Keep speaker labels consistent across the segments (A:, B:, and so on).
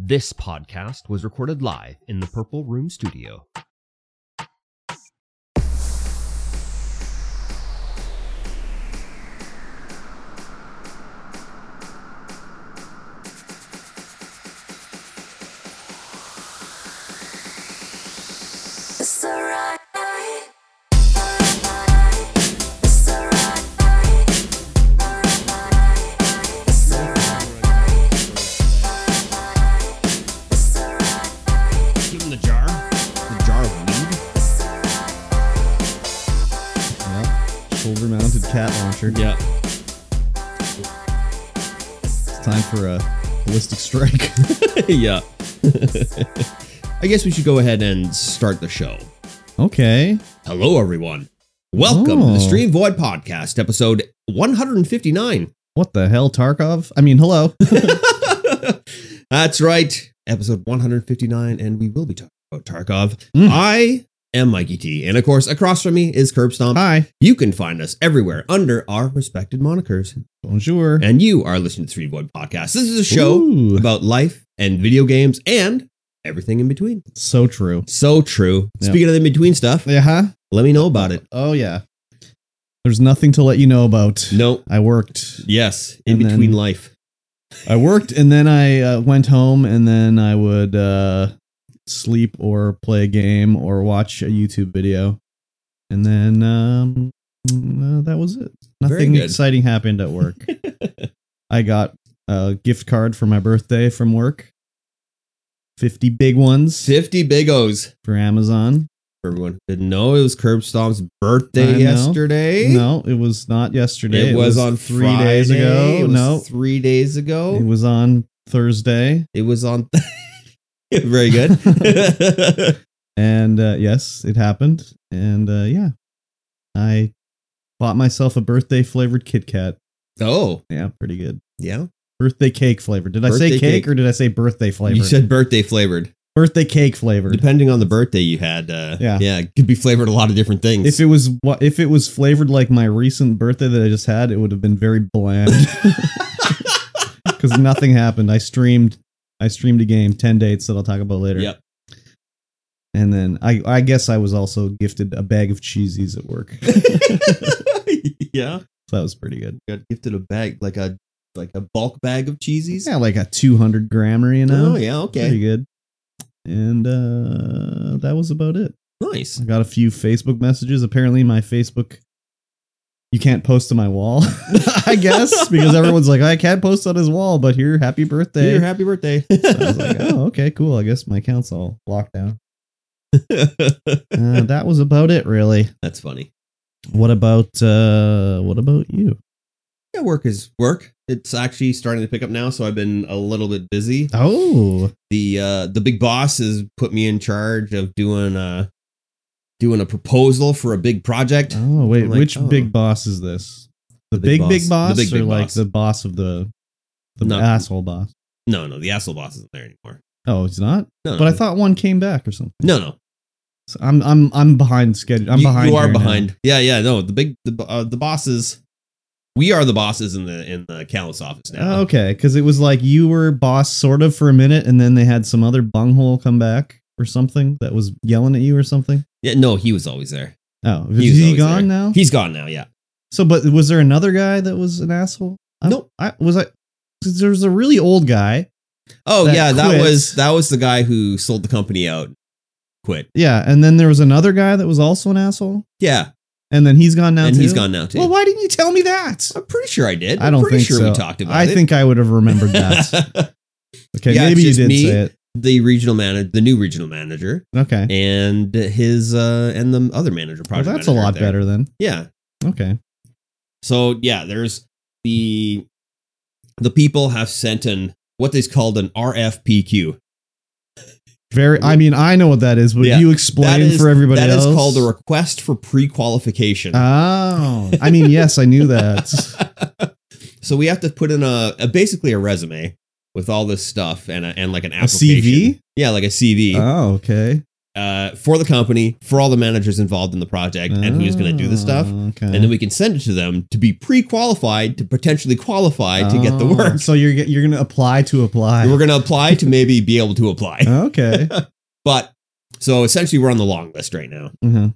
A: This podcast was recorded live in the Purple Room Studio.
B: It's alright.
A: Give him the jar. The jar of weed.
C: Yeah. Shoulder mounted cat launcher.
A: Yep.
C: It's time for a ballistic strike.
A: yeah. I guess we should go ahead and start the show.
C: okay.
A: Hello, everyone. Welcome to the
C: Oh.
A: Stream Void Podcast, episode 159.
C: What the hell, Tarkov? I mean, hello.
A: That's right, episode 159, and we will be talking about Tarkov.
C: Mm.
A: I am Mikey T, and of course, across from me is Curb Stomp.
C: Hi.
A: You can find us everywhere under our respected monikers.
C: Bonjour.
A: And you are listening to Three Void Podcast. This is a show
C: Ooh,
A: about life and video games and everything in between.
C: so true.
A: So true.
C: Yeah.
A: Speaking of the in between stuff,
C: Yeah. Huh?
A: let me know about it.
C: Oh yeah. There's nothing to let you know about.
A: No.
C: I worked.
A: Yes. In
C: And then-
A: between life.
C: I worked, and then I uh, went home, and then I would uh, sleep or play a game or watch a YouTube video, and then um, uh, that was it.
A: Very
C: Nothing
A: good.
C: exciting happened at work. I got a gift card for my birthday from work. 50 big ones
A: 50 Big O's.
C: for Amazon.
A: For everyone who didn't know, it was Curb Stomp's birthday
C: I know.
A: yesterday.
C: No, it was not yesterday.
A: It, was, on
C: three days ago.
A: Friday. It was
C: no,
A: Three days ago.
C: it was on Thursday.
A: It was on. Very good.
C: And uh, yes, it happened. And uh, yeah, I bought myself a birthday flavored Kit Kat.
A: oh,
C: Yeah, pretty good.
A: yeah.
C: Birthday cake flavored. Did I say
A: Birthday
C: cake,
A: cake.
C: or did I say birthday flavored?
A: You said birthday flavored.
C: birthday cake flavored.
A: Depending on the birthday you had, uh, yeah,
C: Yeah.
A: yeah, it could be flavored a lot of different things.
C: If it was wha- if it was flavored like my recent birthday that I just had, it would have been very bland because nothing happened. I streamed I streamed a game, ten dates that I'll talk about later.
A: Yep.
C: And then I I guess I was also gifted a bag of cheesies at work. so
A: yeah,
C: that was pretty good.
A: got gifted a bag like a like a bulk bag of cheesies.
C: Yeah, like a two hundred grammer, you know.
A: Oh yeah,
C: Pretty
A: okay,
C: good. And uh that was about it.
A: nice.
C: I got a few Facebook messages. Apparently, my Facebook you can't post to my wall. I guess because everyone's like, I can't post on his wall, but here, happy birthday.
A: Here, happy birthday.
C: I was like, oh, okay, cool. I guess my account's all locked down. Uh, that was about it, really.
A: That's funny.
C: What about uh what about you?
A: Yeah, work is work. It's actually starting to pick up now, so I've been a little bit busy.
C: Oh,
A: the uh the big boss has put me in charge of doing uh doing a proposal for a big project.
C: oh wait,
A: I'm like,
C: which
A: oh.
C: big boss is this? The,
A: big
C: big
A: boss.
C: big,
A: The
C: boss,
A: big, big
C: or like
A: boss.
C: the boss of the the
A: No.
C: asshole boss?
A: No, no, the asshole boss isn't there anymore.
C: Oh, it's not.
A: No, no,
C: But I thought one came back or something.
A: no, no.
C: So I'm I'm I'm behind schedule. I'm
A: you,
C: behind.
A: You are
C: here now.
A: behind. Yeah, yeah. No, the big the uh, the bosses. We are the bosses in the in the accountant's office now.
C: Oh, okay, because it was like you were boss sort of for a minute, and then they had some other bunghole come back or something that was yelling at you or something.
A: Yeah, no, he was always there.
C: Oh,
A: was
C: is he
A: always
C: gone
A: there.
C: now?
A: He's gone now. Yeah.
C: so, but was there another guy that was an asshole? I-
A: Nope.
C: I was I. 'cause There was a really old guy.
A: Oh
C: That
A: yeah, that
C: quit.
A: was that was the guy who sold the company out. Quit.
C: Yeah, and then there was another guy that was also an asshole,
A: Yeah,
C: and then he's gone now.
A: and
C: too?
A: he's gone now too.
C: Well, why didn't you tell me that?
A: I'm pretty sure I did.
C: I don't
A: am pretty
C: think
A: sure
C: so.
A: we talked about
C: I
A: it.
C: think I would have remembered that. Okay,
A: Yeah, it's
C: maybe you
A: just
C: did
A: me.
C: say it.
A: the regional manager, the new regional manager,
C: Okay,
A: and his uh and the other manager.
C: well,
A: Project
C: that's a
A: manager
C: lot
A: there.
C: better then.
A: Yeah,
C: Okay.
A: So yeah, there's the the people have sent in what is called an RFPQ.
C: Very. I mean, I know what that is, but
A: Yeah.
C: you
A: That
C: explain
A: is-
C: for everybody
A: That is
C: else.
A: called a request for pre-qualification.
C: Oh, I mean, yes, I knew that.
A: so we have to put in a, a basically a resume with all this stuff and a, and like an
C: A Uh.
A: application.
C: CV?
A: Yeah, like a CV.
C: Oh, okay.
A: uh, for the company, for all the managers involved in the project, and who's going to do the stuff.
C: Oh, Okay.
A: And then we can send it to them to be pre-qualified to potentially qualified to get the
C: Oh,
A: work.
C: So you're get- you're gonna apply to apply.
A: And we're going to apply to maybe be able to apply.
C: okay.
A: But so essentially, we're on the long list right now.
C: Mhm.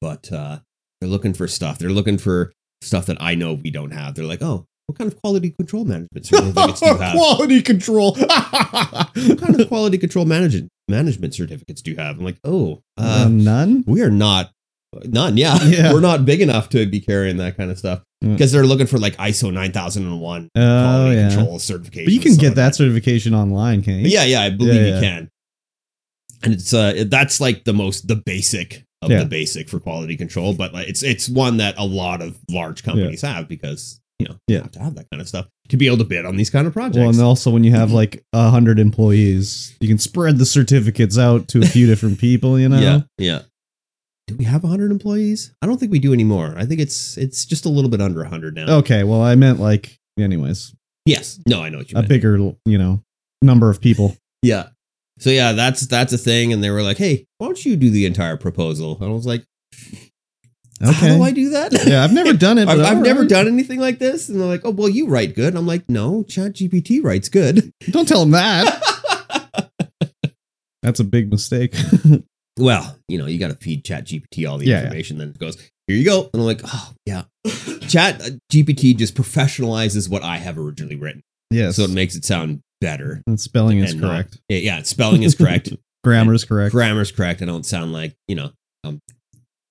A: But uh, they're looking for stuff. They're looking for stuff that I know we don't have. They're like, oh, what kind of quality control management certificates do you have? what
C: Quality control.
A: kind of quality control manage- management certificates do you have? I'm like, oh, uh,
C: um, none.
A: we are not none. Yeah,
C: Yeah.
A: we're not big enough to be carrying that kind of stuff
C: Mm.
A: because they're looking for like ISO 9001
C: Oh
A: quality
C: yeah.
A: control certification.
C: But you can
A: stuff
C: get
A: like
C: that certification online, can't you?
A: yeah, yeah, I believe
C: Yeah,
A: you
C: yeah.
A: can. And it's uh that's like the most the basic of
C: Yeah.
A: the basic for quality control, but like it's it's one that a lot of large companies have because you know you
C: Yeah.
A: have to have that kind of stuff to be able to bid on these kind of projects.
C: Well, and also when you have like a hundred employees, you can spread the certificates out to a few different people. You know.
A: Yeah, yeah. Do we have 100 employees? I don't think we do anymore. I think it's it's just a little bit under 100 now.
C: Okay. Well, I meant like, anyways,
A: yes. No, I know what you
C: a
A: mean.
C: bigger, you know, number of people.
A: Yeah. So yeah, that's that's a thing. And they were like, "Hey, why don't you do the entire proposal?" And I was like,
C: Okay.
A: "How do I do that?"
C: yeah, I've never done it.
A: I've,
C: but
A: I've
C: all
A: never
C: right.
A: done anything like this. And they're like, oh, well, you write good. And I'm like, no, ChatGPT writes good.
C: Don't tell them that. That's a big mistake.
A: Well, you know, you got to feed ChatGPT all the
C: Yeah, yeah.
A: information. Then it goes, here you go. And I'm like, oh, yeah. Chat uh, GPT just professionalizes what I have originally written.
C: yes.
A: So it makes it sound better.
C: and spelling is
A: And not-
C: correct.
A: Yeah, yeah, spelling is correct.
C: Grammar is correct.
A: Grammar's correct. I don't sound like, you know, um,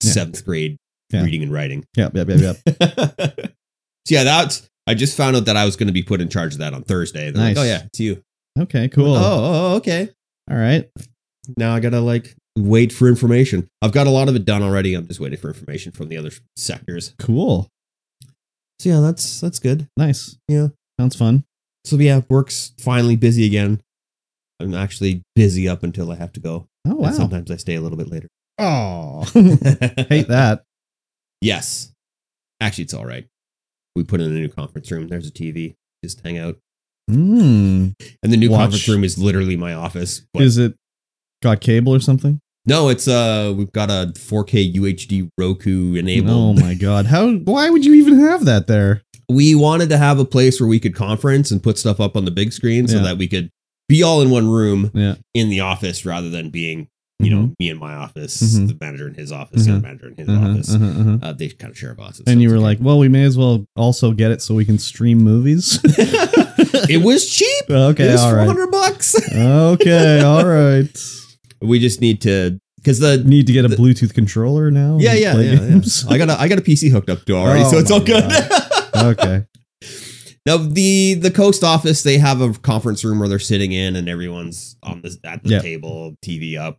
C: Yeah.
A: seventh grade
C: Yeah.
A: reading and writing.
C: yep. Yep. Yep. Yep.
A: so yeah, that's, I just found out that I was going to be put in charge of that on Thursday. They're like,
C: Nice.
A: oh, yeah, it's you.
C: Okay. Cool.
A: Oh, oh, okay.
C: All right.
A: now I gotta like wait for information. I've got a lot of it done already. I'm just waiting for information from the other sectors.
C: Cool.
A: So yeah, that's that's good.
C: Nice.
A: Yeah.
C: Sounds fun.
A: So yeah, work's finally busy again. I'm actually busy up until I have to go.
C: Oh
A: And
C: wow.
A: sometimes I stay a little bit later.
C: Oh. Hate that.
A: Yes. Actually, it's all right. We put in a new conference room. There's a TV. Just hang out.
C: Mm.
A: And the new
C: Watch.
A: conference room is literally my office. But
C: Is it got cable or something?
A: no, it's uh, we've got a 4K UHD Roku enabled.
C: Oh my god. How? Why would you even have that there?
A: we wanted to have a place where we could conference and put stuff up on the big screen so
C: Yeah.
A: that we could be all in one room
C: Yeah. Mm-hmm.
A: in the office rather than being you know me in my office
C: Mhm.
A: the manager in his office the
C: Mhm.
A: other manager in his
C: Uh-huh,
A: office
C: uh-huh, uh-huh.
A: Uh, they kind of share bosses
C: And you were like, well, we may as well also get it so we can stream movies.
A: it was cheap it
C: okay,
A: was
C: all right.
A: 400 bucks
C: Okay, all right.
A: we just need to because the
C: Need to get a
A: The-
C: Bluetooth controller now.
A: yeah
C: and
A: yeah,
C: Oh, play
A: yeah, yeah.
C: games?
A: i got a i got a pc hooked up to already
C: Oh
A: so it's all
C: my
A: good
C: okay.
A: Now the the coast office, they have a conference room where they're sitting in, and everyone's on the at the
C: Yeah.
A: table, TV up.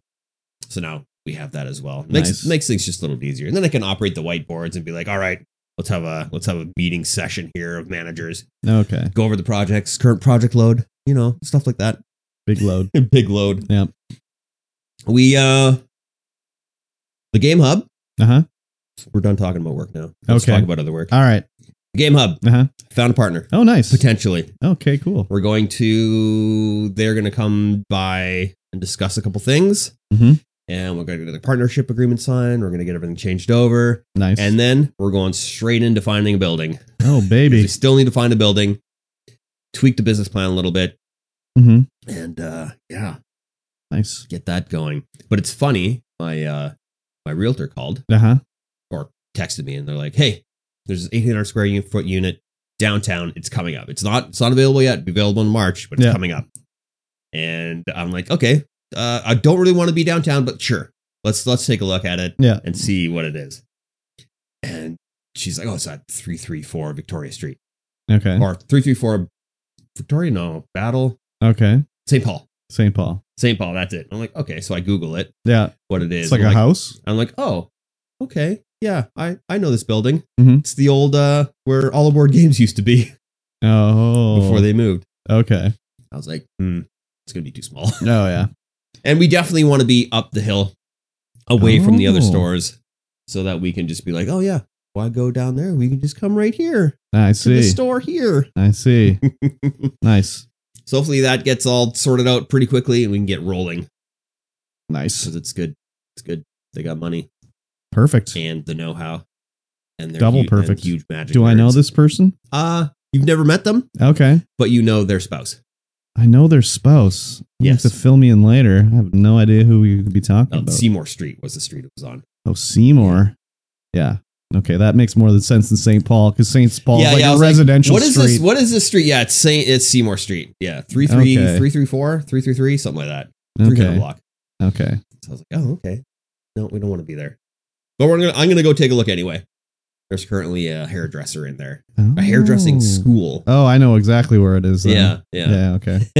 A: So now we have that as well. Makes
C: Nice.
A: makes things just a little bit easier, and then I can operate the whiteboards and be like, all right. Let's have a let's have a meeting session here of managers.
C: Okay.
A: Go over the projects, current project load, you know, stuff like that.
C: Big load.
A: Big load.
C: Yeah.
A: We uh the game hub.
C: Uh huh.
A: We're done talking about work now. Let's
C: Okay.
A: talk about other work.
C: All right.
A: Game hub.
C: Uh huh.
A: Found a partner.
C: Oh, nice.
A: Potentially.
C: Okay, cool.
A: We're going to, they're going to come by and discuss a couple things.
C: Mhm.
A: And we're going to get the partnership agreement signed. We're going to get everything changed over.
C: Nice.
A: And then we're going straight into finding a building. 'Cause
C: oh,
A: We
C: baby.
A: still need to find a building, tweak the business plan a little bit,
C: Mm-hmm.
A: and uh, yeah,
C: Nice.
A: get that going. But it's funny, my, uh, my realtor called
C: Uh huh.
A: or texted me and they're like, hey, there's an 800 square u- foot unit downtown. It's coming up. It's not it's not available yet. It'll be available in March, but it's
C: Yeah.
A: coming up. And I'm like, okay, uh, I don't really want to be downtown, but sure, let's let's take a look at it
C: Yeah.
A: and see what it is. And she's like, oh, it's at 334 Victoria Street
C: Okay.
A: or 334 Victoria, no, Battle,
C: Okay.
A: St. Paul.
C: St. Paul.
A: St. Paul, that's it. I'm like, okay, so I Google it,
C: Yeah.
A: what it is.
C: It's like
A: I'm
C: a house.
A: I'm like, oh, okay, yeah, I I know this building.
C: Mhm.
A: It's the old uh where all aboard games used to be
C: Oh.
A: before they moved.
C: Okay.
A: I was like, hmm, it's gonna be too small,
C: Oh yeah.
A: and we definitely want to be up the hill, away from the other
C: Oh.
A: stores, so that we can just be like, oh yeah, why go down there? We can just come right here
C: I
A: to the
C: see.
A: store here.
C: I see. nice.
A: So hopefully that gets all sorted out pretty quickly, and we can get rolling
C: Nice.
A: because it's good It's good. They got money
C: Perfect.
A: and the know-how, and they're
C: Double
A: hu- and
C: perfect.
A: huge magic.
C: Do I know
A: nerds.
C: this person?
A: Uh you've never met them,
C: Okay.
A: but you know their spouse.
C: I know their spouse. You
A: Yes.
C: have to fill me in later. I have no idea who we could be talking
A: Um,
C: about.
A: Seymour Street was the street it was on.
C: oh, Seymour. Yeah. Okay, that makes more than sense than St. Paul because St. Paul is like
A: I
C: a
A: was
C: residential
A: What is
C: street.
A: this? What is this street? Yeah, it's Saint. It's Seymour Street. Yeah, three three
C: Okay.
A: three three four three three three something like that. Three hundred
C: okay.
A: block.
C: Okay.
A: So I was like, oh okay, no, we don't want to be there. But we're gonna. I'm gonna go take a look anyway. There's currently a hairdresser in there, a hairdressing
C: Oh.
A: school.
C: Oh, I know exactly where it is. Then.
A: yeah, yeah,
C: uh, Yeah.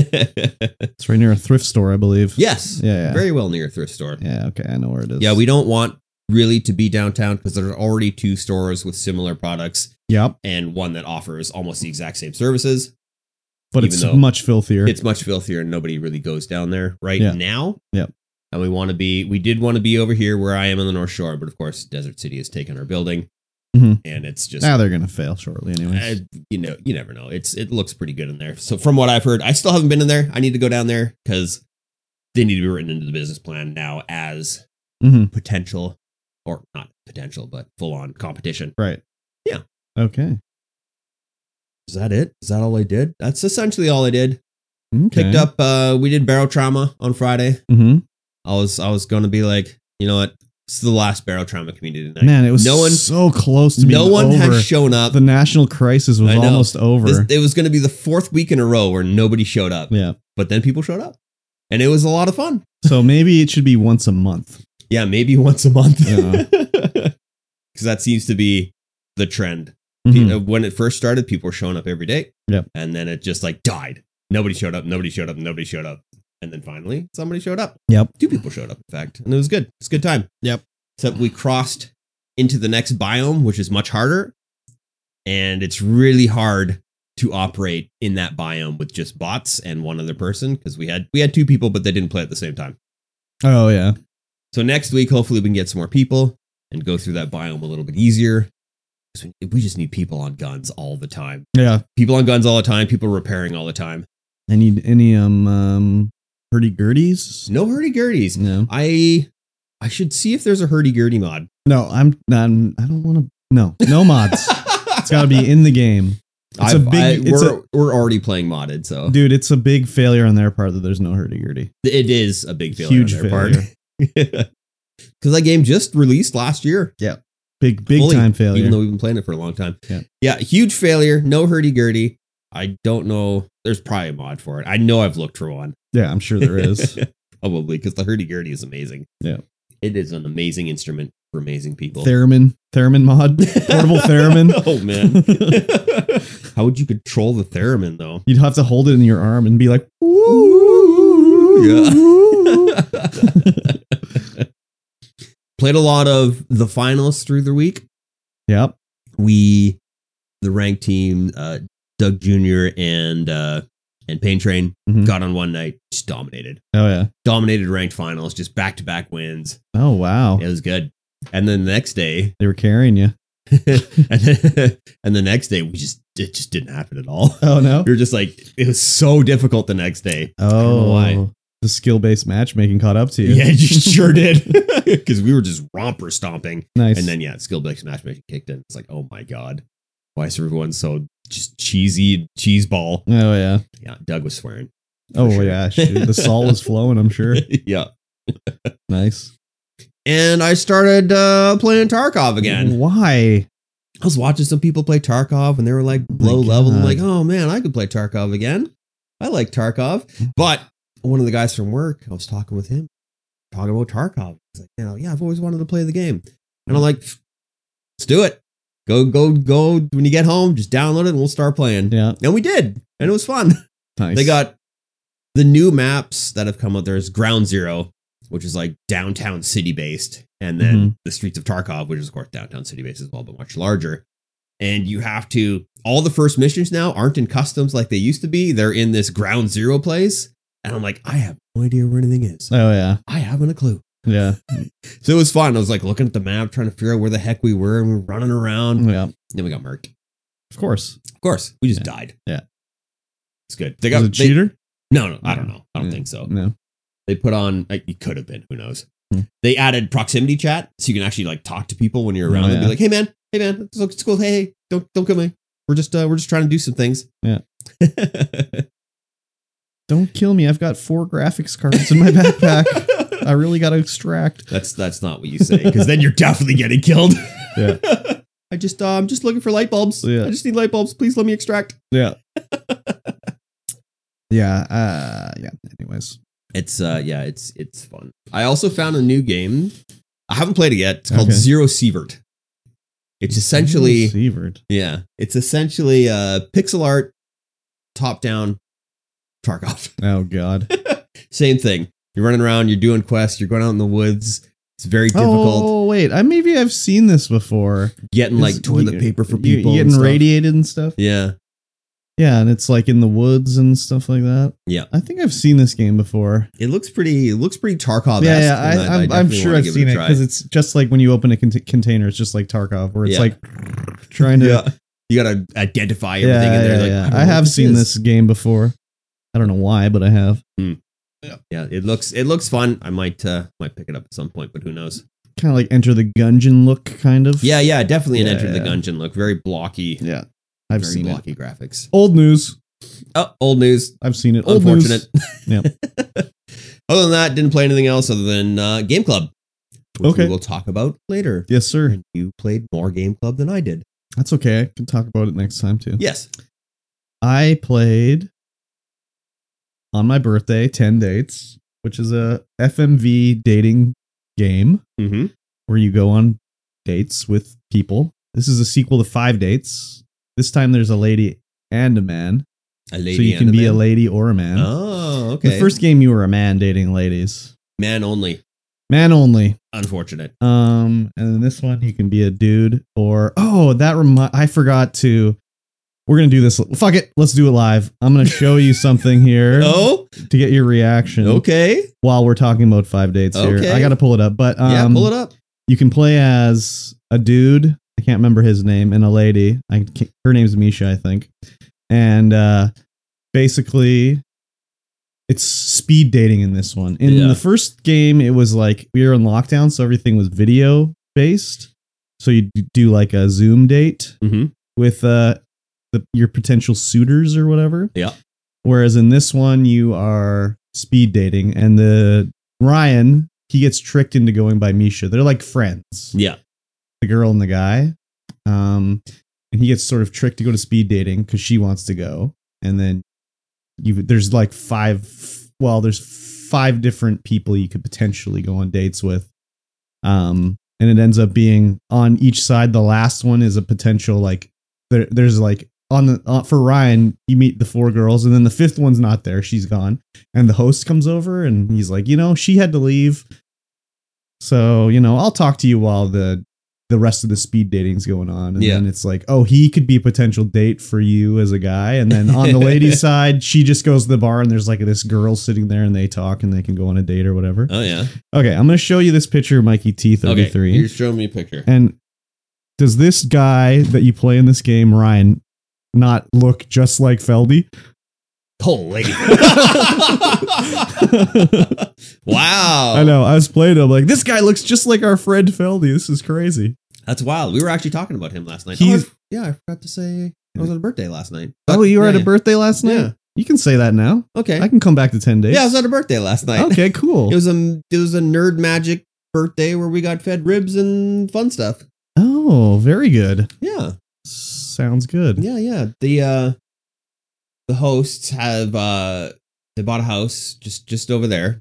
C: Okay. It's right near a thrift store, I believe.
A: yes,
C: Yeah. Yeah.
A: very well near a thrift store.
C: yeah. Okay. I know where it is.
A: Yeah, we don't want really to be downtown because there are already two stores with similar products
C: Yep.
A: and one that offers almost the exact same services.
C: But
A: Even
C: it's
A: though
C: much filthier.
A: It's much filthier and nobody really goes down there right
C: Yeah.
A: now.
C: Yep.
A: And we want to be, we did want to be over here where I am on the North Shore, but of course, Desert City has taken our building,
C: Mhm.
A: and it's just
C: now they're gonna fail shortly, anyways.
A: I- you know, you never know. It's it looks pretty good in there. So from what I've heard, I still haven't been in there. I need to go down there because they need to be written into the business plan now as
C: Mhm.
A: potential or not potential, but full on competition.
C: Right.
A: Yeah.
C: Okay.
A: Is that it? Is that all I did? That's essentially all I did.
C: okay.
A: Picked up. uh We did barrel trauma on Friday.
C: hmm
A: I was I was going to be like, you know what? This is the last barrel trauma community tonight.
C: Man, it was
A: no one.
C: so close to being
A: No one
C: over.
A: has shown up.
C: the national crisis was
A: I know.
C: almost over.
A: This, it was going to be the fourth week in a row where nobody showed up,
C: yeah.
A: but then people showed up, and it was a lot of fun.
C: So maybe it should be once a month.
A: Yeah, maybe once a month.
C: Yeah.
A: Because that seems to be the trend.
C: Mhm.
A: Pe- uh, When it first started, people were showing up every day.
C: Yep.
A: And then it just like died. Nobody showed up. Nobody showed up. Nobody showed up. And then finally, somebody showed up.
C: Yep.
A: Two people showed up, in fact. And it was good. It's a good time.
C: Yep.
A: Except we crossed into the next biome, which is much harder. And it's really hard to operate in that biome with just bots and one other person because we had we had two people, but they didn't play at the same time.
C: Oh yeah.
A: So next week, hopefully, we can get some more people and go through that biome a little bit easier. 'Cause We we just need people on guns all the time.
C: Yeah.
A: People on guns all the time. People repairing all the time.
C: I need any um um hurdy gurdies?
A: No hurdy gurdies.
C: No.
A: I I should see if there's a hurdy gurdy mod.
C: No, I'm not I don't wanna no. No mods. it's gotta be in the game. It's a
A: I've- I-
C: big it's
A: we're,
C: a,
A: we're already playing modded, so
C: dude, it's a big failure on their part that there's no hurdy gurdy.
A: it is a big failure.
C: Huge
A: on their
C: failure.
A: part. Because that game just released last year.
C: Big big
A: Fully,
C: time failure.
A: Even though we've been playing it for a long time.
C: Yeah.
A: huge failure. No hurdy gurdy. I don't know. There's probably a mod for it. I know I've looked for one.
C: yeah, I'm sure there is.
A: Probably because the hurdy gurdy is amazing.
C: Yeah.
A: It is an amazing instrument for amazing people.
C: Theremin Theremin mod. Portable theremin.
A: oh, man. How would you control the theremin, though?
C: You'd have to hold it in your arm and be like,
A: Yeah. Played a lot of the finals through the week.
C: Yep.
A: we the ranked team uh doug junior and uh and pain train
C: Mhm.
A: got on one night just dominated
C: Oh yeah.
A: dominated ranked finals just back to back wins
C: Oh wow.
A: it was good and then the next day
C: They were carrying you.
A: and, then, and the next day we just it just didn't happen at all
C: Oh no.
A: we were just like it was so difficult the next day know
C: Oh,
A: why.
C: the skill-based matchmaking caught up to you.
A: yeah you sure did because we were just romper stomping
C: nice.
A: And then yeah, skill based matchmaking kicked in. It's like, oh my god, why is everyone so just cheesy cheese ball?
C: oh yeah.
A: Yeah, Doug was swearing. For
C: Oh
A: sure.
C: yeah. Shoot. The salt was flowing. I'm sure.
A: yeah,
C: Nice.
A: and I started uh, playing Tarkov again.
C: Why?
A: I was watching some people play Tarkov, and they were like
C: my
A: low level. I'm
C: God.
A: like, oh man, I could play Tarkov again. I like Tarkov, but one of the guys from work, I was talking with him, talking about Tarkov. He's like, you know, yeah, I've always wanted to play the game, and I'm like, let's do it. Go, go, go! When you get home, just download it, and we'll start playing.
C: Yeah.
A: And we did. And it was fun.
C: Nice.
A: They got the new maps that have come out. There's Ground Zero, which is like downtown city based, and
C: Mm-hmm.
A: then the Streets of Tarkov, which is, of course, downtown city based as well, but much larger. And you have to, all the first missions now aren't in customs like they used to be. They're in this Ground Zero place. And I'm like, I have no idea where anything is.
C: Oh yeah.
A: I haven't a clue.
C: Yeah.
A: So it was fun. I was like looking at the map, trying to figure out where the heck we were, and we were running around.
C: Yeah.
A: Then we got murked.
C: Of course.
A: Of course, we just
C: Mm. Yeah.
A: died.
C: Yeah.
A: It's good. They
C: They
A: got
C: got a
A: they-
C: cheater.
A: no, no, I don't
C: No.
A: know. I don't
C: Yeah.
A: think so.
C: No.
A: They put on. Like, it could have been. Who knows?
C: Hmm.
A: They added proximity chat, so you can actually like talk to people when you're around
C: Oh,
A: and be
C: yeah.
A: like, "Hey man, hey man, it's, it's cool. Hey, hey, don't don't kill me. We're just uh, we're just trying to do some things."
C: Yeah.
A: Don't
C: kill me. I've got four graphics cards in my backpack. I really got to extract.
A: That's that's not what you say because then you're definitely getting killed.
C: Yeah.
A: I just uh, I'm just looking for light bulbs.
C: Yeah.
A: I just need light bulbs. Please let me extract.
C: Yeah. yeah. Uh, yeah. Anyways.
A: It's uh yeah, it's it's fun. I also found a new game. I haven't played it yet. It's called
C: Okay.
A: Zero Sievert. It's essentially
C: Severed.
A: yeah, it's essentially uh pixel art top down Tarkov.
C: Oh, God.
A: Same thing. You're running around, you're doing quests, you're going out in the woods. It's very difficult.
C: Oh, wait. I Maybe I've seen this before.
A: Getting like
C: It's-
A: toilet
C: you-
A: paper for
C: you-
A: people.
C: You
A: and
C: getting
A: stuff.
C: radiated and stuff.
A: Yeah.
C: Yeah, and it's like in the woods and stuff like that.
A: Yeah.
C: I think I've seen this game before.
A: It looks pretty it looks pretty Tarkov.
C: yeah, yeah, I, I'm, I'm sure I've seen it because it's just like when you open a cont- container, it's just like Tarkov, where it's
A: Yeah.
C: like trying to. Yeah,
A: yeah. You gotta identify
C: yeah,
A: everything in there.
C: yeah,
A: like,
C: yeah.
A: don't
C: I,
A: know what
C: have seen
A: is.
C: this game before. I don't know why, but I have.
A: Yeah, it looks it looks fun. I might uh might pick it up at some point, but who knows?
C: Kind of like Enter the Gungeon look, kind of.
A: Yeah, yeah, definitely an
C: Yeah,
A: Enter the
C: yeah.
A: Gungeon look. Very blocky.
C: yeah. I've
A: very
C: seen it.
A: blocky graphics.
C: Old news.
A: Oh, old news.
C: I've seen it. Old news.
A: Unfortunate.
C: Yep.
A: other than that, didn't play anything else other than uh, Game Club. Which
C: Okay.
A: we will talk about later.
C: Yes, sir.
A: And you played more Game Club than I did.
C: That's okay. I can talk about it next time too.
A: Yes.
C: I played on my birthday 10 dates, which is a FMV dating game
A: Mm-hmm.
C: where you go on dates with people. This is a sequel to 5 dates. This time there's a lady and a man.
A: A lady
C: so you
A: and
C: can be
A: man.
C: a lady or a man.
A: Oh, okay.
C: The first game you were a man dating ladies.
A: man only.
C: Man only.
A: Unfortunate.
C: Um, and then this one you can be a dude or oh that remi- I forgot to. We're gonna do this. Fuck it, let's do it live. I'm gonna show you something here
A: Oh,
C: to get your reaction.
A: okay.
C: While we're talking about five dates
A: Okay.
C: here, I gotta pull it up. But um,
A: yeah, pull it up.
C: You can play as a dude. I can't remember his name and a lady. I can't, her name's Misha, I think. And uh, basically, it's speed dating in this one. In
A: Yeah.
C: the first game, it was like we were in lockdown, so everything was video based. So you do like a Zoom date
A: Mhm.
C: with uh, the, your potential suitors or whatever.
A: Yeah.
C: Whereas in this one, you are speed dating, and the Ryan he gets tricked into going by Misha. They're like friends,
A: Yeah.
C: the girl and the guy. Um, and he gets sort of tricked to go to speed dating because she wants to go, and then you there's like five. Well, there's five different people you could potentially go on dates with. Um, and it ends up being on each side. The last one is a potential like there, there's like on the uh, for Ryan, you meet the four girls, and then the fifth one's not there; she's gone. And the host comes over, and he's like, you know, she had to leave, so you know, I'll talk to you while the the rest of the speed dating's going on. And
A: Yeah.
C: then it's like, oh, he could be a potential date for you as a guy. And then on the lady's side, she just goes to the bar, and there's like this girl sitting there, and they talk, and they can go on a date or whatever.
A: Oh yeah.
C: Okay, I'm gonna show you this picture, of Mikey T thirty three.
A: Okay. You're showing me a picture.
C: And does this guy that you play in this game, Ryan, not look just like Feldy?
A: Holy. wow.
C: I know. I was playing. it, I'm like, this guy looks just like our friend Feldy. This is crazy.
A: That's wild. We were actually talking about him last night.
C: He's-
A: Oh, I- yeah, I forgot to say I was at a birthday last night.
C: Oh, you were at a
A: Yeah.
C: birthday last night.
A: Yeah.
C: You can say that now.
A: Okay.
C: I can come back to ten days.
A: yeah, I was at a birthday last night.
C: okay, cool.
A: It was a it was a nerd magic birthday where we got fed ribs and fun stuff.
C: oh, very good.
A: Yeah.
C: Sounds good.
A: Yeah, yeah. The uh the hosts have uh they bought a house just just over there.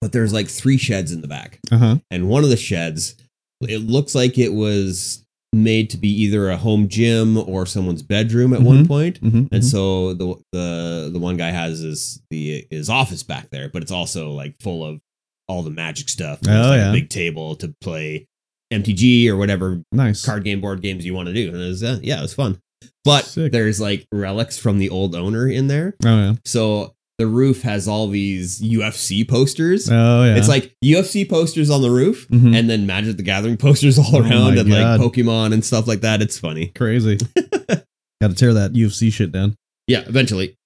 A: But there's like three sheds in the back.
C: Uh huh.
A: and one of the sheds it looks like it was made to be either a home gym or someone's bedroom at one point
C: hmm
A: and so the the the one guy has his the his office back there but it's also like full of all the magic stuff There's,
C: Oh,
A: like,
C: yeah.
A: a big table to play MTG or whatever
C: mm-hmm. nice.
A: card game board games you want to do and it was, uh, yeah it was fun but
C: Sick.
A: there's like relics from the old owner in there
C: Oh yeah.
A: so the roof has all these UFC posters
C: Oh yeah.
A: it's like UFC posters on the roof
C: Mhm.
A: and then Magic the Gathering posters all
C: Oh
A: around
C: my
A: and like
C: God.
A: Pokemon and stuff like that. It's funny.
C: crazy. Got to tear that UFC shit down.
A: Yeah, eventually.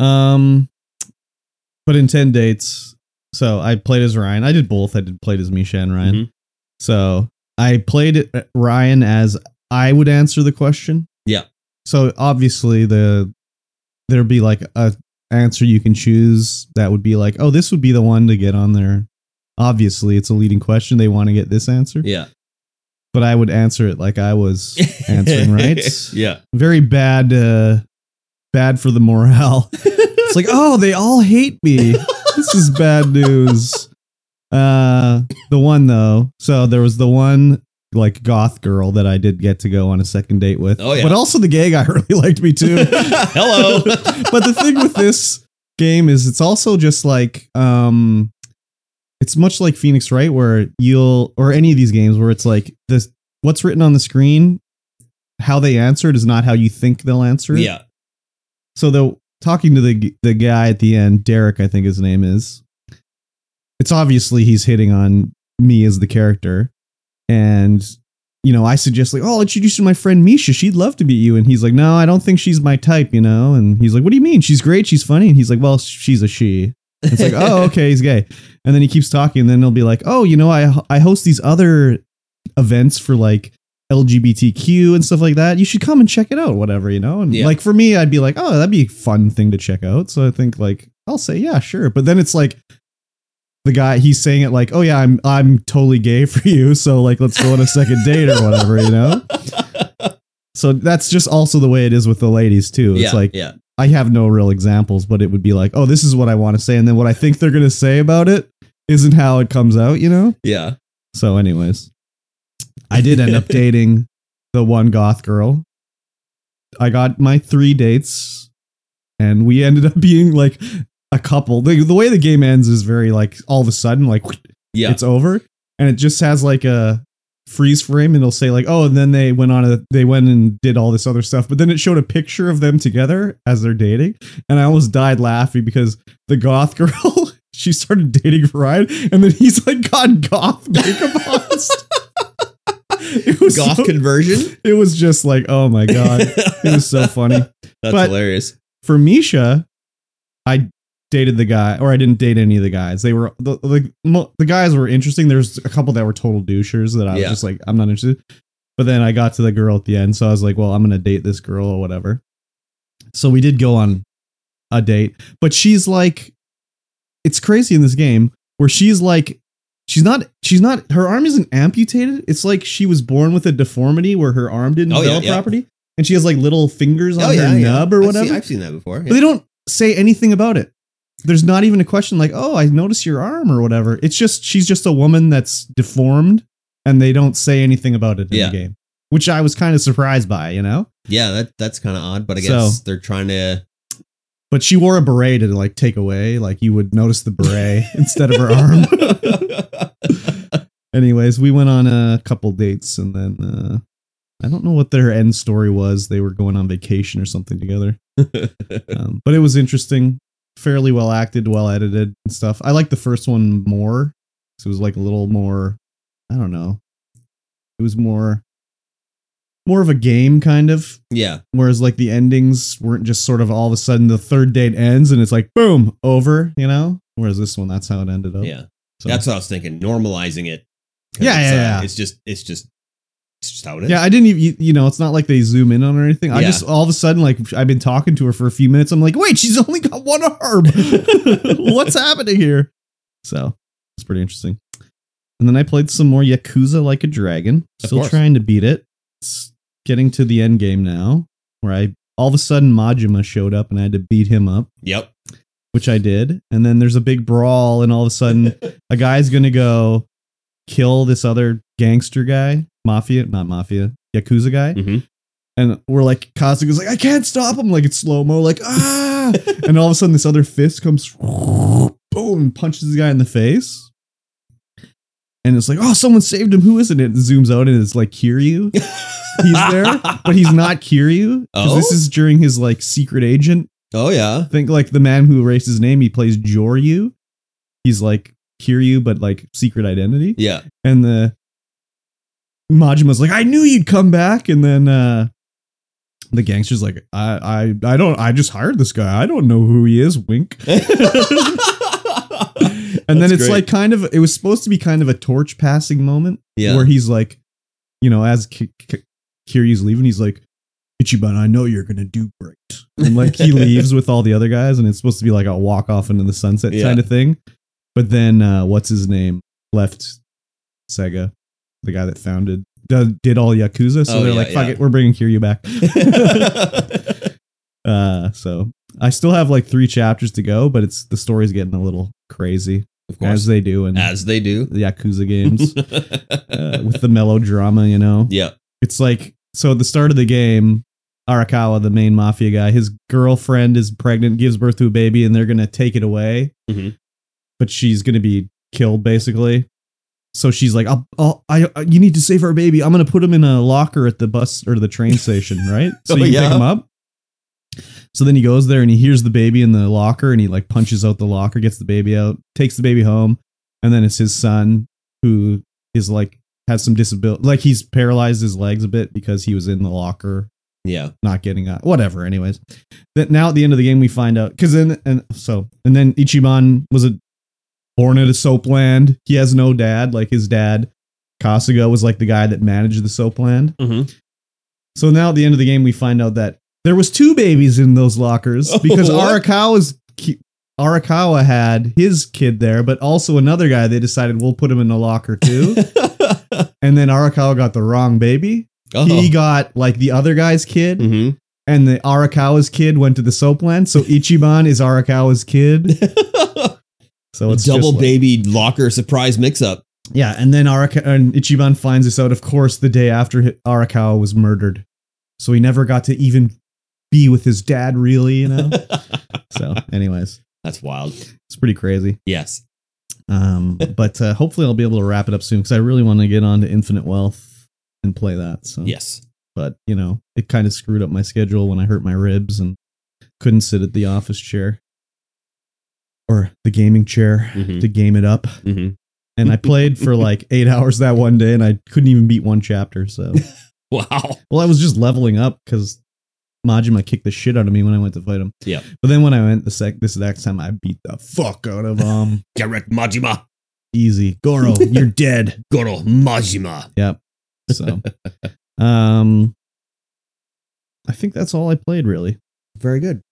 C: Um, but in ten dates, so I played as Ryan. I did both. I did played as Misha and Ryan.
A: Mm-hmm.
C: So I played uh, Ryan as I would answer the question.
A: Yeah.
C: So obviously the there'd be like a answer you can choose that would be like, oh, this would be the one to get on there. Obviously, it's a leading question. They want to get this answer,
A: Yeah.
C: but I would answer it like I was answering right.
A: yeah.
C: Very bad, uh, bad for the morale. It's like, oh, they all hate me. This is bad news. Uh, the one though. So there was the one like goth girl that I did get to go on a second date with.
A: Oh, yeah.
C: But also the gay guy really liked me too.
A: Hello.
C: but the thing with this game is it's also just like um it's much like Phoenix Wright where you'll or any of these games where it's like this what's written on the screen how they answer it is not how you think they'll answer it.
A: yeah.
C: So the talking to the g- the guy at the end, Derek, I think his name is. It's obviously he's hitting on me as the character, and you know I suggest like, oh, I'll introduce you to my friend Misha. She'd love to meet you, and he's like, no, I don't think she's my type, you know. And he's like, what do you mean? She's great, she's funny, and he's like, well, she's a she. It's like, oh, okay, he's gay, and then he keeps talking, and then he'll be like, oh, you know, I I host these other events for like LGBTQ and stuff like that. You should come and check it out, whatever, you know? And
A: Yeah.
C: like for me, I'd be like, oh, that'd be a fun thing to check out. So I think like I'll say, yeah, sure. But then it's like the guy he's saying it like, oh yeah, I'm I'm totally gay for you. So like let's go on a second date or whatever, you know? So that's just also the way it is with the ladies too. It's
A: yeah.
C: like
A: yeah.
C: I have no real examples, but it would be like, oh, this is what I want to say, and then what I think they're gonna say about it isn't how it comes out, you know?
A: Yeah.
C: So, anyways, I did end up dating the one goth girl. I got my three dates, and we ended up being like a couple. The, the way the game ends is very like all of a sudden, like
A: Yeah.
C: it's over, and it just has like a freeze frame, and it'll say like, oh, and then they went on a, they went and did all this other stuff, but then it showed a picture of them together as they're dating, and I almost died laughing because the goth girl. She started dating Ryan, and then he's like got goth makeup on. It was
A: Goth
C: so-
A: conversion.
C: it was just like, oh my god, it was so funny.
A: That's
C: But-
A: hilarious.
C: For Misha, I dated the guy, or I didn't date any of the guys. They were the the, mo- the guys were interesting. There's a couple that were total douchers that I was
A: Yeah.
C: just like, I'm not interested. But then I got to the girl at the end, so I was like, well, I'm gonna date this girl or whatever. So we did go on a date, but she's like, it's crazy in this game where she's like she's not she's not her arm isn't amputated it's like she was born with a deformity where her arm didn't
A: Oh, yeah,
C: develop
A: yeah.
C: properly and she has like little fingers on
A: Oh, yeah,
C: her
A: yeah.
C: nub or
A: I've seen-
C: whatever
A: I've seen that before.
C: but they don't say anything about it there's not even a question like oh i noticed your arm or whatever it's just she's just a woman that's deformed and they don't say anything about it in
A: Yeah.
C: the game which i was kind of surprised by you know
A: Yeah, that that's kind of odd, but I
C: So-
A: guess they're trying to.
C: but she wore a beret to like take away like you would notice the beret instead of her arm anyways we went on a couple dates and then uh i don't know what their end story was they were going on vacation or something together um, but it was interesting fairly well acted well edited and stuff i liked the first one more 'cause it was like a little more i don't know it was more more of a game kind of
A: yeah,
C: whereas like the endings weren't just sort of all of a sudden the third date ends and it's like boom over you know whereas this one that's how it ended up
A: yeah.
C: So-
A: That's what I was thinking. Normalizing it. 'Cause
C: Yeah,
A: it's,
C: yeah,
A: uh,
C: yeah.
A: It's just, it's just, it's just how it is.
C: Yeah, I didn't even, you- you know, it's not like they zoom in on her or anything. I
A: Yeah.
C: just, all of a sudden, like, I've been talking to her for a few minutes. I'm like, wait, she's only got one arm. What's happening here? So it's pretty interesting. And then I played some more Yakuza Like a Dragon.
A: Of
C: Still
A: course.
C: trying to beat it. It's getting to the end game now, where I, all of a sudden, Majima showed up and I had to beat him up
A: Yep.
C: which I did. And then there's a big brawl, and all of a sudden, a guy's going to go kill this other gangster guy, mafia, not mafia, yakuza guy.
A: Mhm.
C: And we're like, Kazuko's like, I can't stop him. Like it's slow mo, like ah. and all of a sudden, this other fist comes, boom, punches the guy in the face. And it's like, oh, someone saved him. Who is it? It zooms out and it's like Kiryu. He's there, but he's not Kiryu. 'cause This
A: Oh?
C: is during his like secret agent
A: Oh yeah.
C: think like the man who erased his name, he plays Joryu. He's like Kiryu, but like secret identity.
A: Yeah.
C: And the Majima's like, I knew you'd come back. And then uh the gangster's like, I I I don't I just hired this guy. I don't know who he is, wink. And then
A: That's
C: it's
A: great.
C: like kind of it was supposed to be kind of a torch passing moment
A: Yeah.
C: where he's like, you know, as K- K- Kiryu's leaving, he's like, Ichiban, I know you're gonna do great. And like he leaves with all the other guys, and it's supposed to be like a walk off into the sunset
A: Yeah.
C: kind of thing. But then uh, what's his name left Sega, the guy that founded did, did all Yakuza, so
A: Oh,
C: they're
A: yeah,
C: like, fuck
A: yeah.
C: it, we're bringing Kiryu back. uh, so I still have like three chapters to go, but it's the story's getting a little crazy
A: of
C: as
A: course,
C: they do in
A: as they do.
C: the Yakuza games uh, with the melodrama, you know.
A: yeah.
C: It's like so at the start of the game, Arakawa, the main mafia guy, his girlfriend is pregnant, gives birth to a baby, and they're gonna take it away,
A: Mhm.
C: but she's gonna be killed basically. So she's like, I'll, I'll, I, I- you need to save our baby. I'm gonna put him in a locker at the bus or the train station, right? So
A: Oh,
C: you can
A: yeah.
C: pick him up. So then he goes there and he hears the baby in the locker and he like punches out the locker, gets the baby out, takes the baby home, and then it's his son who is like has some disability, like he's paralyzed his legs a bit because he was in the locker
A: Yeah.
C: not getting up, whatever. Anyways, that now at the end of the game we find out because then and so and then Ichiban was a born at a soap land. He has no dad. Like his dad, Kasuga was like the guy that managed the soap land.
A: Mhm.
C: So now at the end of the game we find out that there was two babies in those lockers
A: Oh,
C: because
A: what?
C: Arakawa's ki- Arakawa had his kid there, but also another guy. They decided we'll put him in a locker too, and then Arakawa got the wrong baby.
A: Oh.
C: He got like the other guy's kid
A: hmm
C: and the Arakawa's kid went to the soap land, so Ichiban is Arakawa's kid. So it's just
A: Double
C: like-
A: baby locker surprise mix up.
C: yeah, and then Araka and Ichiban finds this out, of course, the day after hi- Arakawa was murdered, so he never got to even be with his dad, really. You know. so, anyways,
A: That's wild.
C: it's pretty crazy.
A: Yes.
C: Um, but uh, hopefully, I'll be able to wrap it up soon because I really want to get on to Infinite Wealth and play that. So
A: Yes.
C: but you know, it kind of screwed up my schedule when I hurt my ribs and couldn't sit at the office chair or the gaming chair
A: Mhm.
C: to game it up.
A: hmm
C: And I played for like eight hours that one day and I couldn't even beat one chapter. So,
A: Wow.
C: well, I was just leveling up because Majima kicked the shit out of me when I went to fight him.
A: Yeah.
C: But then when I went the sec, this next time, I beat the fuck out of um
A: Direct Majima.
C: easy Goro. You're dead.
A: Goro Majima.
C: So, um, I think that's all I played really.
A: Very good.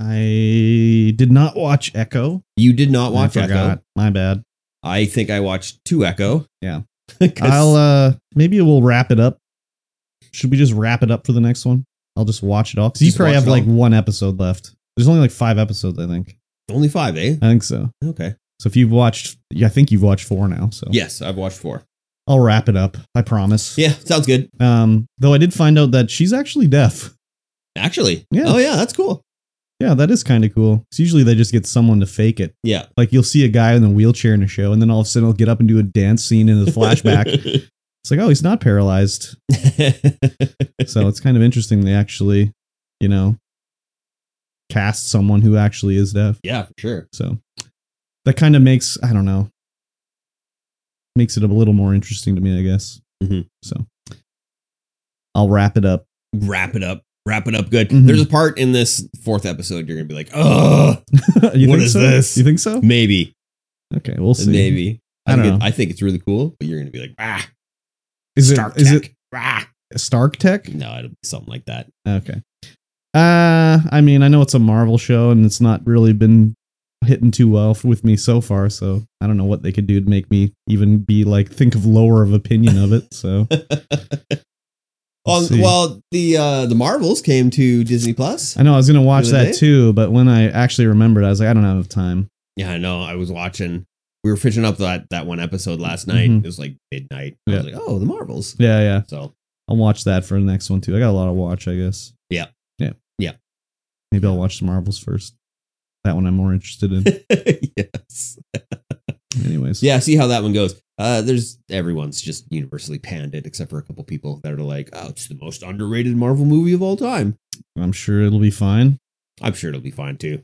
C: I did not watch Echo.
A: You did not watch
C: I
A: Echo.
C: My bad.
A: I think I watched two Echo.
C: Yeah.
A: 'Cause-
C: I'll uh maybe we'll wrap it up. Should we just wrap it up for the next one? I'll just watch it all. Because you
A: Just
C: probably
A: watch
C: have
A: it
C: like
A: all.
C: one episode left. There's only like five episodes, I think.
A: only five, eh?
C: I think so.
A: Okay.
C: So if you've watched yeah, I think you've watched four now. So
A: Yes, I've watched four.
C: I'll wrap it up. I promise.
A: Yeah, sounds good.
C: Um though I did find out that she's actually deaf.
A: Actually.
C: Yeah.
A: Oh yeah, that's cool.
C: Yeah, that is kind of cool. 'Cause usually they just get someone to fake it.
A: Yeah.
C: Like you'll see a guy in a wheelchair in a show, and then all of a sudden he'll get up and do a dance scene in a flashback. it's like, oh, he's not paralyzed. so it's kind of interesting they actually, you know, cast someone who actually is deaf.
A: yeah, for sure.
C: So that kind of makes I don't know makes it a little more interesting to me, I guess.
A: Mhm.
C: So I'll wrap it up.
A: Wrap it up. Wrap it up good.
C: Mhm.
A: There's a part in this fourth episode you're gonna be like, oh
C: you
A: What
C: think
A: is
C: so?
A: this?
C: You think so?
A: maybe.
C: Okay, we'll see.
A: Maybe.
C: I don't
A: think it-
C: know.
A: I think it's really cool, but you're gonna be like, ah,
C: Is it
A: Stark
C: is
A: Tech.
C: it
A: Ah.
C: Stark Tech?
A: No, it'll be something like that.
C: Okay. Uh, I mean, I know it's a Marvel show and it's not really been hitting too well f- with me so far, so I don't know what they could do to make me even be like think of lower of opinion of it. So
A: Oh,
C: see.
A: well, the uh the Marvels came to Disney Plus.
C: I know I was gonna watch
A: Good
C: that
A: day.
C: too, but when I actually remembered, I was like, I don't have time.
A: Yeah, I know. I was watching. We were finishing up that that one episode last night.
C: Mhm.
A: It was like midnight. I was
C: Yeah.
A: like, oh, the Marvels.
C: Yeah, yeah,
A: So
C: I'll watch that for the next one too. I got a lot of watch, I guess.
A: Yeah.
C: yeah,
A: Yeah.
C: Maybe I'll watch the Marvels first. That one I'm more interested in.
A: yes,
C: Anyways,
A: yeah. See how that one goes. Uh, there's everyone's just universally panned it, except for a couple people that are like, oh, it's the most underrated Marvel movie of all time.
C: I'm sure it'll be fine.
A: I'm sure it'll be fine too.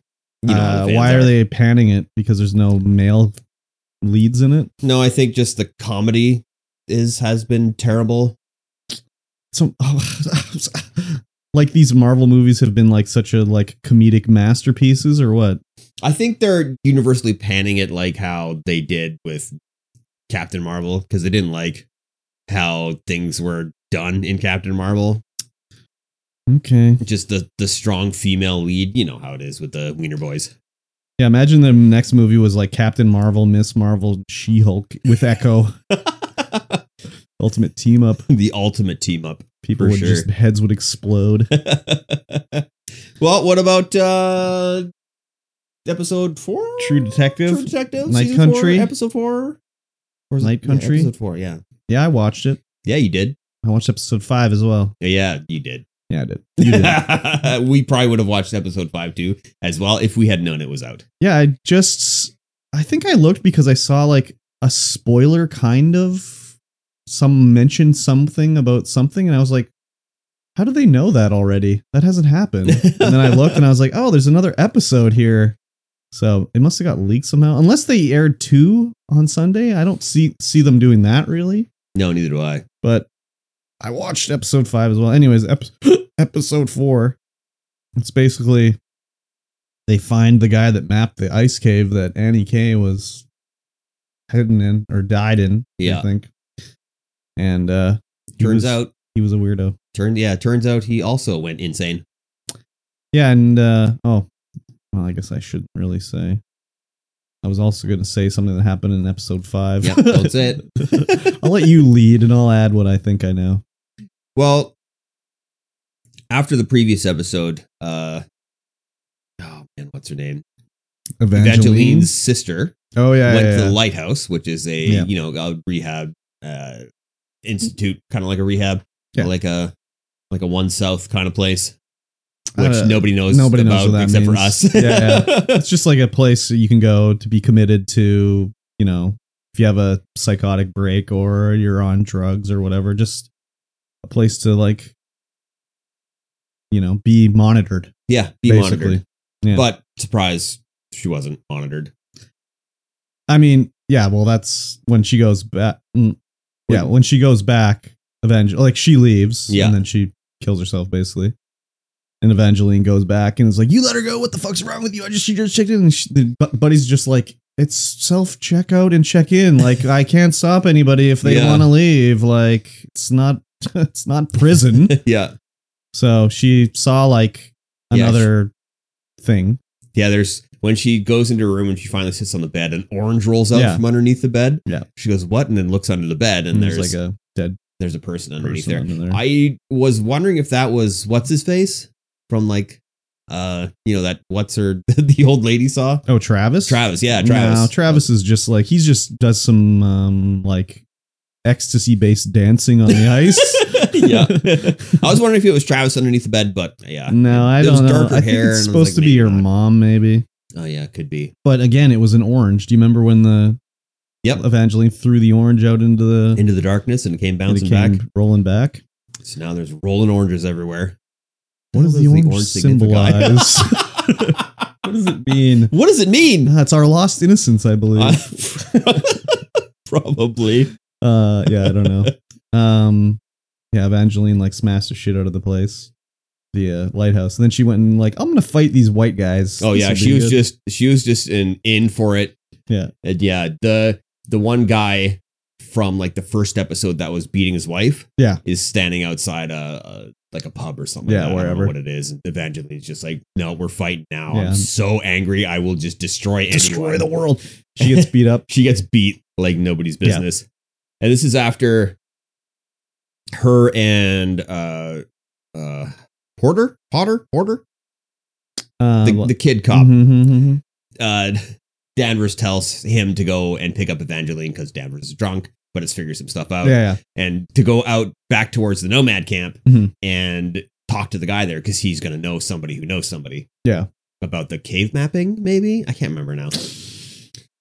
A: how
C: uh,
A: the fans
C: why are they panning it? Because there's no male leads in it.
A: No, I think just the comedy is has been terrible.
C: So, oh, like these Marvel movies have been like such a like comedic masterpieces or what?
A: I think they're universally panning it like how they did with Captain Marvel because they didn't like how things were done in Captain Marvel.
C: Okay.
A: Just the the strong female lead, you know how it is with the Wiener Boys.
C: Yeah, imagine the next movie was like Captain Marvel, Miss Marvel, She Hulk with Echo,
A: the
C: ultimate team up.
A: ultimate team up.
C: People
A: For
C: would
A: sure.
C: just heads would explode.
A: well, what about uh episode four?
C: True Detective.
A: True Detective.
C: Night
A: season four,
C: Country?
A: episode four. Or is
C: Night
A: yeah,
C: Country?
A: episode four. Yeah.
C: Yeah, I watched it.
A: Yeah, you did.
C: I watched episode five as well.
A: Yeah, you did.
C: Yeah, I did. You did.
A: we probably would have watched episode five too as well if we had known it was out.
C: yeah, I just I think I looked because I saw like a spoiler kind of some mentioned something about something and I was like how do they know that already? That hasn't happened. and then I looked and I was like, "Oh, there's another episode here." So, it must have got leaked somehow. Unless they aired 2 on Sunday. I don't see see them doing that really,
A: No, neither do I.
C: but I watched episode 5 as well. Anyways, ep- episode 4 it's basically they find the guy that mapped the ice cave that Annie K was hidden in or died in.
A: Yeah.
C: I think. And uh, he
A: Turns
C: was-
A: out,
C: he was a weirdo.
A: turn yeah, turns out he also went insane.
C: Yeah, and uh, oh, well, I guess I shouldn't really say. I was also going to say something that happened in episode five.
A: Yep, don't say it.
C: I'll let you lead, and I'll add what I think I know.
A: Well, after the previous episode, uh, oh man, what's her name? Evangeline's sister
C: Oh yeah,
A: went
C: yeah,
A: to the
C: yeah.
A: lighthouse, which is a
C: Yeah.
A: you know a rehab uh, institute, kind of like a rehab,
C: Yeah.
A: like a like a one south kind of place,
C: I
A: which
C: don't-
A: nobody knows
C: Uh, nobody knows
A: about
C: what that
A: except for us.
C: means. Yeah, it's just like a place you can go to be committed to, you know, if you have a psychotic break or you're on drugs or whatever, just a place to like you know, be monitored
A: Yeah, be
C: basically.
A: monitored.
C: Yeah.
A: But surprise, she wasn't monitored.
C: I mean, yeah, well that's when she goes back Yeah, when she goes back, Evangel like she leaves
A: Yeah.
C: and then she kills herself basically. And Evangeline goes back and is like, "You let her go. What the fuck's wrong with you? I just she just checked in." And she, the bu- buddy's just like, "It's self checkout and check in. Like I can't stop anybody if they
A: Yeah.
C: want to leave. Like it's not it's not prison."
A: yeah,
C: so she saw like
A: Yeah,
C: another thing.
A: yeah. There's when she goes into her room and she finally sits on the bed, an orange rolls out
C: Yeah.
A: from underneath the bed.
C: Yeah.
A: she goes what, and then looks under the bed, and, there's
C: like a dead
A: there's a person underneath
C: person under
A: there.
C: there.
A: I was wondering if that was what's his face from like, uh, you know that what's her the old lady saw
C: oh, Travis.
A: Travis. Yeah, Travis.
C: No, Travis is just like he's just does some um like ecstasy based dancing on the ice.
A: yeah, I was wondering if it was Travis underneath the bed, but yeah,
C: No, I
A: It was
C: don't know.
A: darker
C: I think
A: hair,
C: it's
A: and I was
C: supposed
A: like,
C: to be
A: maybe
C: your
A: not.
C: mom, maybe.
A: Oh yeah, could be.
C: But again, it was an orange. Do you remember when the
A: Yep.
C: Evangeline threw the orange out into the
A: Into the darkness and it came
C: and it
A: bouncing
C: came
A: back.
C: rolling back?
A: So now there's rolling oranges everywhere.
C: What does
A: What
C: the
A: does
C: orange,
A: signify?
C: symbolize? what does it mean?
A: What does it mean?
C: That's our lost innocence, I
A: Uh,
C: believe.
A: Probably.
C: Uh, yeah, I don't know. Um, yeah, Evangeline like smashed the shit out of the place, the uh, lighthouse, and then she went and like, I'm gonna fight these white guys.
A: Oh
C: This
A: yeah,
C: will
A: she
C: be
A: was
C: good."
A: just she was just in in for it.
C: Yeah.
A: And yeah, the the one guy from like the first episode that was beating his wife,
C: Yeah.
A: is standing outside a, a like a pub or something.
C: Yeah,
A: like that. I don't know
C: wherever.
A: what it is. And Evangeline's just like, no, we're fighting now.
C: Yeah.
A: I'm so angry. I will just destroy anyone.
C: destroy the world. She gets beat up.
A: she gets beat like nobody's
C: Yeah.
A: business. And this is after her and uh uh Porter? Potter? Porter?
C: Uh,
A: The, the kid cop.
C: mhm, mhm, mhm.
A: Uh Danvers tells him to go and pick up Evangeline because Danvers is drunk, but has figured some stuff out.
C: Yeah, yeah.
A: And to go out back towards the nomad camp
C: Mhm.
A: and talk to the guy there because he's gonna know somebody who knows somebody.
C: Yeah.
A: About the cave mapping, maybe? I can't remember now.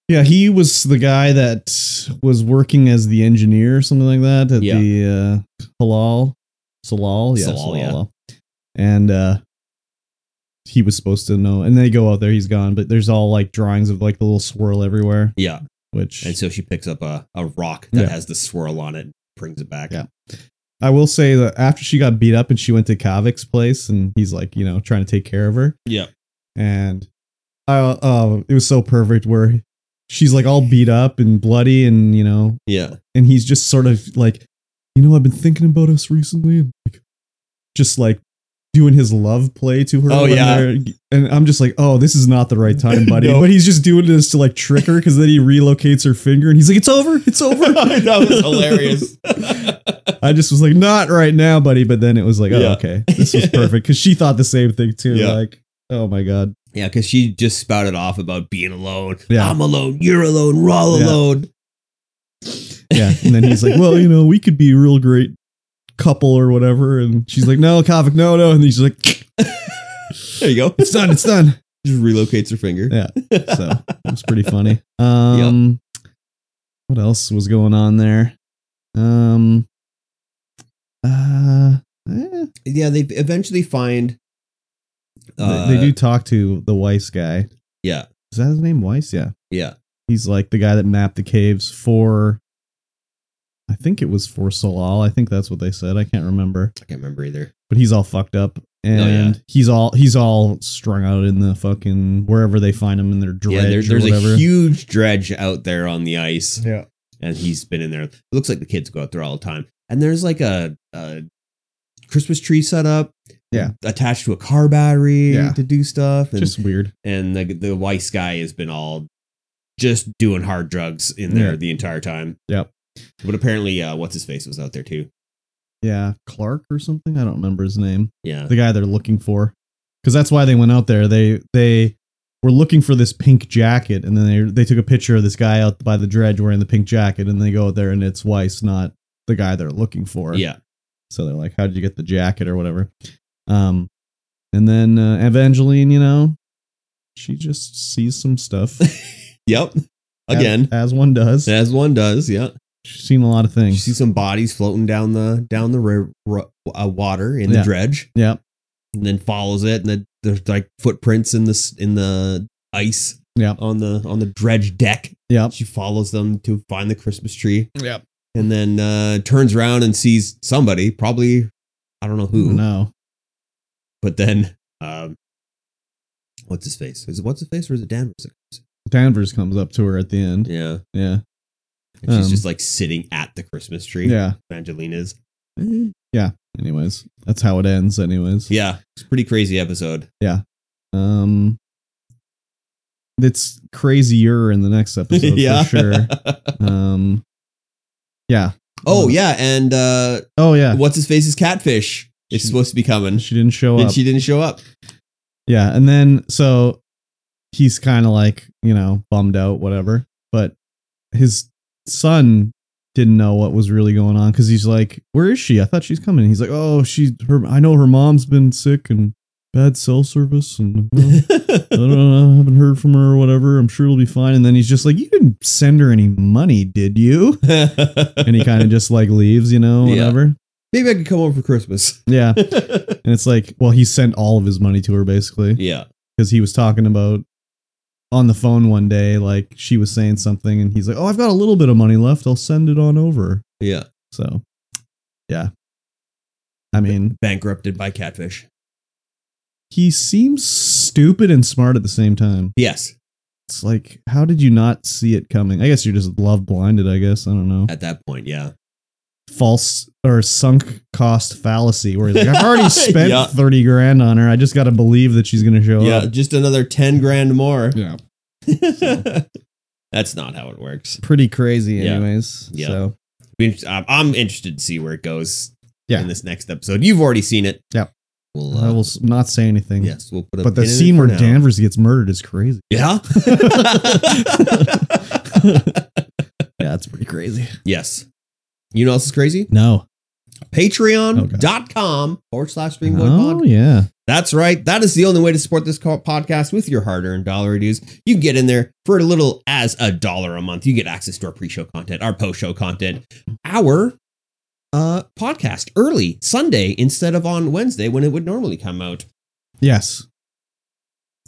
C: Yeah, he was the guy that was working as the engineer or something like that at
A: Yeah.
C: the uh, Halal, Salal, yeah,
A: Salal, yeah.
C: Salal. and uh, he was supposed to know. And they go out there, he's gone, but there's all like drawings of like the little swirl everywhere,
A: Yeah.
C: which
A: And so she picks up a, a rock that
C: Yeah.
A: has the swirl on it and brings it back.
C: Yeah. I will say that after she got beat up and she went to Kavik's place and he's like, you know, trying to take care of her.
A: Yeah.
C: And I, oh, it was so perfect where she's like all beat up and bloody and, you know,
A: Yeah.
C: and he's just sort of like, you know, I've been thinking about us recently. And like, just like doing his love play to her.
A: Oh,
C: when
A: yeah.
C: they're- And I'm just like, oh, this is not the right time, buddy.
A: No.
C: But he's just doing this to like trick her because then he relocates her finger and he's like, it's over. It's over.
A: that was hilarious.
C: I just was like, not right now, buddy. But then it was like, oh,
A: Yeah.
C: okay, this was perfect because she thought the same thing too.
A: Yeah.
C: Like, oh my god,
A: yeah, because she just spouted off about being alone.
C: Yeah.
A: I'm alone. You're alone. We're all
C: Yeah.
A: alone.
C: yeah. And then he's like, well, you know, we could be a real great couple or whatever. And she's like, no, Kavik, no, no. And he's like,
A: There you go.
C: it's done, it's done.
A: Just relocates her finger.
C: Yeah. So it was pretty funny. Um, what else was going on there? Um, uh, eh,
A: yeah, they eventually find. uh,
C: they, they do talk to the Weiss guy.
A: Yeah.
C: Is that his name? Weiss? Yeah.
A: Yeah.
C: He's like the guy that mapped the caves for. I think it was for Salal. I think that's what they said. I can't remember,
A: I can't remember either.
C: but he's all fucked up, and
A: Oh, yeah.
C: he's all he's all strung out in the fucking wherever they find him in their dredge
A: yeah, there-
C: or
A: there's
C: whatever.
A: a huge dredge out there on the ice,
C: yeah,
A: and he's been in there. It looks like the kids go out there all the time. And there's like a, a Christmas tree set up,
C: Yeah.
A: attached to a car battery
C: Yeah.
A: to do stuff. And,
C: just weird.
A: and the the Weiss guy has been all just doing hard drugs in there
C: Yeah.
A: the entire time.
C: Yep.
A: But apparently, uh, what's his face was out there too.
C: Yeah, Clark or something. I don't remember his name.
A: Yeah,
C: The guy they're looking for, because that's why they went out there. They they were looking for this pink jacket, and then they they took a picture of this guy out by the dredge wearing the pink jacket, and they go out there, and it's Weiss, not the guy they're looking for.
A: yeah.
C: So they're like, "How did you get the jacket or whatever?" Um, and then uh, Evangeline, you know, she just sees some stuff as-
A: Yep. Again,
C: as, one does.
A: as one does. Yeah.
C: She's seen a lot of
A: You
C: things.
A: see some bodies floating down the down the ri- ru- uh, water in the
C: Yeah.
A: dredge,
C: yeah,
A: and then follows it, and then there's like footprints in the s- in the ice
C: yeah,
A: on the on the dredge deck.
C: yeah,
A: She follows them to find the Christmas tree,
C: yeah.
A: and then uh, turns around and sees somebody, probably I don't know who,
C: No,
A: but then um, what's his face? Is it what's his face or is it Dan?
C: Danvers comes up to her at the end.
A: Yeah,
C: yeah.
A: and she's
C: Um,
A: just like sitting at the Christmas tree.
C: Yeah.
A: Evangelina's.
C: Anyways, that's how it ends. Anyways,
A: Yeah, it's a pretty crazy episode.
C: Um, it's crazier in the next episode for sure. Um, yeah.
A: Oh
C: Uh,
A: yeah, and uh,
C: Oh yeah.
A: what's his face is catfish. It's
C: She-
A: supposed to be coming,
C: And she didn't show
A: and
C: up.
A: she didn't show up.
C: yeah, and then so he's kind of like you know bummed out, whatever. But his son didn't know what was really going on because he's like, "Where is she? I thought she's coming." He's like, "Oh, she. Her. I know her mom's been sick and bad cell service and." I don't know. I haven't heard from her or whatever. I'm sure it'll be fine. And then he's just like, You didn't send her any money, did you? And he kind of just like leaves, you know,
A: Yeah.
C: whatever.
A: Maybe I could come over for Christmas.
C: Yeah. And it's like, Well, he sent all of his money to her basically
A: yeah,
C: because he was talking about on the phone one day, like she was saying something and he's like, Oh, I've got a little bit of money left. I'll send it on over.
A: yeah.
C: So, yeah. I mean,
A: Bankrupted by catfish.
C: he seems stupid and smart at the same time.
A: Yes,
C: It's like, how did you not see it coming? I guess you're just love blinded, I guess. I don't know.
A: at that point, yeah.
C: false or sunk cost fallacy where he's like, I've already spent
A: Yeah.
C: 30 grand on her. I just got to believe that she's going to show
A: yeah,
C: up.
A: just another 10 grand more.
C: Yeah.
A: That's not how it works.
C: Pretty crazy,
A: Yeah.
C: anyways.
A: Yeah.
C: So,
A: I mean, I'm I'm interested to see where it goes
C: Yeah.
A: in this next episode. You've already seen it.
C: Yep.
A: We'll,
C: I
A: uh,
C: will s- not say anything.
A: yes, we'll put a
C: But the
A: pin in it
C: scene
A: for
C: where
A: now.
C: Danvers gets murdered is crazy.
A: Yeah.
C: Yeah, that's pretty crazy.
A: yes. You know what else is crazy?
C: No.
A: Patreon.com forward slash Dreamboy
C: Oh,
A: Pod.
C: yeah.
A: That's right. That is the only way to support this co- podcast with your hard earned dollar dues. You can get in there for a little as a dollar a month. You get access to our pre show content, our post show content, our uh, podcast early Sunday instead of on Wednesday when it would normally come out.
C: Yes.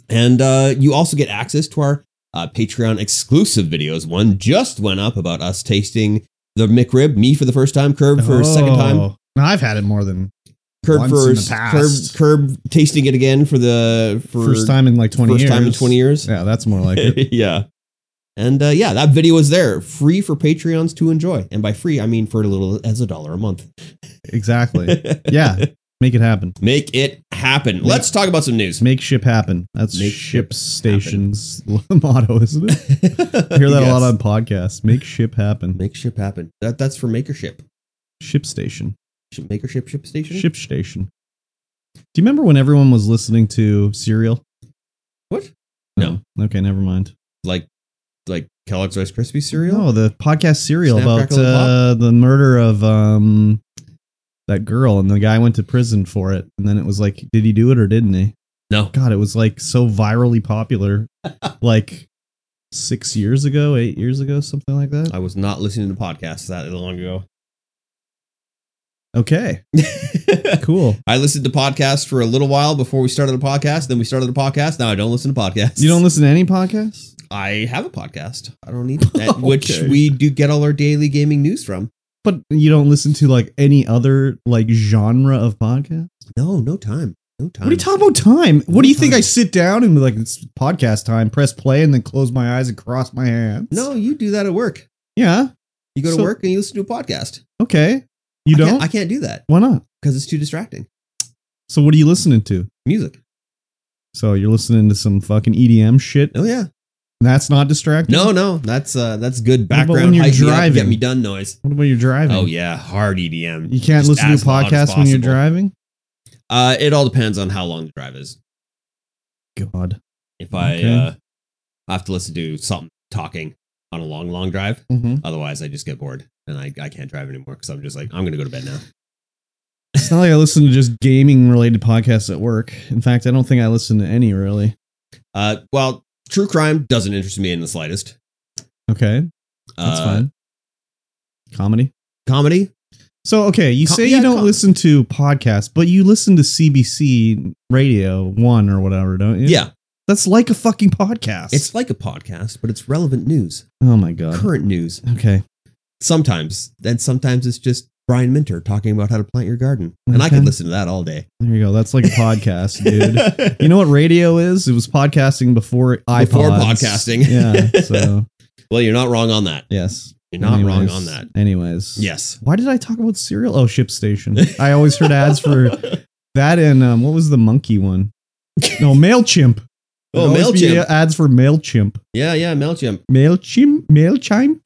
A: And uh, you also get access to our uh, Patreon exclusive videos. One just went up about us tasting the McRib, me for the first time, Curb for a second time.
C: Oh, I've had it more than
A: Curb
C: Once in the
A: first, curb,
C: past.
A: curb tasting it again for the for
C: first time in like twenty
A: first
C: years.
A: time in twenty years.
C: Yeah, that's more like it.
A: yeah. And uh, yeah, that video is there, free for Patreons to enjoy. And by free, I mean for a little as a dollar a month.
C: Exactly. Yeah, make it happen.
A: Make it happen. Let's talk about some news.
C: Make ship happen. That's
A: Make
C: ship
A: ship
C: station's motto, isn't it?
A: hear
C: I hear that a lot on podcasts. Make ship happen.
A: Make Ship Happen. That that's for Makership.
C: ship station.
A: Ship- Makership Ship Station?
C: Ship station. Do you remember when everyone was listening to Serial?
A: What? No.
C: Oh, okay, never mind.
A: Like like Kellogg's Rice Krispie cereal?
C: No, the podcast Serial
A: Snap,
C: about
A: Crackle, and Pop?
C: uh, the murder of um that girl, and the guy went to prison for it, and then it was like, did he do it or didn't he?
A: No.
C: God, it was like so virally popular, like six years ago, eight years ago, something like that.
A: I was not listening to podcasts that long ago.
C: Okay, cool.
A: I listened to podcasts for a little while before we started a podcast. Then we started a podcast. Now I don't listen to podcasts.
C: You don't listen to any podcasts?
A: I have a podcast. I don't need that, which
C: Okay.
A: we do get all our daily gaming news from.
C: But you don't listen to like any other like genre of podcast?
A: No, no time. No time.
C: What are you talking about time? What do you think
A: Time.
C: I sit down and be like it's podcast time, press play and then close my eyes and cross my hands?
A: No, you do that at work.
C: Yeah.
A: You go to
C: So-
A: work and you listen to a podcast.
C: Okay. You
A: I
C: don't?
A: Can't, I can't do that
C: Why not?
A: because it's too distracting.
C: So what are you listening to?
A: Music.
C: So you're listening to some fucking EDM shit.
A: Oh yeah.
C: That's not distracting.
A: No, no, that's uh, that's good
C: What about
A: background.
C: when you're
A: hype me up,
C: driving?
A: get me done noise.
C: What about your driving?
A: Oh yeah, hard EDM.
C: You can't
A: Just
C: listen to
A: as loud as
C: podcasts when you're
A: possible.
C: driving?
A: Uh, it all depends on how long the drive is.
C: God.
A: If I
C: Okay.
A: uh, I have to listen to something talking on a long, long drive,
C: Mm-hmm.
A: otherwise I just get bored and I, I can't drive anymore because I'm just like I'm gonna go to bed now.
C: It's not like I listen to just gaming related podcasts at work. In fact, I don't think I listen to any really.
A: Uh, well, true crime doesn't interest me in the slightest.
C: Okay. That's
A: uh,
C: fine. Comedy.
A: Comedy?
C: So okay, you
A: Com-
C: say you
A: yeah,
C: don't
A: com-
C: listen to podcasts, but you listen to CBC Radio One or whatever, don't you?
A: Yeah.
C: that's like a fucking podcast.
A: It's like a podcast, but it's relevant news,
C: oh my god.
A: current news.
C: Okay,
A: Sometimes, then sometimes it's just Brian Minter talking about how to plant your garden, and I
C: Okay.
A: could listen to that all day.
C: there you go. That's like a podcast, dude. You know what radio is? It was podcasting before iPods.
A: Before podcasting.
C: yeah. So
A: well, you're not wrong on that.
C: yes,
A: You're not wrong
C: Anyways-
A: on that.
C: Anyways,
A: Yes.
C: Why did I talk about cereal? Oh, Ship Station. I always heard ads for that and um, what was the monkey one? No, Mailchimp.
A: Oh,
C: There'd always be
A: Mailchimp.
C: ads for Mailchimp.
A: Yeah, yeah, Mailchimp.
C: Mailchimp, Mailchimp.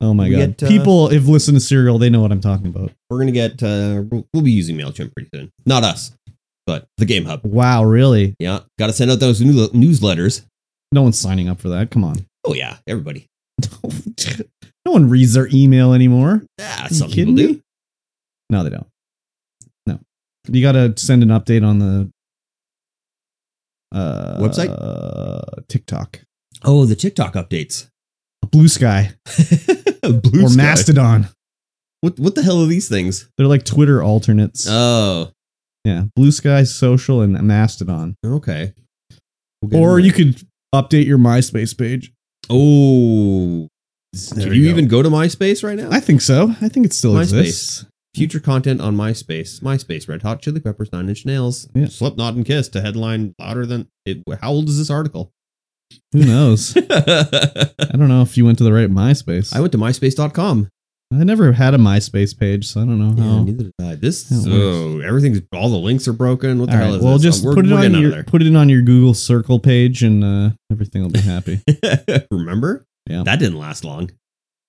C: Oh my
A: We
C: god!
A: get, uh,
C: People, if listen to Serial, they know what I'm talking about.
A: We're gonna get. Uh, we'll- we'll be using Mailchimp pretty soon. Not us, but the Game Hub.
C: Wow, really?
A: Yeah, got to send out those new newsletters.
C: No one's signing up for that. Come on.
A: Oh yeah, everybody.
C: no one reads their email anymore.
A: Ah,
C: Are you
A: some
C: kidding
A: people do.
C: me? No, they don't. No, you got to send an update on the uh,
A: Website?
C: uh, TikTok,
A: Oh, the TikTok updates.
C: Blue Sky,
A: Blue
C: or
A: Sky.
C: Mastodon.
A: What what the hell are these things?
C: They're like Twitter alternates.
A: Oh,
C: yeah, Blue Sky Social and Mastodon.
A: okay. We'll get
C: Or
A: into
C: you
A: that.
C: could update your MySpace page.
A: Oh,
C: There
A: can
C: you
A: you
C: go.
A: even go to MySpace right now?
C: I think so. I think it still
A: MySpace.
C: exists.
A: Future content on MySpace. MySpace, Red Hot Chili Peppers, Nine Inch Nails,
C: Yeah.
A: Slipknot and Kiss to headline louder than it. How old is this article?
C: Who knows?
A: I
C: I don't know if you went to the right MySpace. I
A: went to MySpace.com.
C: never had a Myspace page, so I don't know how.
A: Yeah, neither did I. This,
C: Uh-huh. That works.
A: oh, everything's, all the links are broken. What the
C: All
A: hell
C: right,
A: is
C: well,
A: this?
C: just
A: We're-
C: put it
A: we're
C: on
A: getting out of
C: your put it on your Google Circle page, and uh, everything will be happy.
A: there. Remember?
C: Yeah.
A: That didn't last long.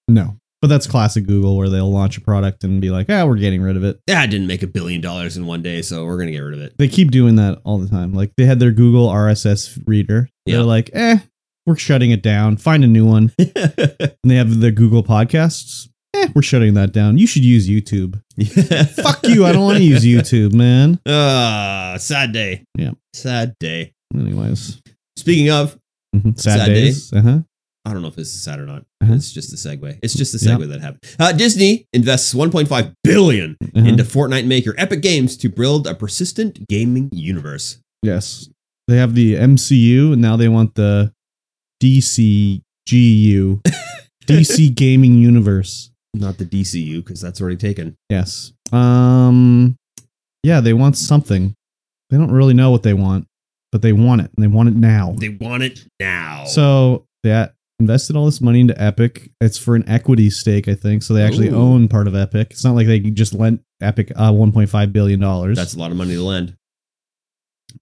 C: no, but that's classic Google, where they'll launch a product and be like, "Ah, we're getting rid of it."
A: That didn't make a billion dollars in one day, so we're going to get rid of it.
C: They keep doing that all the time. Like they had their Google RSS reader. They're
A: Yeah.
C: like, "Eh, we're shutting it down. Find a new one." And they have the Google Podcasts. Eh, we're shutting that down. You should use YouTube. Fuck you. I don't want to use YouTube, man.
A: Ah, sad day.
C: Yeah.
A: Sad day.
C: Anyways,
A: Speaking of,
C: Mhm. sad,
A: Sad
C: days. Uh huh.
A: I don't know if this is sad or not.
C: Uh-huh.
A: It's just the segue. It's just the
C: Yeah.
A: segue that happened. Uh, Disney invests 1.5 billion
C: Uh-huh.
A: into Fortnite maker Epic Games to build a persistent gaming universe.
C: yes, they have the MCU, and now they want the DCGU, DC Gaming Universe.
A: not the DCU because that's already taken.
C: Yes. Um yeah, they want something. They don't really know what they want, but they want it and they want it now.
A: They want it now.
C: So they invested all this money into Epic. It's for an equity stake, I think. So they actually
A: Ooh.
C: own part of Epic. It's not like they just lent Epic uh, 1.5 billion dollars.
A: that's a lot of money to lend.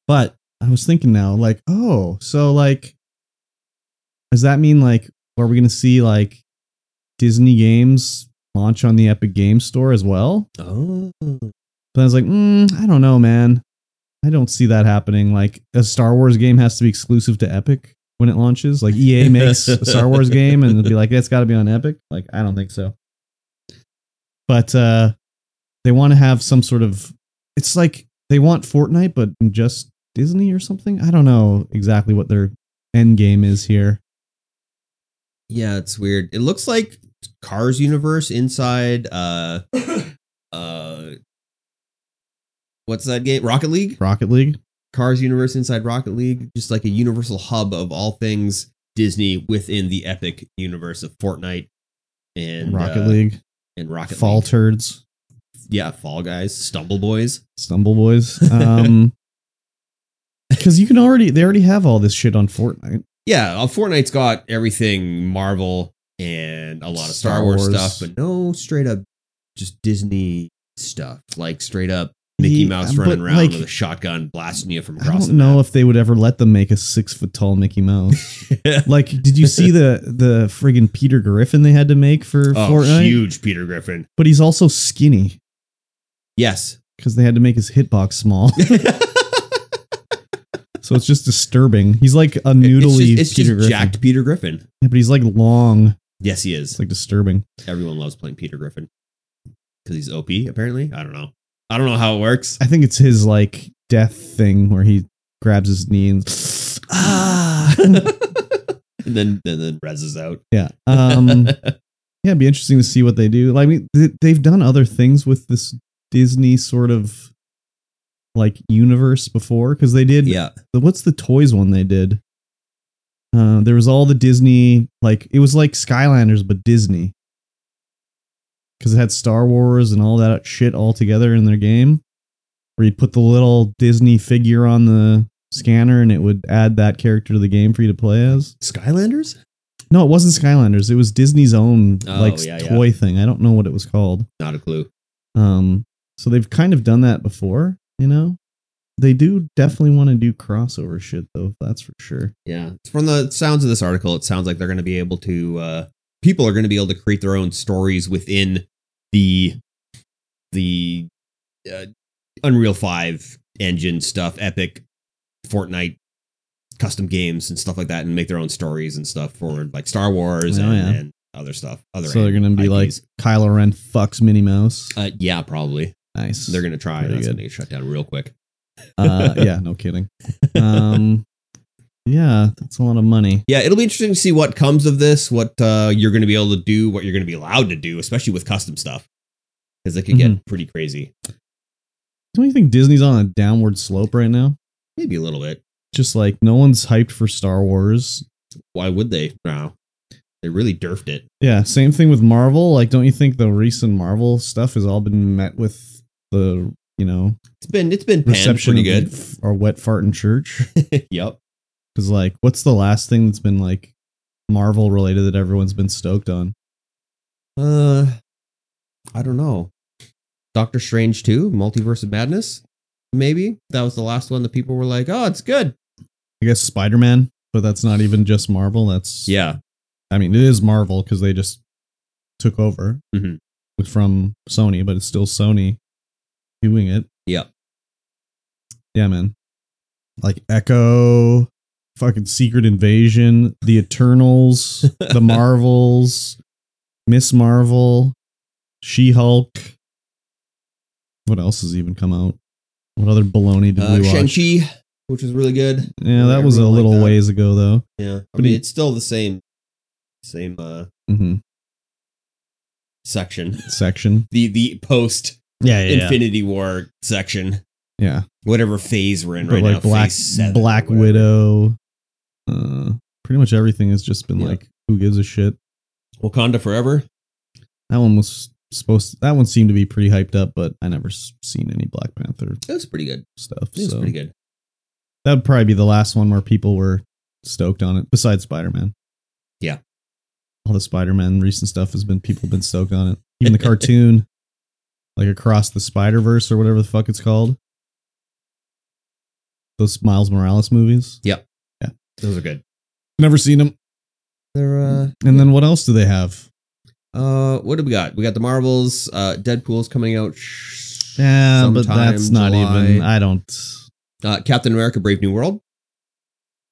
C: But I was thinking now, like, oh, so like, does that mean like, are we going to see like Disney games launch on the Epic Game Store as well?
A: Oh,
C: But I was like, mm, I don't know, man. I don't see that happening. Like, a Star Wars game has to be exclusive to Epic when it launches. Like, EA makes a Star Wars game and it'll be like, it's got to be on Epic. Like, I don't think so. But uh, they want to have some sort of. It's like they want Fortnite, but just Disney or something. I don't know exactly what their end game is here.
A: yeah, it's weird. It looks like Cars Universe inside. uh uh What's that game? Rocket League.
C: Rocket League?
A: Cars Universe inside Rocket League, just like a universal hub of all things Disney within the epic universe of Fortnite and
C: Rocket
A: uh,
C: League?
A: and Rocket
C: Fall
A: League.
C: Turds?
A: Yeah, Fall Guys, Stumble Boys.
C: Stumble Boys. Um, because you can already they already have all this shit on Fortnite.
A: Yeah, uh, Fortnite's got everything Marvel and a lot of Star,
C: Star
A: Wars,
C: Wars.
A: stuff, but no straight up just Disney stuff, like straight up Mickey
C: Ye-
A: Mouse
C: but,
A: running around
C: like,
A: with a shotgun blasting you from
C: I
A: across
C: don't know if they would ever let them make a six foot tall Mickey Mouse.
A: the map.
C: like, did you see the the friggin' Peter Griffin they had to make for
A: oh,
C: Fortnite?
A: huge Peter Griffin.
C: But he's also skinny
A: Yes.
C: because they had to make his hitbox small. so it's just disturbing. He's like a noodly
A: it's just, it's
C: Peter
A: just
C: Griffin,
A: jacked Peter Griffin.
C: Yeah, but he's like long.
A: Yes, he
C: It's
A: is.
C: like disturbing.
A: Everyone loves playing Peter Griffin because he's OP. Apparently, I don't know. I don't know how it works.
C: I think it's his like death thing where he grabs his knee and ah.
A: And then then then Rez is out.
C: Yeah. Um, yeah, it'd be interesting to see what they do. Like, I mean, th- they've done other things with this Disney sort of like universe before because they did.
A: yeah.
C: the- What's the toys one they did? Uh, there was all the Disney, like, it was like Skylanders, but Disney. Because it had Star Wars and all that shit all together in their game, where you put the little Disney figure on the scanner and it would add that character to the game for you to play as.
A: Skylanders?
C: No, it wasn't Skylanders. It was Disney's own
A: Oh,
C: like
A: yeah, yeah.
C: toy thing. I don't know what it was called.
A: Not a clue.
C: Um, so they've kind of done that before, you know. They do definitely want to do crossover shit though. That's for sure.
A: Yeah. From the sounds of this article, it sounds like they're going to be able to uh people are going to be able to create their own stories within the the uh, Unreal 5 engine stuff, Epic, Fortnite custom games and stuff like that and make their own stories and stuff for like Star Wars
C: Oh,
A: and,
C: yeah.
A: and other stuff. Other
C: so they're gonna be like
A: IPs.
C: Kylo Ren fucks Minnie Mouse.
A: uh, yeah, probably.
C: Nice.
A: They're gonna try.
C: Very
A: That's
C: good.
A: gonna get shut down real quick.
C: uh, yeah, no kidding. Um, yeah, that's a lot of money.
A: Yeah, it'll be interesting to see what comes of this, what uh, you're going to be able to do, what you're going to be allowed to do, especially with custom stuff, because it could
C: Mm-hmm.
A: get pretty crazy.
C: Don't you think Disney's on a downward slope right now?
A: Maybe a little bit.
C: Just like no one's hyped for Star Wars.
A: Why would they? No, they really derfed it.
C: Yeah, same thing with Marvel. Like, don't you think the recent Marvel stuff has all been met with the you know
A: It's been it's been panned
C: reception
A: pretty
C: of
A: good.
C: the- or wet fart in church?
A: yep.
C: Because like, what's the last thing that's been like Marvel related that everyone's been stoked on?
A: Uh, I don't know. Doctor Strange two, Multiverse of Madness. Maybe that was the last one that people were like, "Oh, it's good."
C: I guess Spider Man, but that's not even just Marvel. That's
A: Yeah,
C: I mean, it is Marvel because they just took over
A: Mhm.
C: from Sony, but it's still Sony doing it.
A: Yep.
C: Yeah, man. Like Echo, fucking Secret Invasion, The Eternals, The Marvels, Miss Marvel, She Hulk. What else has even come out? What other baloney did
A: uh,
C: we
A: Shang
C: watch?
A: Chi, which was really good.
C: Yeah, that was a
A: Everyone liked
C: little
A: that.
C: ways ago, though.
A: Yeah, I
C: But
A: mean,
C: he-
A: it's still the same, same uh
C: hmm
A: section.
C: Section.
A: the the post
C: Yeah,
A: Infinity War section,
C: Yeah.
A: whatever phase we're in
C: but
A: right
C: like
A: now,
C: Black
A: phase seven,
C: Black
A: or whatever.
C: Widow, uh, pretty much everything has just been
A: Yeah.
C: like, who gives a shit?
A: Wakanda Forever.
C: That one was supposed. that one seemed to be pretty hyped up, but I never s- seen any Black Panther
A: It was pretty good.
C: stuff.
A: It was
C: So
A: pretty good.
C: that would probably be the last one where people were stoked on it. Besides Spider Man.
A: Yeah.
C: All the Spider Man recent stuff has been people have been stoked on it. Even the cartoon, like across the Spider Verse or whatever the fuck it's called. Those Miles Morales movies.
A: Those are good.
C: Never seen them.
A: They're uh,
C: And then what else do they have?
A: uh, what do we got? We got the Marvels. Uh, Deadpool's coming out. sh-
C: Yeah, but
A: sometime
C: that's not
A: July.
C: even. I don't.
A: Uh, Captain America: Brave New World.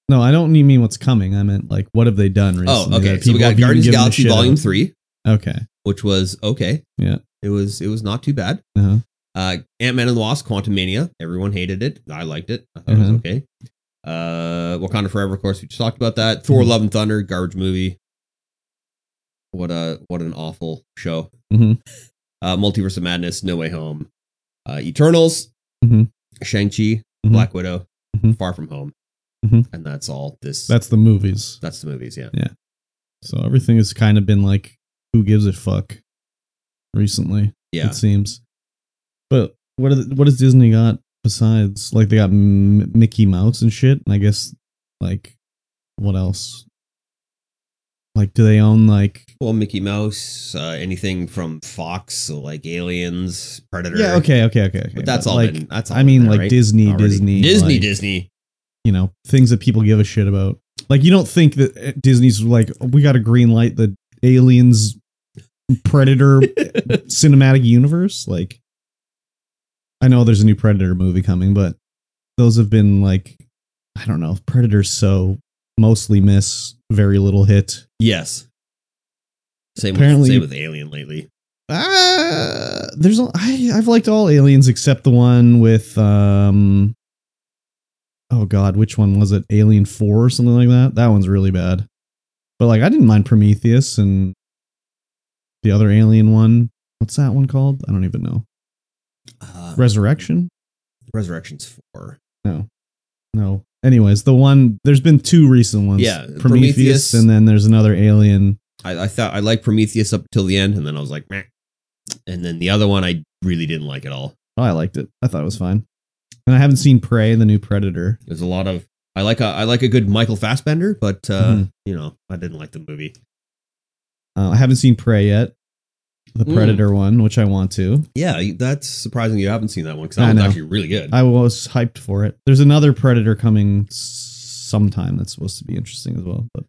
C: No, I don't mean what's coming. I meant like what have they done recently?
A: oh, okay.
C: that
A: So we
C: people have
A: got
C: even
A: Guardians of the
C: given a
A: Galaxy
C: shit
A: Volume
C: about?
A: Three,
C: Okay.
A: which was okay.
C: Yeah.
A: it was it was not too bad.
C: Uh-huh.
A: Uh, Ant Man and the Wasp: Quantum Mania. Everyone hated it. I liked it. I thought it
C: Mhm.
A: was okay. Uh, Wakanda Forever. Of course, we just talked about that. Thor:
C: Mhm.
A: Love and Thunder. Garbage movie. What a what an awful show.
C: Mhm.
A: Uh, Multiverse of Madness. No Way Home. Uh, Eternals.
C: Mhm.
A: Shang Chi.
C: Mhm.
A: Black Widow.
C: Mhm.
A: Far from Home.
C: Mhm.
A: And that's all. This that's,
C: That's the movies.
A: the movies. Yeah.
C: So everything has kind of been like, who gives a fuck? Recently,
A: Yeah.
C: it seems. But what are the, what has Disney got besides like they got M- Mickey Mouse and shit? And I guess like what else? Like, do they own like?
A: Well, Mickey Mouse. Uh, anything from Fox, so like Aliens, Predator.
C: Yeah. Okay. Okay. Okay. okay.
A: But that's all.
C: Like,
A: been, that's all.
C: I mean,
A: been there,
C: like
A: right?
C: Disney,
A: Already.
C: Disney,
A: Disney,
C: like,
A: Disney.
C: you know things that people give a shit about. Like you don't think that uh, Disney's like we got to green light the aliens predator cinematic universe. Like I know there's a new predator movie coming, but those have been like I don't know predators so mostly miss, very little hit.
A: Yes. Same
C: Apparently-
A: with, same with Alien lately.
C: Ah, there's a, I I've liked all aliens except the one with um oh god, which one was it? Alien 4 or something like that. That one's really bad. But like I didn't mind Prometheus and the other alien one. What's that one called? I don't even know.
A: Uh,
C: Resurrection?
A: Resurrections four.
C: No. No. Anyways, the one there's been two recent ones.
A: Yeah,
C: Prometheus,
A: Prometheus.
C: and then there's another alien.
A: I, I thought I liked Prometheus up till the end, and then I was like, Meh. and then the other one I really didn't like at all.
C: Oh, I liked it. I thought it was fine. And I haven't seen Prey, the new Predator.
A: There's a lot of I like a I like a good Michael Fassbender, but uh,
C: Mhm.
A: you know I didn't like the movie.
C: Uh, I haven't seen Prey yet, the
A: Mm.
C: Predator one, which I want to.
A: Yeah, you- that's surprising you haven't seen that one because that
C: I
A: one's
C: know.
A: actually really good.
C: I was hyped for it. There's another Predator coming s- sometime that's supposed to be interesting as well. But,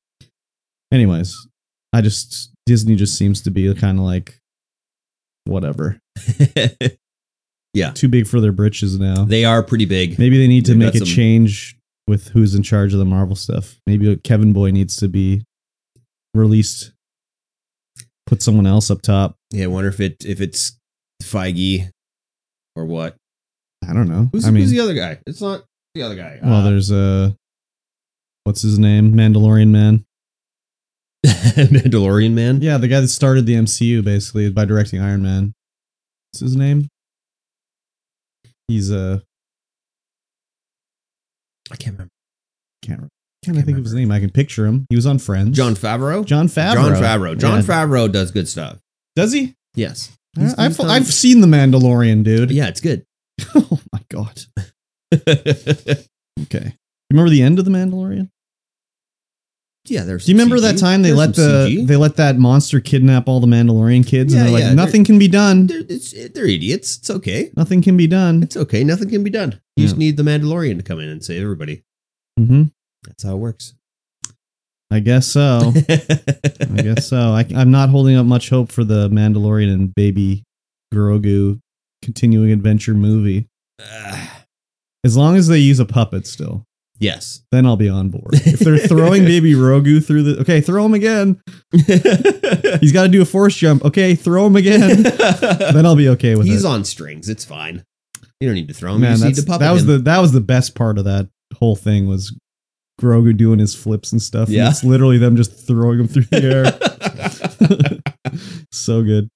C: anyways, I just Disney just seems to be kind of like whatever, too big for their britches now.
A: they are pretty big.
C: Maybe they need to
A: They've
C: make
A: got
C: a
A: some-
C: change with who's in charge of the Marvel stuff. Maybe Kevin Boy needs to be released. Put someone else up top.
A: yeah, I wonder if it if it's Feige or what.
C: I don't know.
A: Who's,
C: I
A: who's the other guy? It's not the other guy.
C: Well,
A: Uh,
C: there's a what's his name, Mandalorian man.
A: Mandalorian man.
C: Yeah, the guy that started the MCU basically by directing Iron Man. What's his name? He's uh,
A: I can't remember.
C: can't remember. Can't I think of his name? I can picture him. He was on Friends.
A: John Favreau.
C: John Favreau.
A: John Favreau. John
C: Yeah.
A: Favreau does good stuff.
C: Does he?
A: Yes. He's-
C: I've
A: he's done-
C: I've seen the Mandalorian, dude.
A: Yeah, it's good.
C: oh my god. Okay. Remember the end of the Mandalorian?
A: yeah, there's.
C: Do you
A: some
C: remember
A: CG.
C: that time they
A: There's
C: let
A: some
C: the
A: CG.
C: they let that monster kidnap all the Mandalorian kids
A: Yeah,
C: and they're
A: yeah,
C: like
A: they're-
C: nothing can be done.
A: They're, it's, they're idiots. It's okay.
C: nothing can be done.
A: It's okay. Nothing can be done. You just need the Mandalorian to come in and save everybody.
C: Mm-hmm.
A: That's how it works.
C: I guess so. I guess so. I, I'm not holding up much hope for the Mandalorian and Baby Grogu continuing adventure movie.
A: Ah,
C: As long as they use a puppet still,
A: yes.
C: then I'll be on board. If they're throwing Baby Grogu through the okay, throw him again. He's got to do a force jump. Okay, throw him again. then I'll be okay with
A: He's
C: it.
A: on strings. It's fine. You don't need to throw him. you
C: Man,
A: just need
C: that's,
A: to puppet
C: that was
A: him.
C: the that was the best part of that whole thing was Grogu doing his flips and stuff. and
A: Yeah.
C: it's literally them just throwing him through the air. so good.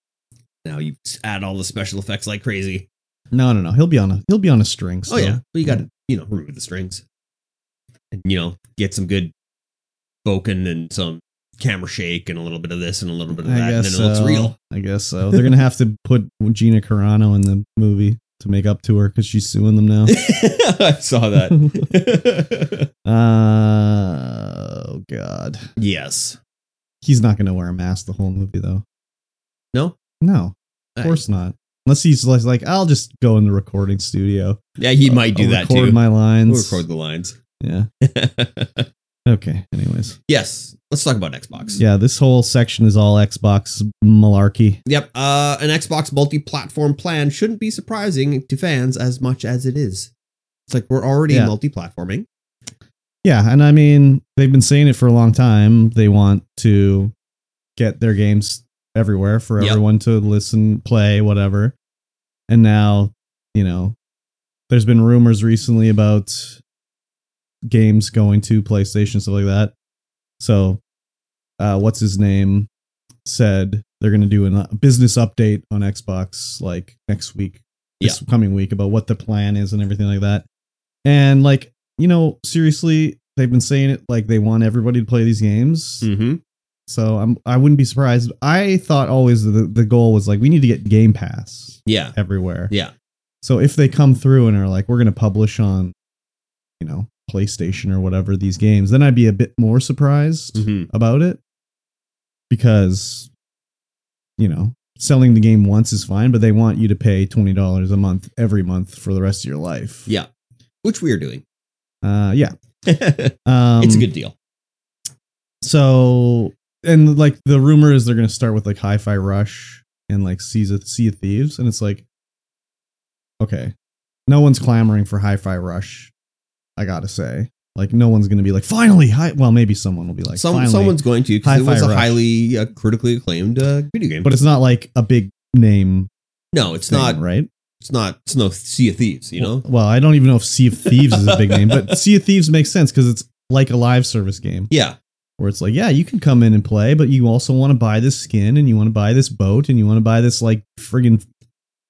A: now you add all the special effects like crazy.
C: No, no, no. He'll be on a he'll be on a string.
A: Oh yeah,
C: still.
A: but you got to you know remove the strings, and you know get some good Boken and some camera shake and a little bit of this and a little bit of
C: I
A: that, and then
C: guess
A: it looks
C: so.
A: real.
C: I guess so. They're gonna have to put Gina Carano in the movie to make up to her because she's suing them now.
A: I saw that.
C: Uh, oh God,
A: yes.
C: he's not gonna wear a mask the whole movie though.
A: No.
C: No, of course not. Unless he's like, like, I'll just go in the recording studio.
A: Yeah, he might do
C: I'll
A: that
C: record
A: too.
C: my
A: we'll
C: lines.
A: record the lines.
C: yeah. Okay. Anyways,
A: yes. Let's talk about Xbox.
C: yeah, this whole section is all Xbox malarkey.
A: Yep. Uh, an Xbox multi-platform plan shouldn't be surprising to fans as much as it is. It's like we're already
C: Yeah.
A: multi-platforming.
C: Yeah, and I mean they've been saying it for a long time. They want to get their games everywhere for
A: Yep.
C: everyone to listen, play, whatever. And now, you know, there's been rumors recently about games going to PlayStation stuff like that. So, uh, what's his name said they're going to do a business update on Xbox like next week, this coming week about what the plan is and everything like that. And like you know, seriously, they've been saying it like they want everybody to play these games.
A: Mm-hmm.
C: So I'm I wouldn't be surprised. I thought always the, the goal was like we need to get Game Pass
A: Yeah.
C: everywhere.
A: Yeah.
C: So if they come through and are like we're going to publish on you know, PlayStation or whatever these games, then I'd be a bit more surprised
A: Mm-hmm.
C: about it because you know, selling the game once is fine, but they want you to pay $20 a month every month for the rest of your life.
A: Yeah. Which we are doing.
C: Uh yeah.
A: it's
C: Um
A: a good deal.
C: So and like the rumor is they're gonna start with like Hi-Fi Rush and like Seas of Sea of Thieves, and it's like, okay, no one's clamoring for Hi-Fi Rush. I gotta say, like, no one's gonna be like, finally, hi. Well, maybe someone will be like,
A: Some,
C: finally,
A: someone's going to because it
C: Hi-Fi
A: was a
C: Rush.
A: highly uh, critically acclaimed uh, video game.
C: but it's not like a big name.
A: no, it's
C: thing,
A: not.
C: right.
A: It's not. It's no Sea of Thieves. You know.
C: Well, I don't even know if Sea of Thieves is a big name, but Sea of Thieves makes sense because it's like a live service game.
A: Yeah.
C: where it's like, yeah, you can come in and play, but you also want to buy this skin and you want to buy this boat and you want to buy this like friggin'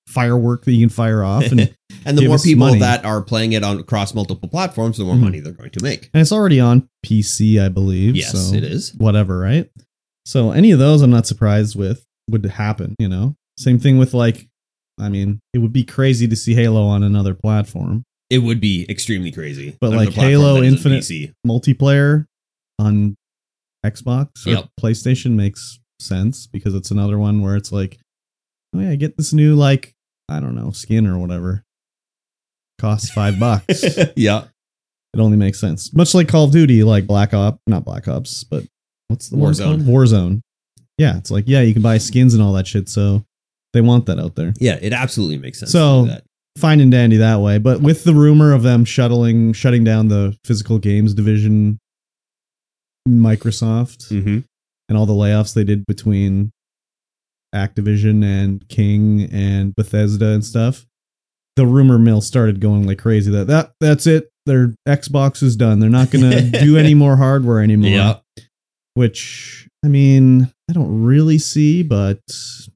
C: firework that you can fire off. And, and
A: And the
C: Give
A: more
C: us
A: people
C: money.
A: that are playing it on across multiple platforms, the more
C: Mhm.
A: money they're going to make.
C: it's already on PC, I believe.
A: Yes,
C: so
A: it is.
C: Whatever, right? So any of those I'm not surprised with would happen, you know? Same thing with like, I mean, it would be crazy to see Halo on another platform.
A: It would be extremely crazy.
C: But
A: Another
C: like
A: platform
C: Halo
A: that isn't
C: Infinite-
A: PC.
C: Multiplayer on Xbox or
A: Yep.
C: PlayStation makes sense because it's another one where it's like, oh yeah, get this new like I don't know skin or whatever. Costs five bucks. it
A: yeah.
C: only makes sense. Much like Call of Duty, like Black Ops, not Black Ops, but what's the one it's
A: Warzone.
C: called? Warzone. Yeah, it's like yeah, you can buy skins and all that shit. So they want that out there.
A: Yeah. It absolutely makes sense.
C: So-
A: to do that.
C: Fine and dandy that way, but with the rumor of them shuttling, shutting down the physical games division, Microsoft
A: Mhm.
C: and all the layoffs they did between Activision and King and Bethesda and stuff, the rumor mill started going like crazy that, that that's it. Their Xbox is done. They're not going to do any more hardware anymore.
A: Yeah.
C: Which, I mean, I don't really see, but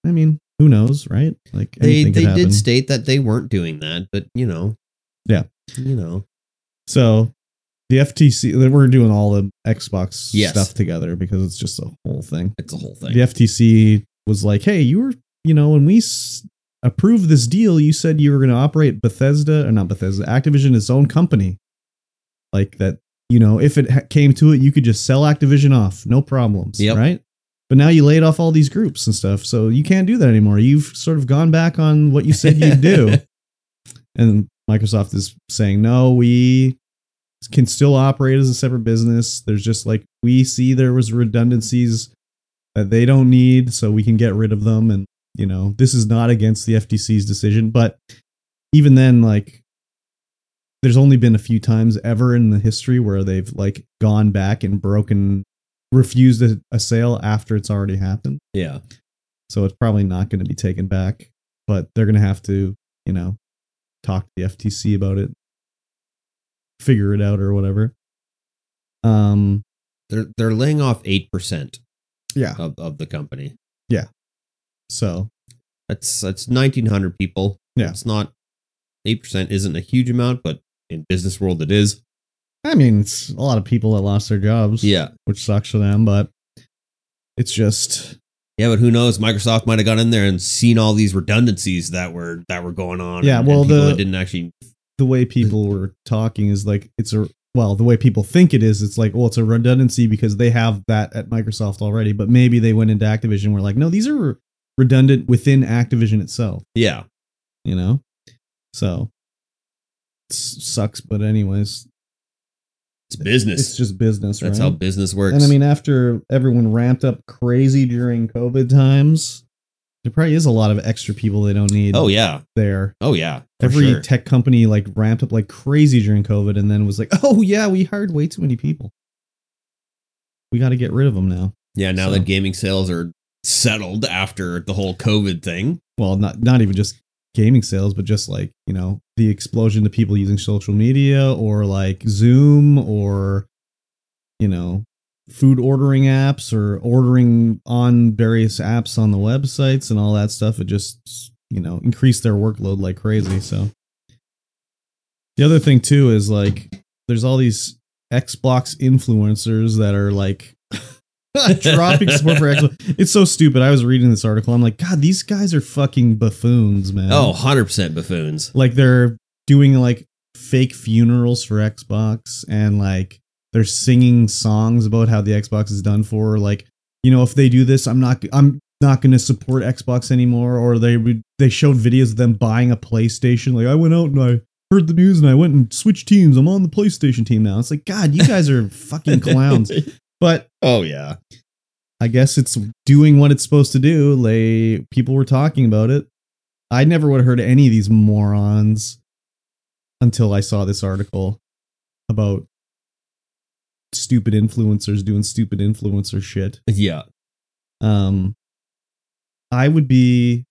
C: I mean, who knows, right? Like,
A: They
C: anything could
A: they
C: happen.
A: did state that they weren't doing that, but you know.
C: Yeah.
A: You know.
C: So the FTC, we're doing all the Xbox
A: Yes.
C: stuff together because it's just a whole thing.
A: It's a whole thing.
C: The FTC was like, "Hey, you were, you know, when we s- approved this deal, you said you were going to operate Bethesda or not Bethesda, Activision its own company, like that. You know, if it ha- came to it, you could just sell Activision off, no problems,
A: Yep.
C: right? But now you laid off all these groups and stuff, so you can't do that anymore. You've sort of gone back on what you said you'd do, and Microsoft is saying, no, we can still operate as a separate business. There's just like we see there was redundancies that they don't need, so we can get rid of them. And you know, this is not against the FTC's decision, but even then, like, there's only been a few times ever in the history where they've like gone back and broken, refused a, a sale after it's already happened.
A: Yeah.
C: So it's probably not going to be taken back, but they're going to have to, you know, talk to the FTC about it, figure it out or whatever. Um,
A: They're they're laying off eight percent
C: yeah.
A: of, of the company.
C: So
A: That's that's nineteen hundred people.
C: Yeah.
A: It's not eight percent isn't a huge amount, but in business world it is.
C: I mean, it's a lot of people that lost their jobs.
A: Yeah.
C: which sucks for them. But It's just
A: Yeah, but who knows? Microsoft might have gone in there and seen all these redundancies that were that were going on.
C: Yeah,
A: and-
C: well,
A: and people
C: the-
A: that didn't actually.
C: the way people were talking is like it's a well the way people think it is it's like well it's a redundancy because they have that at microsoft already but maybe they went into activision and were like no these are redundant within activision itself
A: Yeah,
C: you know so it sucks but anyways
A: it's business.
C: it's just business
A: That's
C: right?
A: how business works.
C: and i mean after everyone ramped up crazy during covid times there probably is a lot of extra people they don't need
A: oh yeah,
C: there
A: oh yeah. for
C: every
A: sure.
C: tech company like ramped up like crazy during COVID and then was like, oh yeah, we hired way too many people. We got to get rid of them now.
A: yeah. Now
C: so.
A: that gaming sales are settled after the whole COVID thing.
C: Well, not not even just gaming sales, but just like you know the explosion to people using social media or like Zoom or you know food ordering apps or ordering on various apps on the websites and all that stuff. It just you know increased their workload like crazy. So the other thing too is like there's all these Xbox influencers that are like dropping support for Xbox. It's so stupid. I was reading this article. I'm like, God, these guys are fucking buffoons, man.
A: Oh, 100 percent buffoons.
C: like they're doing like fake funerals for Xbox and like they're singing songs about how the Xbox is done for. Like, you know, if they do this, I'm not, I'm not going to support Xbox anymore. Or they would, they showed videos of them buying a PlayStation. Like, I went out and I heard the news and I went and switched teams. I'm on the PlayStation team now. It's like, God, you guys are fucking clowns. But
A: oh yeah.
C: I guess it's doing what it's supposed to do. They people were talking about it. I never would have heard any of these morons until I saw this article about stupid influencers doing stupid influencer shit.
A: Yeah.
C: Um I would be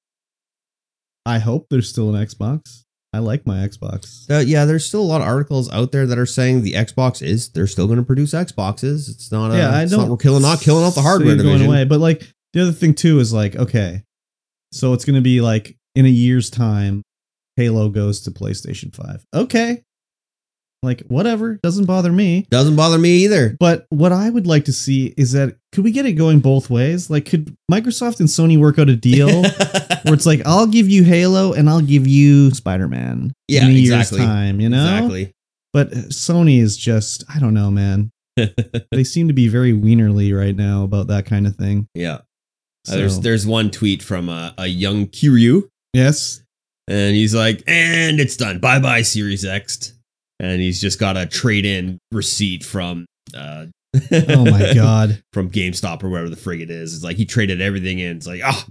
C: I hope there's still an Xbox. I like my Xbox.
A: Uh, yeah, there's still a lot of articles out there that are saying the Xbox is they're still going to produce Xboxes. It's not. A,
C: yeah, I
A: Uh, it's
C: don't.
A: Not, we're killing not killing off the
C: see
A: hardware
C: it
A: division.
C: But like the other thing too is like okay, so it's gonna be like in a year's time, Halo goes to PlayStation Five. Okay, like whatever doesn't bother me.
A: Doesn't bother me either.
C: But what I would like to see is that could we get it going both ways? Like could Microsoft and Sony work out a deal? Where it's like I'll give you Halo and I'll give you Spider Man
A: Yeah,
C: in a
A: exactly.
C: year's time, you know.
A: Exactly.
C: But Sony is just I don't know, man. they seem to be very wienerly right now about that kind of thing.
A: Yeah. Uh,
C: So,
A: there's there's one tweet from uh, a, a young Kiryu,
C: yes,
A: and he's like, "And it's done. Bye bye Series X." And he's just got a trade in receipt from. Uh,
C: oh my god,
A: From GameStop or wherever the frig it is. It's like he traded everything in. It's like, ah,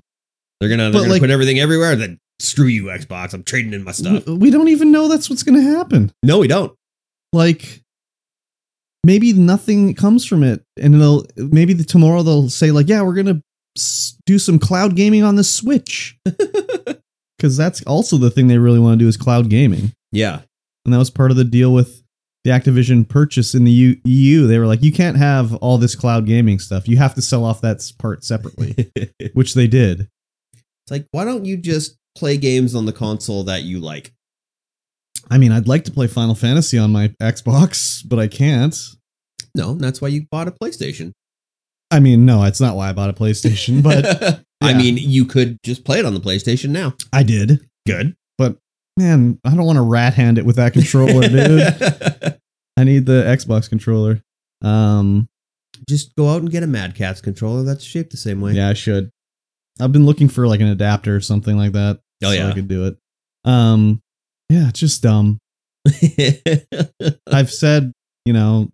A: they're gonna,
C: But
A: they're gonna
C: like-
A: put everything everywhere. Then screw you, Xbox. I'm trading in my
C: we,
A: stuff.
C: we don't even know that's what's going to happen.
A: No, we don't.
C: Like, maybe nothing comes from it, and it'll maybe the, tomorrow they'll say like, yeah, we're gonna s- do some cloud gaming on the Switch, because that's also the thing they really want to do is cloud gaming,
A: Yeah.
C: and that was part of the deal with. The Activision purchase in the U- EU, they were like, you can't have all this cloud gaming stuff. You have to sell off that s- part separately,
A: it's
C: which they did.
A: like, why don't you just play games on the console that you like?
C: I mean, I'd like to play Final Fantasy on my Xbox, but I can't.
A: No, that's why you bought a PlayStation.
C: I mean, no, it's not why I bought a PlayStation, but
A: I
C: yeah.
A: mean, you could just play it on the PlayStation now.
C: I did.
A: Good.
C: Man, I don't want to rat hand it with that controller, dude. I need the Xbox controller. Um,
A: Just go out and get a Mad Cats controller that's shaped the same way.
C: yeah, I should. I've been looking for like an adapter or something like that.
A: Oh,
C: so
A: yeah.
C: I could do it. Um, yeah, it's just dumb. I've said, you know,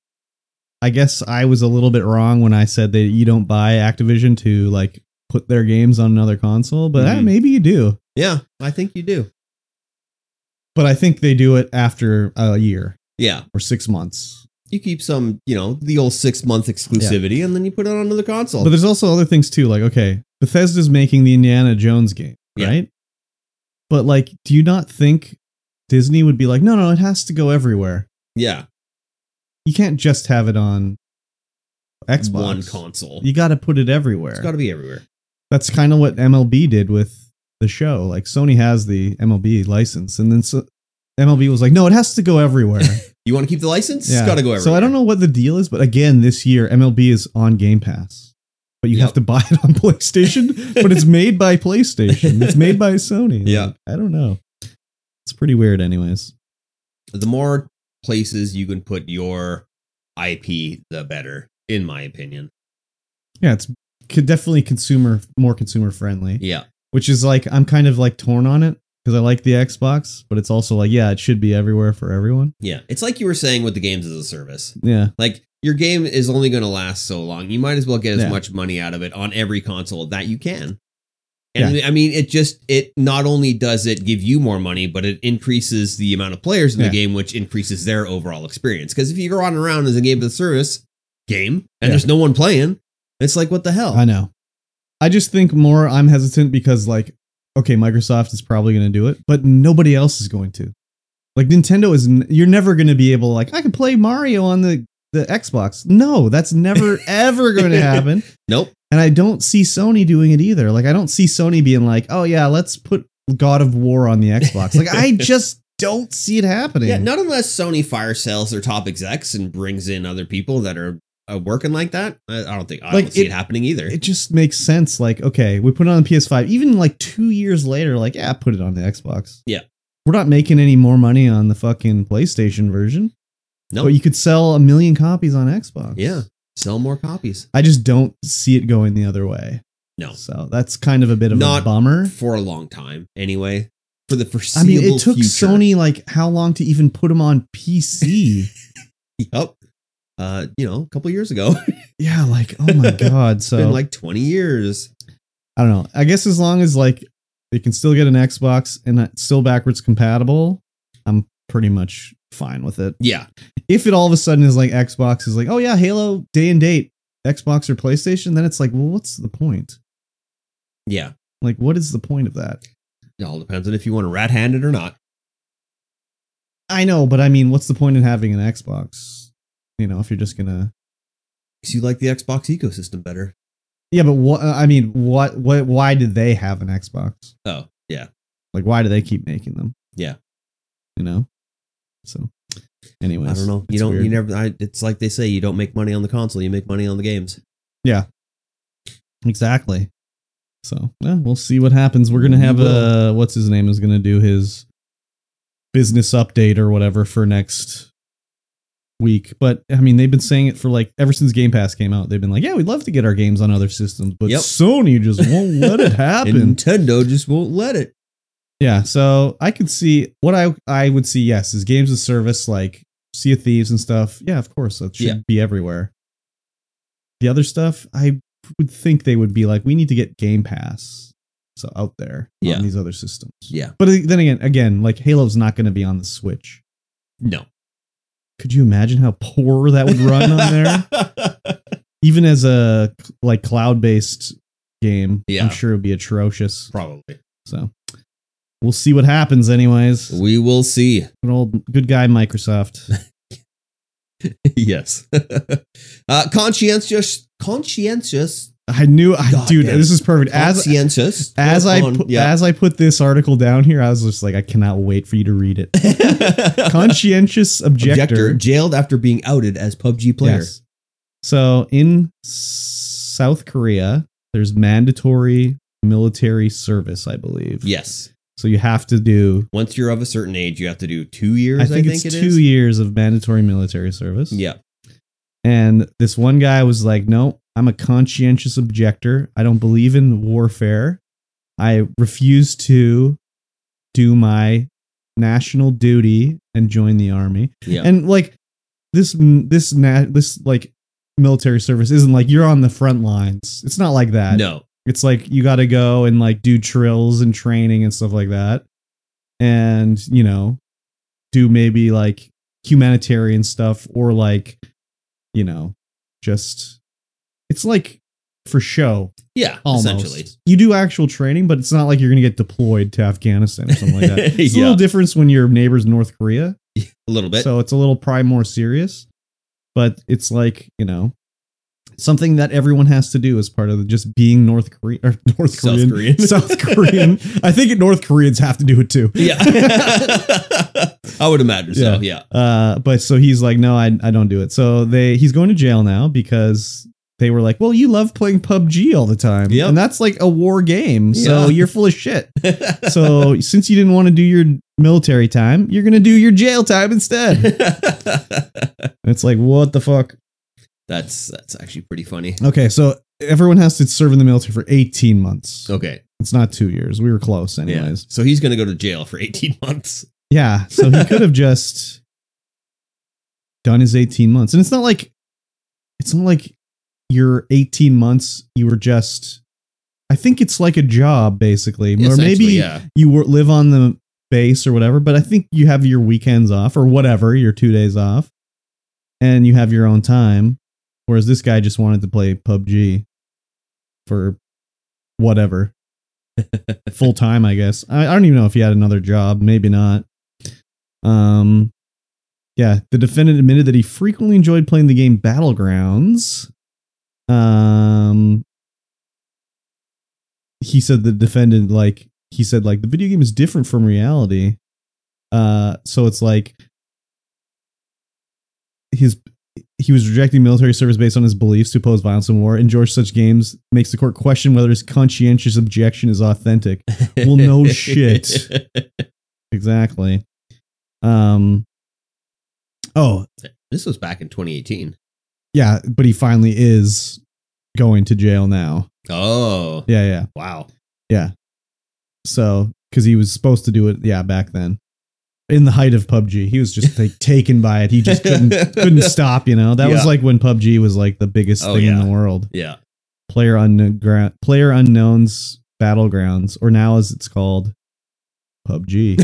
C: I guess I was a little bit wrong when I said that you don't buy Activision to like put their games on another console, but eh,
A: Mhm.
C: maybe you do.
A: yeah, I think you do.
C: But I think they do it after a year
A: Yeah.
C: or six months.
A: You keep some, you know, the old six month exclusivity and then you put it on another console.
C: But there's also other things too, like okay, Bethesda's making the Indiana Jones game,
A: Yeah.
C: right? But like, do you not think Disney would be like, no, no, it has to go everywhere.
A: yeah.
C: You can't just have it on Xbox.
A: One console.
C: you got to put it
A: It's
C: everywhere.
A: got to be everywhere.
C: That's kind of what MLB did with the show. Like Sony has the MLB license, and then so MLB was like, no, it has to go everywhere.
A: You want to keep the license?
C: Yeah.
A: It's got to go everywhere.
C: So I don't know what the deal is, but again, this year MLB is on Game Pass. but you
A: Yep.
C: have to buy it on PlayStation. but it's made by PlayStation. It's made by Sony. Like,
A: Yeah.
C: I don't know. It's pretty weird, anyways.
A: the more places you can put your IP, the better, in my opinion.
C: Yeah, it's could definitely consumer more consumer friendly.
A: Yeah.
C: Which is like I'm kind of like torn on it because I like the Xbox, but it's also like yeah, it should be everywhere for everyone.
A: Yeah. It's like you were saying with the games as a service.
C: Yeah.
A: Like your game is only going to last so long. You might as well get as
C: Yeah.
A: much money out of it on every console that you can. And I mean, it just it not only does it give you more money, but it increases the amount of players in
C: Yeah.
A: the game, which increases their overall experience. Because if you go on around as a game of the service game and
C: Yeah.
A: there's no one playing, it's like what the hell?
C: I know. I just think more I'm hesitant because like okay, Microsoft is probably going to do it, but nobody else is going to. Like Nintendo is n- you're never going to be able like I can play Mario on the the Xbox. No, that's never ever going to happen.
A: Nope.
C: And I don't see Sony doing it either. Like I don't see Sony being like, "Oh yeah, let's put God of War on the Xbox." Like I just don't see it happening.
A: Yeah, not unless Sony fire sells their top execs and brings in other people that are uh, working like that. I, I don't think I
C: Like,
A: don't see it,
C: it-
A: happening either.
C: it just makes sense. Like, okay, we put it on the PS5. Even like two years later, like, yeah, put it on the Xbox.
A: Yeah.
C: We're not making any more money on the fucking PlayStation version.
A: no,
C: But you could sell a million copies on Xbox.
A: yeah, sell more copies
C: I just don't see it going the other way.
A: No.
C: So that's kind of a bit of
A: Not
C: a bummer.
A: for a long time anyway. For the
C: I
A: foreseeable
C: mean, it took
A: future.
C: Sony like how long to even put them on PC?
A: Yep. Uh, you know, a couple years ago,
C: yeah, like, oh my God. So
A: been like twenty years.
C: I don't know. I guess as long as like they can still get an Xbox and it's still backwards compatible, I'm pretty much fine with it.
A: Yeah,
C: If it all of a sudden is like Xbox is like, oh yeah, Halo day and date, Xbox or PlayStation, then it's like, well, what's the point?
A: yeah.
C: Like, what is the point of that?
A: It all depends on if you want to rat hand it or not.
C: I know, but I mean, what's the point in having an Xbox? You know, if you're just gonna
A: Because you like the Xbox ecosystem better.
C: yeah, but what I mean, what what why did they have an Xbox?
A: Oh, yeah.
C: Like, why do they keep making them?
A: Yeah.
C: you know. So, anyways,
A: I don't know. You
C: it's
A: don't.
C: weird.
A: You never. I, it's like they say. You don't make money on the console. You make money on the games.
C: Exactly. So yeah, we'll see what happens. We're gonna
A: We
C: have uh what's his name is gonna do his business update or whatever for next week. But I mean, they've been saying it for like ever since Game Pass came out. They've been like, yeah, we'd love to get our games on other systems, but
A: Yep.
C: Sony just won't let it
A: And
C: happen.
A: Nintendo just won't let it.
C: Yeah, so I could see what I I would see. Yes, is games of service like Sea of Thieves and stuff. Yeah, of course that should
A: Yeah.
C: be everywhere. The other stuff, I would think they would be like, we need to get Game Pass so out there
A: Yeah.
C: on these other systems.
A: Yeah.
C: But uh, then again, again, like Halo's not going to be on the Switch.
A: No.
C: Could you imagine how poor that would run on there? Even as a like cloud based game,
A: Yeah.
C: I'm sure it would be atrocious.
A: Probably.
C: So we'll see what happens, anyways.
A: We will see.
C: Good old good guy Microsoft.
A: yes. uh, conscientious. Conscientious.
C: I knew, I,
A: God
C: dude.
A: damn it.
C: This is perfect. As
A: Conscientious.
C: as I
A: Hold on.
C: put, as I put this article down here, I was just like, I cannot wait for you to read it. Conscientious objector,
A: Objector jailed after being outed as PUBG player.
C: Yes. So in S- South Korea, there's mandatory military service, I believe.
A: Yes.
C: So you have to do.
A: Once you're of a certain age, you have to do two years.
C: I think,
A: it
C: it's
A: is.
C: two years of mandatory military service.
A: Yeah.
C: And this one guy was like, No, I'm a conscientious objector. I don't believe in warfare. I refuse to do my national duty and join the army.
A: Yeah.
C: And like this, this, na- this like military service isn't like you're on the front lines. It's not like that.
A: no.
C: It's like you got to go and like do trills and training and stuff like that. And, you know, do maybe like humanitarian stuff or like, you know, just it's like for show
A: Yeah.
C: almost.
A: Essentially.
C: You do actual training, but it's not like you're going to get deployed to Afghanistan or something like that. It's a
A: Yeah.
C: little difference when your neighbor's North Korea.
A: A little bit.
C: So it's a little probably more serious, but it's like you know something that everyone has to do as part of just being North Korea or North
A: South
C: Korean,
A: Korean.
C: South Korean. I think North Koreans have to do it too.
A: yeah. I would imagine so. Yeah.
C: Uh, but so he's like, no, I, I don't do it. So they he's going to jail now because they were like, "Well, you love playing PUBG all the time,
A: Yep.
C: and that's like a war game, so
A: Yeah.
C: you're full of shit.
A: so
C: So since you didn't want to do your military time, you're gonna do your jail time instead." And it's like, what the fuck?
A: that's that's actually pretty funny.
C: Okay, so everyone has to serve in the military for 18 months.
A: Okay.
C: It's not two years. We were close, anyways.
A: Yeah. So he's gonna go to jail for 18 months.
C: Yeah. So he could have just done his 18 months. And it's not like it's not like your 18 months you were just I think it's like a job basically. Or maybe
A: Essentially, yeah.
C: you wor- live on the base or whatever, but I think you have your weekends off or whatever, your 2 days off and you have your own time whereas this guy just wanted to play PUBG for whatever full time, I guess. I, I don't even know if he had another job. Maybe not. Um, yeah, the defendant admitted that he frequently enjoyed playing the game Battlegrounds. Um, he said the defendant like he said like the video game is different from reality. Uh, so it's like his he was rejecting military service based on his beliefs to oppose violence and war. Enjoys such games makes the court question whether his conscientious objection is authentic. Well, no shit. Exactly. Um. Oh
A: This was back in 2018.
C: yeah, but he finally is going to jail now.
A: Oh.
C: Yeah, yeah.
A: Wow.
C: So because he was supposed to do it, yeah, back then, in the height of PUBG, he was just like taken by it. He just couldn't couldn't stop. You know, that
A: Yeah.
C: was like when PUBG was like the biggest
A: Oh,
C: thing
A: yeah.
C: in the world.
A: Yeah.
C: Player unknown, player unknowns battlegrounds, or now as it's called, PUBG.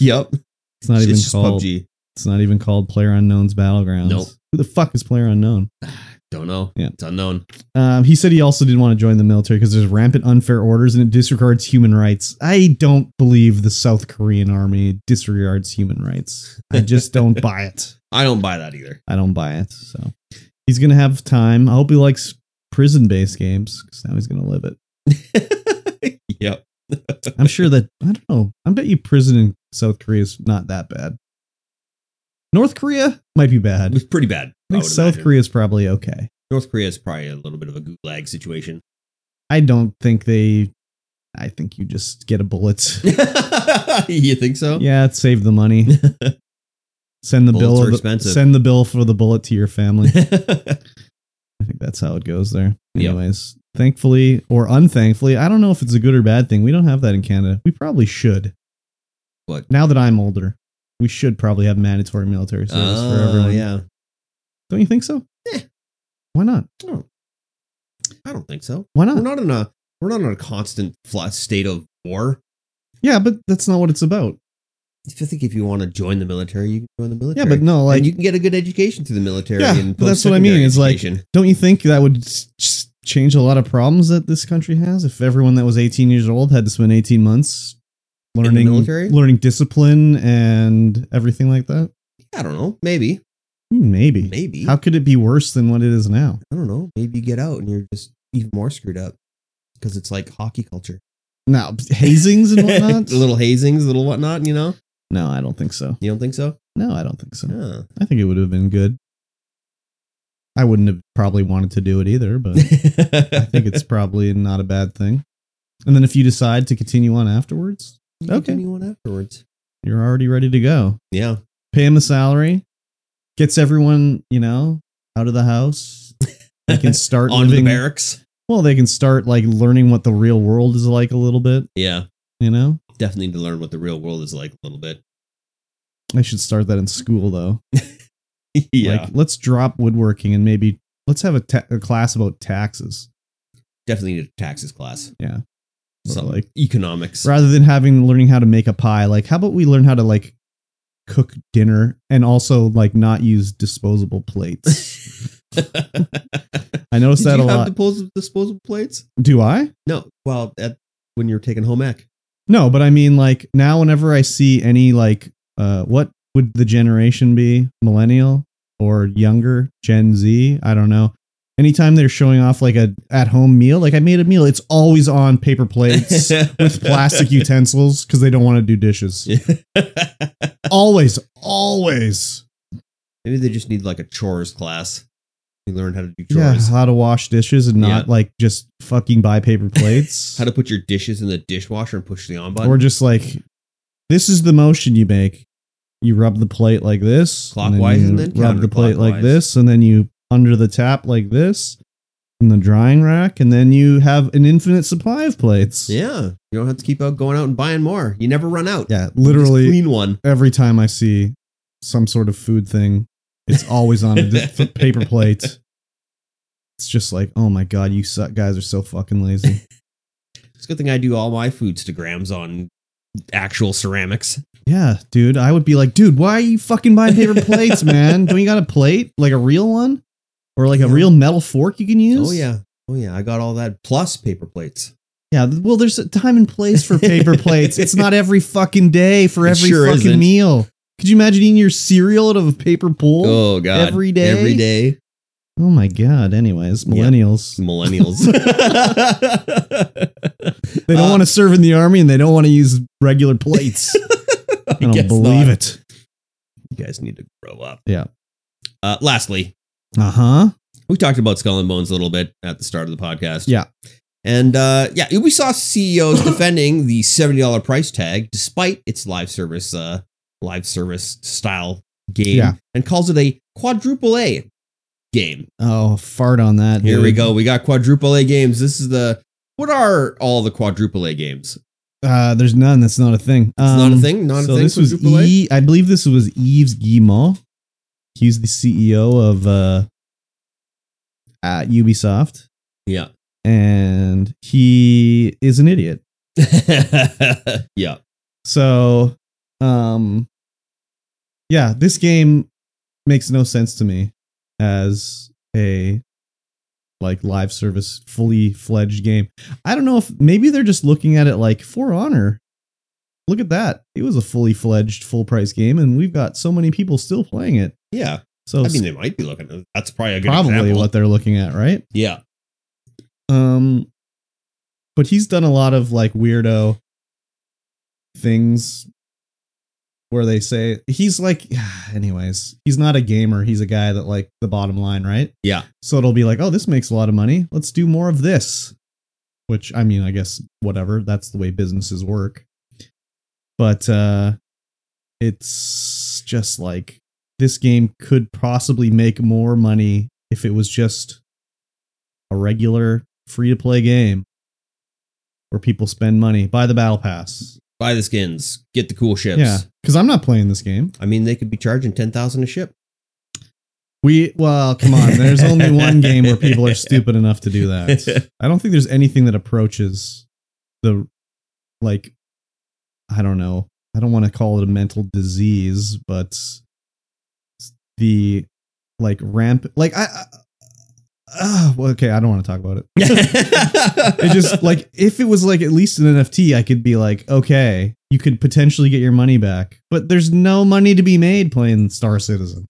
A: yep.
C: It's not even
A: just
C: called.
A: PUBG.
C: It's not even called Player Unknown's Battlegrounds.
A: Nope.
C: Who the fuck is Player Unknown?
A: Don't know.
C: Yeah.
A: It's unknown.
C: Um, he said he also didn't want to join the military because there's rampant unfair orders and it disregards human rights. I don't believe the South Korean army disregards human rights. I just don't buy it.
A: I don't buy that either.
C: I don't buy it. So he's gonna have time. I hope he likes prison-based games because now he's gonna live it.
A: yep.
C: I'm sure that I don't know. I bet you prison in South Korea is not that bad. North Korea might be
A: It
C: bad. I
A: was pretty bad. I
C: think
A: would
C: South
A: imagine.
C: Korea is probably okay.
A: North Korea is probably a little bit of a gulag situation.
C: I don't think they. I think you just get a bullet.
A: you think so?
C: Yeah, it saved the money. Send the
A: Oh. Bullets
C: bill.
A: are
C: of the-
A: expensive.
C: Send the bill for the bullet to your family.
A: Yeah.
C: I think that's how it goes there.
A: Yep.
C: Anyways, thankfully or unthankfully, I don't know if it's a good or bad thing. We don't have that in Canada. We probably should.
A: What?
C: Now that I'm older, we should probably have mandatory military service for everyone.
A: Oh, Uh, yeah. Eh.
C: Don't you think so?
A: Yeah.
C: Why not?
A: I don't, I don't think so.
C: Why
A: We're
C: not?
A: not in a we're not in a constant fl- state of war.
C: Yeah, but that's not what it's about.
A: If you think if you want to join the military, you can join the
C: Yeah,
A: military.
C: but no, like
A: and you can get a good education through the military.
C: Yeah,
A: and
C: but that's what I mean.
A: post-secondary
C: It's like-
A: education.
C: Don't you think that would s- s- change a lot of problems that this country has if everyone that was 18 years old had to spend 18 months
A: the
C: learning
A: military?
C: learning discipline and everything like that?
A: I don't know. Maybe,
C: Maybe.
A: maybe
C: How could it be worse than what it is now?
A: I don't know. Maybe you get out and you're just even more screwed up because it's like hockey culture,
C: Now, hazings and whatnot?
A: little hazings, little whatnot. You know,
C: no, I don't think so.
A: you don't think so?
C: No, I don't think so. uh,
A: Huh.
C: I think it would have been good. I wouldn't have probably wanted to do it either, but I think it's probably not a bad thing. And then if you decide to continue on afterwards,
A: You can
C: okay.
A: do one afterwards.
C: you're already ready to go.
A: Yeah,
C: pay him a salary, gets everyone, you know, out of the house. They can start
A: on the
C: living.
A: barracks.
C: well, they can start like learning what the real world is like a little bit.
A: Yeah,
C: You know,
A: definitely need to learn what the real world is like a little bit.
C: I should start that in school though.
A: yeah,
C: Like, let's drop woodworking and maybe let's have a, ta- a class about taxes
A: definitely need a taxes class.
C: Yeah. Or,
A: something
C: like-
A: like economics.
C: rather than having learning how to make a pie. Like, how about we learn how to like cook dinner and also like not use disposable plates? I noticed
A: Did
C: that
A: you
C: a
A: have
C: lot.
A: disposable, disposable plates?
C: Do I?
A: No. Well, at, when you're taking home ec.
C: No, but I mean, like now, whenever I see any like, uh, what would the generation be? Millennial or younger? Gen Z? I don't know. Anytime they're showing off like a at home meal, like I made a meal, it's always on paper plates with plastic utensils because they don't want to do dishes.
A: Maybe
C: Always, always.
A: they just need like a chores class. You learn how to do
C: Yeah,
A: chores.
C: how to wash dishes and not like just fucking buy paper plates
A: How to put your dishes in the dishwasher and push the on button.
C: or just like this is the motion you make. You rub the plate like this, and then
A: Clockwise
C: you
A: and then
C: rub the plate like
A: counterclockwise.
C: this, and then you under the tap like this in the drying rack, and then you have an infinite supply of plates.
A: yeah, you don't have to keep out going out and buying more. You never run out.
C: yeah,
A: You just
C: literally
A: clean one.
C: every time I see some sort of food thing, it's always on a di- f- paper plate. It's just like, oh my god, you suck guys are so fucking lazy.
A: It's a good thing I do all my foodstagrams on actual ceramics.
C: yeah, dude, I would be like, dude, why are you fucking buying paper plates, man? Don't you got a plate like a real one or like a
A: Yeah.
C: real metal fork you can use?
A: Oh yeah, oh yeah, I got all that plus paper plates.
C: yeah. th- Well, there's a time and place for paper plates. It's not every fucking day for
A: It
C: every
A: sure
C: fucking
A: isn't.
C: meal. Could you imagine eating your cereal out of a paper bowl? Oh,
A: Oh god,
C: every day? Oh,
A: every day,
C: my god. Anyways,
A: Yeah. Mm.
C: millennials.
A: millennials.
C: They don't
A: Uh,
C: want to serve in the army and they don't want to use regular plates. I don't
A: guess
C: believe
A: not.
C: it.
A: You guys need to grow up.
C: Yeah.
A: Uh, lastly,
C: Uh huh.
A: we talked about Skull and Bones a little bit at the start of the podcast.
C: Yeah.
A: And uh, yeah, Ubisoft CEOs E defending the $70 price tag despite its live service uh, live service style game
C: Yeah.
A: and calls it a quadruple A game.
C: Oh, fart on that.
A: Here we
C: dude.
A: go. We got quadruple A games. This is the what are all the quadruple A games? It's
C: Uh, there's none. That's not a thing. It's
A: not a thing. Not
C: so
A: a thing.
C: this was
A: quadruple A?
C: E- I believe this was Yves Guillemot. He's the CEO of uh, at Ubisoft,
A: Yeah.
C: and he is an idiot.
A: yeah.
C: So, um, yeah, this game makes no sense to me as a like live service, fully fledged game. I don't know if maybe they're just looking at it like For Honor. Look at that. It was a fully fledged, full price game, and we've got so many people still playing it.
A: Yeah.
C: So,
A: I mean, they might be looking at That's probably a good
C: probably
A: example.
C: what they're looking at, right?
A: Yeah.
C: Um, but he's done a lot of like weirdo things where they say he's like, anyways, he's not a gamer. He's a guy that like the bottom line, right?
A: Yeah.
C: So it'll be like, oh, this makes a lot of money. Let's do more of this. Which I mean, I guess whatever. That's the way businesses work. But uh it's just like this game could possibly make more money if it was just a regular free to play game where people spend money. Buy the battle pass.
A: Buy the skins. Get the cool ships.
C: Yeah. Because I'm not playing this game.
A: I mean, they could be charging ten thousand a ship.
C: We well, come on. There's only one game where people are stupid enough to do that. I don't think there's anything that approaches the like I don't know. I don't want to call it a mental disease, but the like ramp like I, I uh, well, okay, I don't want to talk about it. It
A: it
C: just like if it was like at least an NFT, I could be like, okay, you could potentially get your money back, but there's no money to be made playing Star Citizen.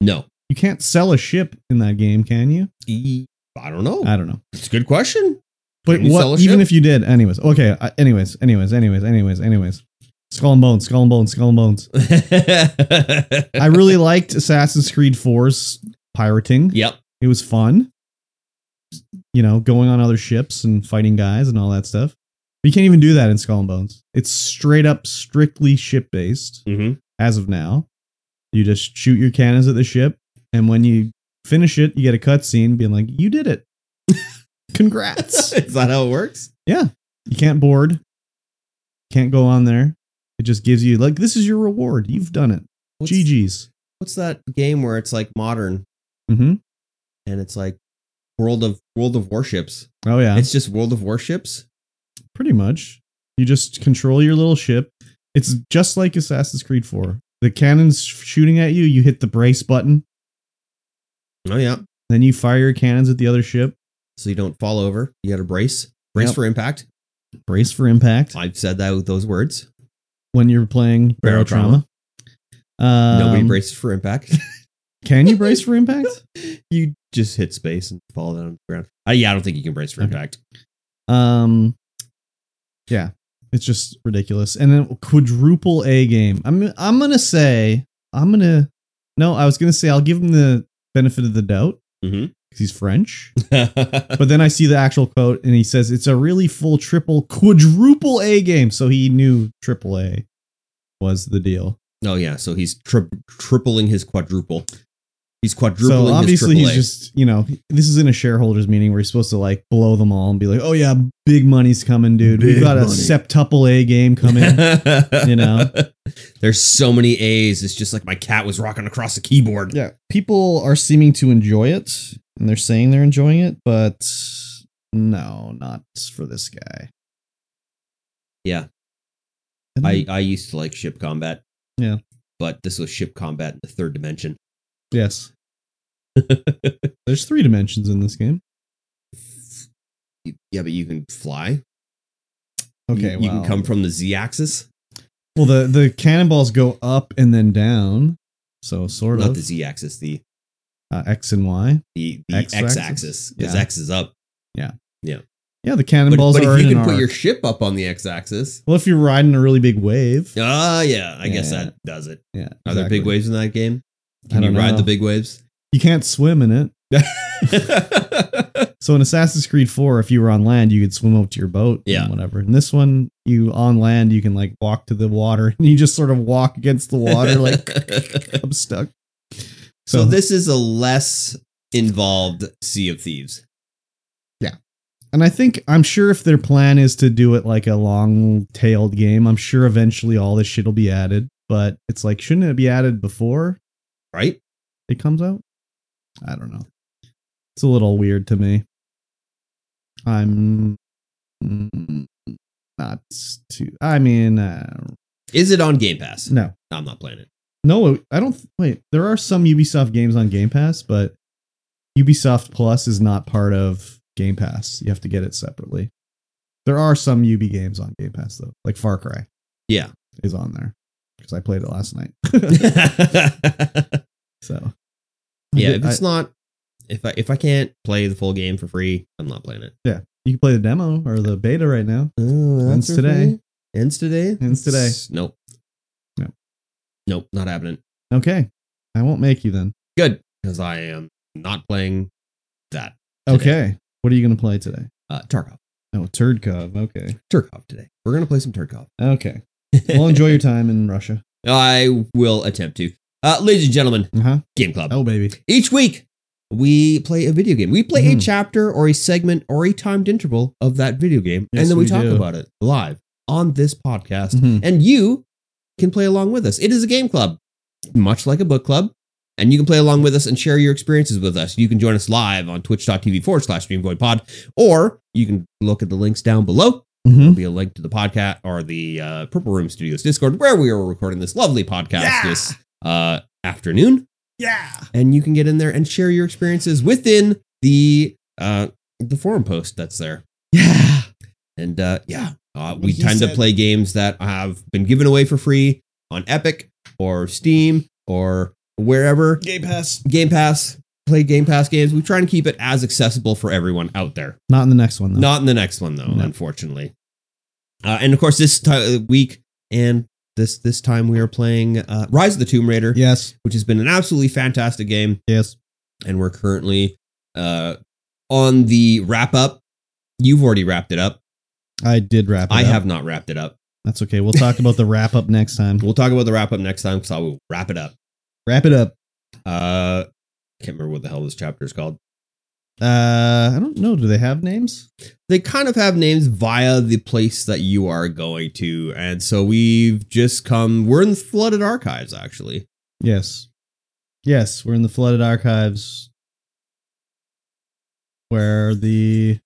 A: no.
C: You can't sell a ship in that game, can you?
A: E- I don't know.
C: I don't know.
A: It's a good question.
C: But
A: Can you sell a
C: what, even
A: ship?
C: if you did, anyways. Okay, I, anyways, anyways, anyways, anyways, anyways. Skull and bones, skull and bones, skull and bones. I really liked Assassin's Creed 4's pirating.
A: yep.
C: It was fun. You know, going on other ships and fighting guys and all that stuff. But you can't even do that in Skull and Bones. It's straight up strictly ship based.
A: Mm-hmm.
C: as of now. You just shoot your cannons at the ship, and when you finish it, you get a cutscene being like, "You did it! Congrats!"
A: Is that how it works?
C: you can't board, can't go on there. It just gives you like, "This is your reward. You've done it.
A: What's,
C: GG's."
A: What's that game where it's like modern
C: Mm-hmm.
A: and it's like World of World of Warships?
C: Oh yeah,
A: It's just World of Warships.
C: pretty much. You just control your little ship. It's just like Assassin's Creed 4. The cannons shooting at you. You hit the brace button,
A: Oh yeah.
C: then you fire your cannons at the other ship.
A: So you don't fall over. You got to brace. Brace
C: Yep.
A: for impact.
C: Brace for impact.
A: I've said that with those words.
C: when you're playing
A: Barrel
C: barrel trauma. Um,
A: Nobody braces for impact.
C: Can you brace for impact?
A: you just hit space and fall down on the ground. Uh, yeah, I don't think you can brace for
C: Okay.
A: impact.
C: Um, yeah, it's just ridiculous. And then quadruple A game. I'm I'm gonna say I'm gonna no. I was gonna say I'll give him the benefit of the doubt
A: Mhm.
C: 'cause he's French. But then I see the actual quote, and he says it's a really full triple quadruple A game. So he knew triple A was the deal.
A: oh yeah, so he's tri- tripling his quadruple. He's quadrupling
C: so obviously
A: his
C: he's
A: AAA.
C: just you know this is in a shareholders meeting where he's supposed to like blow them all and be like, oh yeah, big money's coming, dude. We've
A: Big
C: got a
A: money."
C: septuple A game coming. you know?
A: there's so many A's. It's just like my cat was rocking across the keyboard.
C: yeah, people are seeming to enjoy it, and they're saying they're enjoying it, but no, not for this guy.
A: Yeah.
C: And
A: I, I used to like ship combat.
C: Yeah.
A: But this was ship combat in the third dimension.
C: Yes. There's three dimensions in this game.
A: Yeah, but you can fly.
C: Okay,
A: You,
C: well,
A: you can come from the Z axis.
C: well, the the cannonballs go up and then down, so sort
A: Not
C: of
A: the Z axis, the
C: uh, X and Y.
A: the, the
C: X
A: X,
C: axis?
A: axis. Because
C: Yeah.
A: X is up.
C: Yeah, the
A: But,
C: cannonballs
A: but
C: are
A: if you
C: in an
A: can put
C: arc.
A: your ship up on the X axis.
C: well, if you're riding a really big wave,
A: Ah, yeah. I guess
C: Yeah.
A: that does it.
C: yeah,
A: Are there big
C: exactly.
A: waves in that game? Can
C: I
A: you
C: don't
A: ride
C: know.
A: the big waves?
C: You can't swim in it. So in Assassin's Creed 4, if you were on land, you could swim up to your boat
A: Yeah.
C: and whatever. In this one, you on land, you can like walk to the water and you just sort of walk against the water like I'm stuck.
A: So this is a less involved Sea of Thieves.
C: and I think I'm sure if their plan is to do it like a long-tailed game, I'm sure eventually all this shit will be added, but it's like shouldn't it be added before
A: right?
C: it comes out? I don't know. It's a little weird to me. I'm mm, not too I mean, uh,
A: Is it on Game Pass?
C: No,
A: I'm not playing it.
C: no, I don't. Wait, there are some Ubisoft games on Game Pass, but Ubisoft Plus is not part of Game Pass. You have to get it separately. There are some UB games on Game Pass though, like Far Cry
A: Yeah.
C: is on there because I played it last night.
A: yeah,
C: So
A: if
C: I-
A: it's not if I if I can't play the full game for free, I'm not playing it.
C: you can play the demo or the beta right now.
A: Oh,
C: that's Ends today. okay.
A: Ends today?
C: Ends today.
A: S- Nope.
C: No.
A: Nope, not happening.
C: Okay, I won't make you then.
A: Good. Because I am not playing that.
C: Okay,
A: Today.
C: what are you gonna play today?
A: Uh Tarkov.
C: Oh, Turd Cove. Okay,
A: Turkov today. We're gonna play some Turkov.
C: okay. Well, enjoy your time in Russia.
A: I will attempt to. Uh, ladies and gentlemen,
C: Uh huh.
A: Game Club.
C: Oh baby.
A: Each week, we play a video game. We play a
C: Mhm.
A: chapter or a segment or a timed interval of that video game,
C: Yes,
A: and then we,
C: we
A: talk
C: do.
A: about it live on this podcast.
C: Mhm.
A: And you can play along with us. It is a game club, much like a book club. And you can play along with us and share your experiences with us. You can join us live on twitch.tv forward slash streamvoidpod, or you can look at the links down below.
C: Mhm.
A: There'll be a link to the podcast or the uh, Purple Room Studios Discord, where we are recording this lovely podcast
C: Yeah.
A: this uh, afternoon
C: Yeah.
A: and you can get in there and share your experiences within the uh the forum post that's there
C: Yeah.
A: and uh yeah uh,
C: What
A: we
C: he
A: tend to
C: said.
A: play games that have been given away for free on epic or steam or wherever
C: Game Pass.
A: game pass play game pass games we try and keep it as accessible for everyone out there
C: Not in the next one though.
A: not in the next one though
C: No.
A: unfortunately uh, and of course this ti- week and this this time we are playing uh, rise of the tomb raider
C: Yes.
A: which has been an absolutely fantastic game
C: Yes.
A: and we're currently uh, on the wrap up. You've already wrapped it up.
C: I did wrap. It
A: I
C: up.
A: have not wrapped it up.
C: That's okay. We'll talk about the wrap up next time.
A: We'll talk about the wrap up next time because I will wrap it up.
C: Wrap it up.
A: Uh, can't remember what the hell this chapter is called.
C: Uh, I don't know. Do they have names?
A: They kind of have names via the place that you are going to, and so we've just come. We're in the flooded archives, actually.
C: Yes. Yes, we're in the flooded archives, where the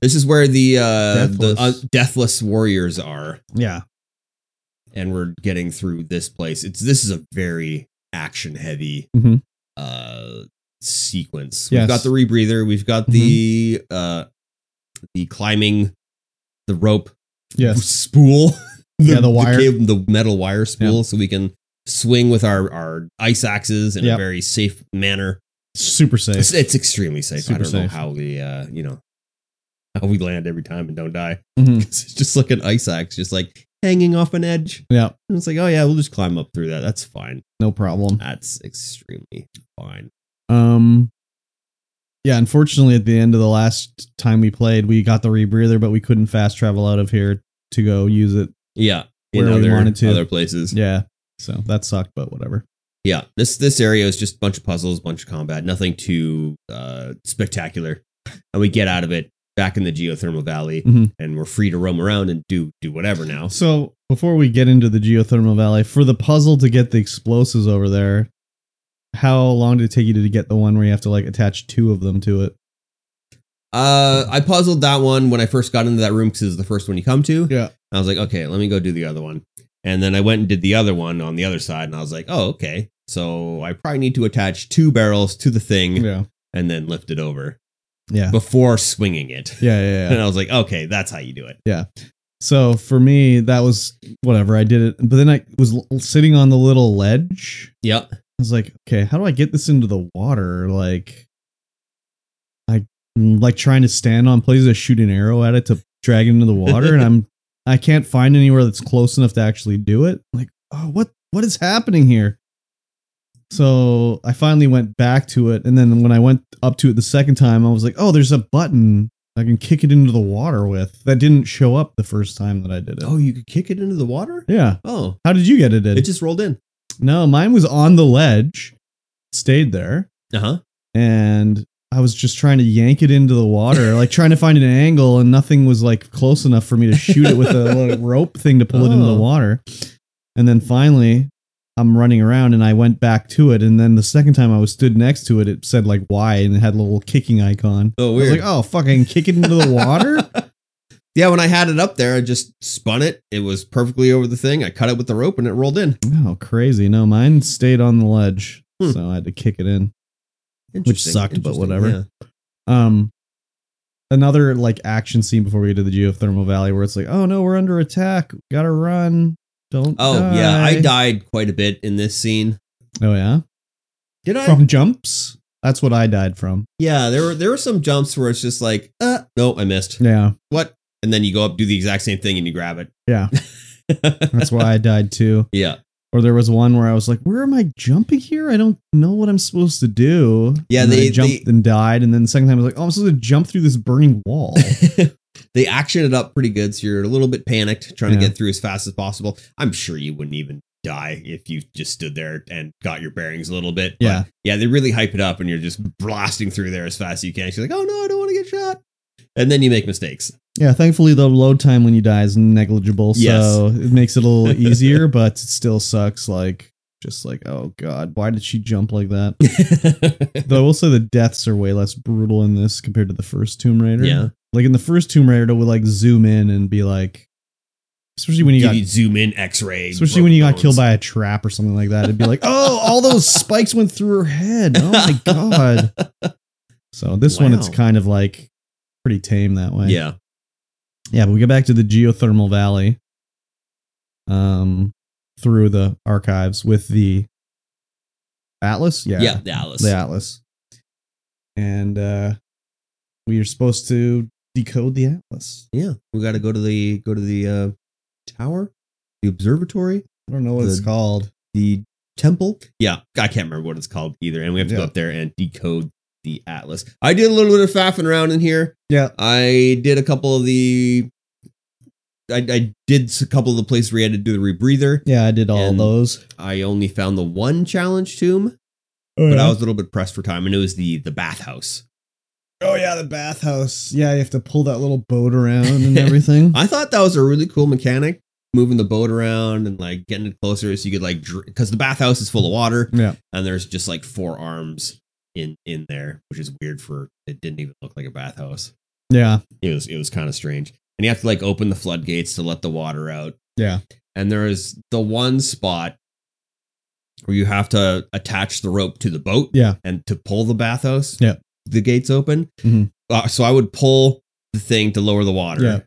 A: this is where the uh, the uh,
C: Deathless.
A: deathless warriors are.
C: yeah
A: and we're getting through this place. It's this is a very action heavy
C: Mhm.
A: uh sequence.
C: Yes. Mm-hmm.
A: We've got the rebreather, we've got the uh the climbing the rope
C: yes
A: spool.
C: Yeah, the wire.
A: cable- the metal wire spool so we can swing with our our ice axes in
C: Yep.
A: a very safe manner.
C: super safe.
A: It's, it's extremely safe. I
C: Super
A: don't know
C: safe.
A: how we uh you know how we land every time and don't die.
C: Mhm.
A: It's just like an ice axe just like hanging off an edge.
C: Yeah,
A: And it's like, oh yeah, we'll just climb up through that. That's fine.
C: no problem.
A: That's extremely fine.
C: Um, yeah, unfortunately, at the end of the last time we played, we got the rebreather, but we couldn't fast travel out of here to go use it.
A: Yeah, in
C: Where we
A: other
C: wanted to.
A: other places. Yeah.
C: Yeah, so that sucked, but whatever.
A: this this area is just a bunch of puzzles, bunch of combat, nothing too uh, spectacular. And we get out of it back in the geothermal valley,
C: Mhm.
A: and we're free to roam around and do do whatever now.
C: So before we get into the geothermal valley, for the puzzle to get the explosives over there, how long did it take you to get the one where you have to like attach two of them to it?
A: Uh, I puzzled that one when I first got into that room because it's the first one you come to.
C: Yeah.
A: I was like, okay, let me go do the other one. And then I went and did the other one on the other side, and I was like, oh, okay. So I probably need to attach two barrels to the thing
C: Yeah.
A: and then lift it over
C: Yeah.
A: before swinging it.
C: Yeah. Yeah.
A: And
C: yeah.
A: I was like, okay, that's how you do it.
C: So for me, that was whatever I did it, but then I was l- sitting on the little ledge.
A: Yep.
C: I was like, okay, how do I get this into the water? Like, I like trying to stand on places to shoot an arrow at it to drag it into the water, and I'm I can't find anywhere that's close enough to actually do it. I'm like, oh, what what is happening here? So I finally went back to it, and then when I went up to it the second time, I was like, oh, there's a button I can kick it into the water with that didn't show up the first time that I did it.
A: Oh, you could kick it into the water?
C: yeah.
A: Oh,
C: How did you get it in?
A: it just rolled in.
C: no, mine was on the ledge, stayed there
A: Uh
C: Uh-huh.
A: huh.
C: and I was just trying to yank it into the water, like trying to find an angle, and nothing was like close enough for me to shoot it with a little rope thing to pull it into the
A: Oh.
C: water. And then finally, I'm running around and I went back to it. And then the second time I was stood next to it, it said like Y and it had a little kicking icon.
A: Oh,
C: I was
A: weird.
C: like, oh, fuck, I can kick it into the water?
A: Yeah, when I had it up there, I just spun it. It was perfectly over the thing. I cut it with the rope and it rolled in.
C: oh, crazy. No, mine stayed on the ledge.
A: Hmm.
C: So I had to kick it in.
A: Interesting,
C: sucked, but
A: interesting,
C: whatever.
A: yeah.
C: Um, another like action scene before we get to the geothermal valley where it's like, oh no, we're under attack, gotta run, don't.
A: Oh, yeah. I
C: die.
A: died quite a bit in this scene.
C: Oh yeah,
A: Did I?
C: from jumps. That's what I died from.
A: yeah, there were there were some jumps where it's just like, uh, no, I missed.
C: Yeah,
A: What? And then you go up, do the exact same thing, and you grab it.
C: Yeah. that's why I died too.
A: yeah.
C: Or there was one where I was like, where am I jumping here? I don't know what I'm supposed to do.
A: Yeah,
C: and then
A: they-
C: I jumped
A: they-
C: and died, and then the second time I was like, oh, I'm supposed to jump through this burning wall.
A: they action it up pretty good, so you're a little bit panicked, trying to
C: Yeah.
A: get through as fast as possible. I'm sure you wouldn't even die if you just stood there and got your bearings a little bit. But,
C: Yeah.
A: yeah, they really hype it up, and you're just blasting through there as fast as you can. She's like, "Oh no, I don't want to get shot," and then you make mistakes.
C: yeah, thankfully the load time when you die is negligible, so
A: Yes.
C: it makes it a little easier, but it still sucks. Like, just like, oh god, why did she jump like that? Though I will say the deaths are way less brutal in this compared to the first Tomb Raider.
A: yeah,
C: Like in the first Tomb Raider, it would like zoom in and be like, especially when you
A: you,
C: got,
A: zoom in, X-ray,
C: especially
A: broke
C: when you got
A: bones.
C: killed by a trap or something like that, it'd be like, oh, all those spikes went through her head. Oh my god. So this one, it's
A: Wow.
C: kind of like pretty tame that way.
A: Yeah,
C: Yeah, but we get back to the geothermal valley. Um, through the archives with the atlas.
A: yeah,
C: Yeah,
A: the Alice.
C: the atlas, and uh, we are supposed to decode the atlas.
A: yeah. We got to go to the go to the uh, tower, the observatory.
C: I don't know what it's
A: The-
C: called.
A: the temple. Yeah, I can't remember what it's called either. And we have to go
C: Yeah.
A: up there and decode the atlas. I did a little bit of faffing around in here.
C: Yeah,
A: I did a couple of the. I, I did a couple of the places where you had to do the rebreather.
C: yeah, I did all
A: And-
C: those.
A: I only found the one challenge tomb, but
C: Uh-huh.
A: I was a little bit pressed for time, and it was the the bathhouse.
C: oh yeah, the bathhouse. Yeah, you have to pull that little boat around and everything.
A: I thought that was a really cool mechanic, moving the boat around and like getting it closer so you could like because the bathhouse is full of water.
C: Yeah.
A: and there's just like four arms in in there, which is weird for it didn't even look like a bathhouse.
C: yeah,
A: It was it was kind of strange. And you have to like open the floodgates to let the water out.
C: Yeah.
A: And there is the one spot where you have to attach the rope to the boat
C: yeah,
A: and to pull the bathhouse.
C: Yeah.
A: The gates open.
C: Mhm.
A: Uh, so I would pull the thing to lower the water.
C: Yeah.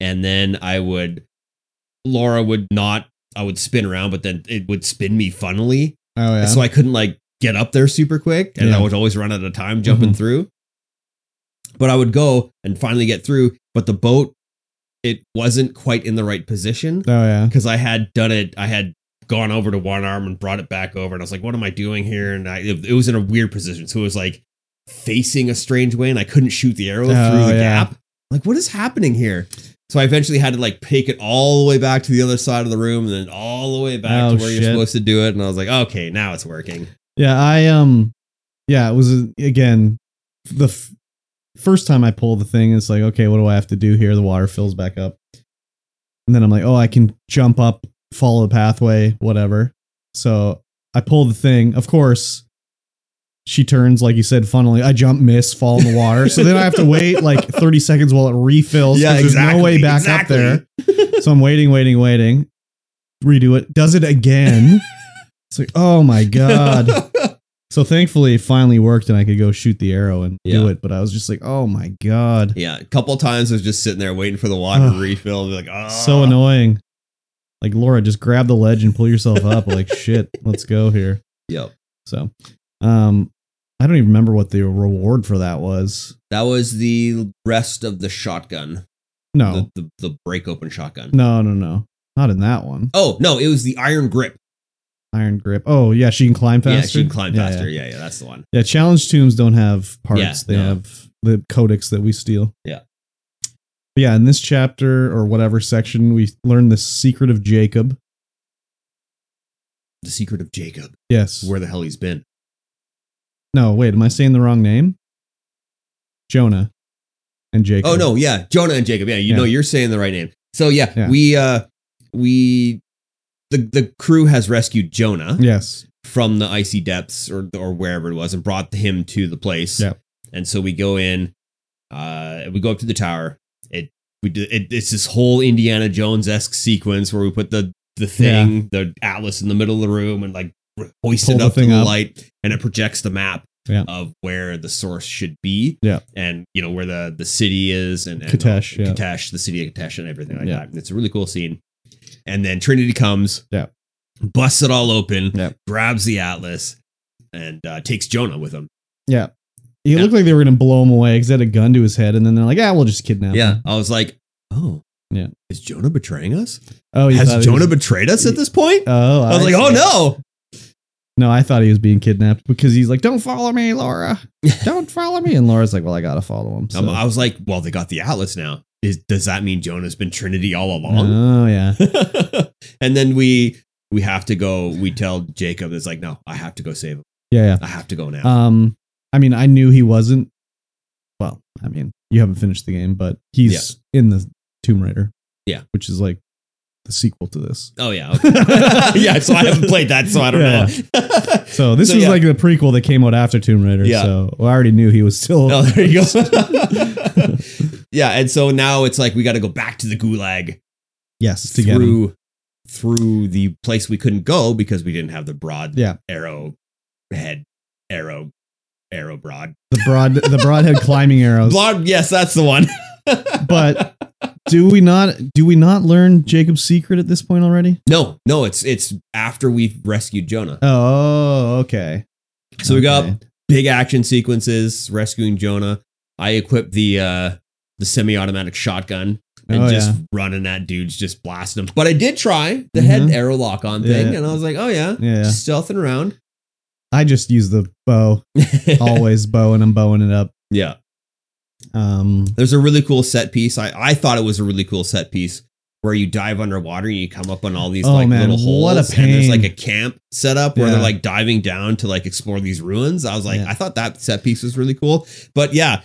A: And then I would Laura would not I would spin around, but then it would spin me funnily.
C: oh yeah.
A: And so I couldn't like get up there super quick, and I
C: Yeah. Mm-hmm.
A: would always run out of time jumping through. But I would go and finally get through, but the boat it wasn't quite in the right position
C: Oh yeah.
A: because I had done it. I had gone over to one arm and brought it back over, and I was like, "What am I doing here?" And I, it, it was in a weird position, so it was like facing a strange way, and I couldn't shoot the arrow
C: Oh,
A: through the
C: yeah.
A: gap. Like, what is happening here? So I eventually had to like pick it all the way back to the other side of the room, and then all the way back
C: Oh,
A: to where
C: shit.
A: you're supposed to do it. And I was like, "Okay, now it's working."
C: Yeah, I um, yeah, it was uh, again the f- first time I pull the thing. It's like, okay, what do I have to do here? The water fills back up, and then I'm like, oh, I can jump up, follow the pathway, whatever. So I pull the thing. Of course, she turns like you said, funneling. I jump, miss, fall in the water. so then I have to wait like 30 seconds while it refills. 'cause There's no way back up there so I'm waiting, waiting, waiting. Redo it. Does it again. it's like, oh my god. So thankfully, it finally worked, and I could go shoot the arrow and do
A: Yeah.
C: it. But I was just like, oh my god,
A: yeah, a couple times I was just sitting there waiting for the water to
C: Ugh.
A: refill. And be like, oh,
C: so annoying. Like Laura, just grab the ledge and pull yourself up. like shit, let's go here.
A: Yep.
C: So, um, I don't even remember what the reward for that was.
A: That was the rest of the shotgun.
C: No,
A: The, the, the break open shotgun.
C: Oh. no, no, no, not in that one.
A: Oh, no, it was the iron grip.
C: Iron grip. Oh yeah, she can climb faster.
A: Yeah, she can climb
C: Yeah, yeah.
A: faster. Yeah. yeah, that's the one.
C: Yeah, challenge tombs don't have parts.
A: Yeah,
C: they
A: no.
C: have the codex that we steal.
A: Yeah.
C: But yeah, in this chapter or whatever section, we learn the secret of Jacob.
A: The secret of Jacob.
C: Yes.
A: Where the hell he's been.
C: no, wait, am I saying the wrong name? Jonah and Jacob.
A: Oh no, yeah, Jonah and Jacob. Yeah, you
C: Yeah.
A: know you're saying the right name. So yeah,
C: Yeah.
A: we uh we the the crew has rescued Jonah.
C: Yes.
A: from the icy depths or or wherever it was and brought him to the place.
C: Yep.
A: And so we go in, uh, we go up to the tower. It we do it, it's this whole Indiana Jones esque sequence where we put the the thing, the atlas in the middle of the room and like hoist
C: Pull
A: it
C: the
A: up to
C: thing
A: the
C: up.
A: light and it projects the map
C: Yeah.
A: of where the source should be.
C: Yeah.
A: And you know where the the city is and, and
C: Katesh, yeah.
A: Katesh, the city of Katesh and everything like
C: Yeah.
A: that. And it's a really cool scene. And then Trinity comes,
C: Yeah.
A: busts it all open,
C: Yeah.
A: grabs the atlas, and uh, takes Jonah with him.
C: Yeah. It
A: Yeah.
C: looked like they were going to blow him away because they had a gun to his head, and then they're like, yeah, we'll just kidnap him.
A: I was like, oh,
C: Yeah.
A: is Jonah betraying us?
C: Oh, you thought
A: Has
C: he
A: Jonah
C: was-
A: betrayed us at this point?
C: Oh,
A: I was like, oh no,
C: No, I thought he was being kidnapped because he's like, don't follow me, Laura. Don't follow me. And Laura's like, well, I got to follow him. So.
A: Um, I was like, well, they got the atlas now. Is, does that mean Jonah's been Trinity all along?
C: Oh yeah.
A: and then we we have to go. We tell Jacob, it's like, no, I have to go save him.
C: Yeah,
A: I have to go now.
C: yeah. Um I mean, I knew he wasn't well, I mean, you haven't finished the game, but he's in the Tomb Raider.
A: Yeah.
C: Which is like the sequel to this.
A: oh yeah, okay. yeah. So I haven't played that, so I don't
C: Yeah.
A: know.
C: So this
A: So,
C: was
A: yeah.
C: like the prequel that came out after Tomb Raider.
A: Yeah.
C: So I already knew he was still
A: Oh, there you go. yeah, and so now it's like we got to go back to the gulag
C: yes, to get him.
A: through through the place we couldn't go because we didn't have the broad
C: Yeah.
A: arrow head arrow arrow broad.
C: the broad the broadhead climbing arrows.
A: Broad, yes, that's the one.
C: But do we not do we not learn Jacob's secret at this point already?
A: no, no, it's it's after we've rescued Jonah.
C: Oh, okay.
A: So we got
C: Okay.
A: big action sequences rescuing Jonah. I equipped the uh the semi-automatic shotgun and
C: Oh,
A: just
C: yeah.
A: running at dudes, just blasting them. But I did try the head
C: Mhm.
A: arrow lock on
C: Yeah,
A: thing,
C: yeah.
A: and I was like, oh yeah,
C: Yeah.
A: just stealthing around.
C: I just use the bow. Always bow and I'm bowing it up.
A: yeah,
C: Um
A: there's a really cool set piece. I I thought it was a really cool set piece where you dive underwater and you come up on all these
C: Oh,
A: like
C: man,
A: little holes
C: what a
A: and there's
C: pain.
A: like a camp set up where they're
C: Yeah.
A: like diving down to like explore these ruins. I was like,
C: Yeah.
A: I thought that set piece was really cool, but yeah.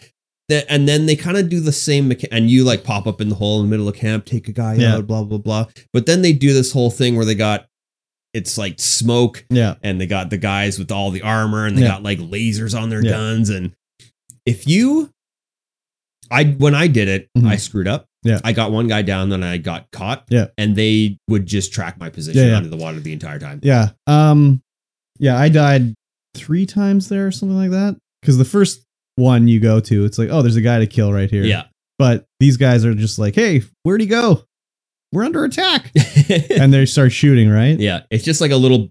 A: the- And then they kind of do the same, mecha- and you like pop up in the hole in the middle of camp, take a guy
C: Yeah.
A: out, blah blah blah. But then they do this whole thing where they got it's like smoke
C: yeah.
A: and they got the guys with all the armor and they
C: Yeah.
A: got like lasers on their
C: Yeah.
A: guns and if you i when i did it
C: Mhm.
A: i screwed up
C: Yeah.
A: i got one guy down then i got caught
C: Yeah.
A: and they would just track my position
C: Yeah, yeah.
A: under the water the entire time
C: Yeah. Um yeah, I died 3 times there or something like that cuz the first one you go to, it's like, "Oh, there's a guy to kill right here."
A: yeah
C: But these guys are just like, "Hey, where'd he go? We're under attack."
A: yeah.
C: and they start shooting, right?
A: it's just like a little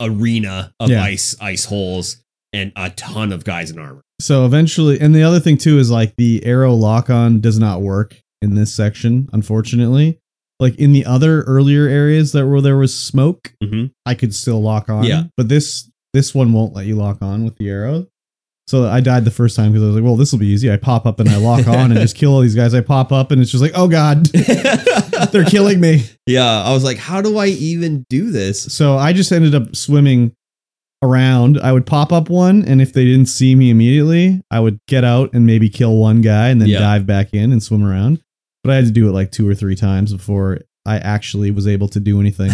A: arena of
C: Yeah.
A: ice ice holes and a ton of guys in armor
C: So eventually, and the other thing too is like the arrow lock on does not work in this section, unfortunately. Like in the other earlier areas that where there was smoke,
A: Mm-hmm.
C: I could still lock on.
A: Yeah.
C: But this this one won't let you lock on with the arrow. So I died the first time because I was like, well, this will be easy. I pop up and I lock on and just kill all these guys. I pop up and it's just like, oh god, they're killing me.
A: Yeah, I was like, how do I even do this?
C: So I just ended up swimming around. I would pop up one, and if they didn't see me immediately, I would get out and maybe kill one guy and then
A: Yeah.
C: dive back in and swim around. But I had to do it like two or three times before I actually was able to do anything.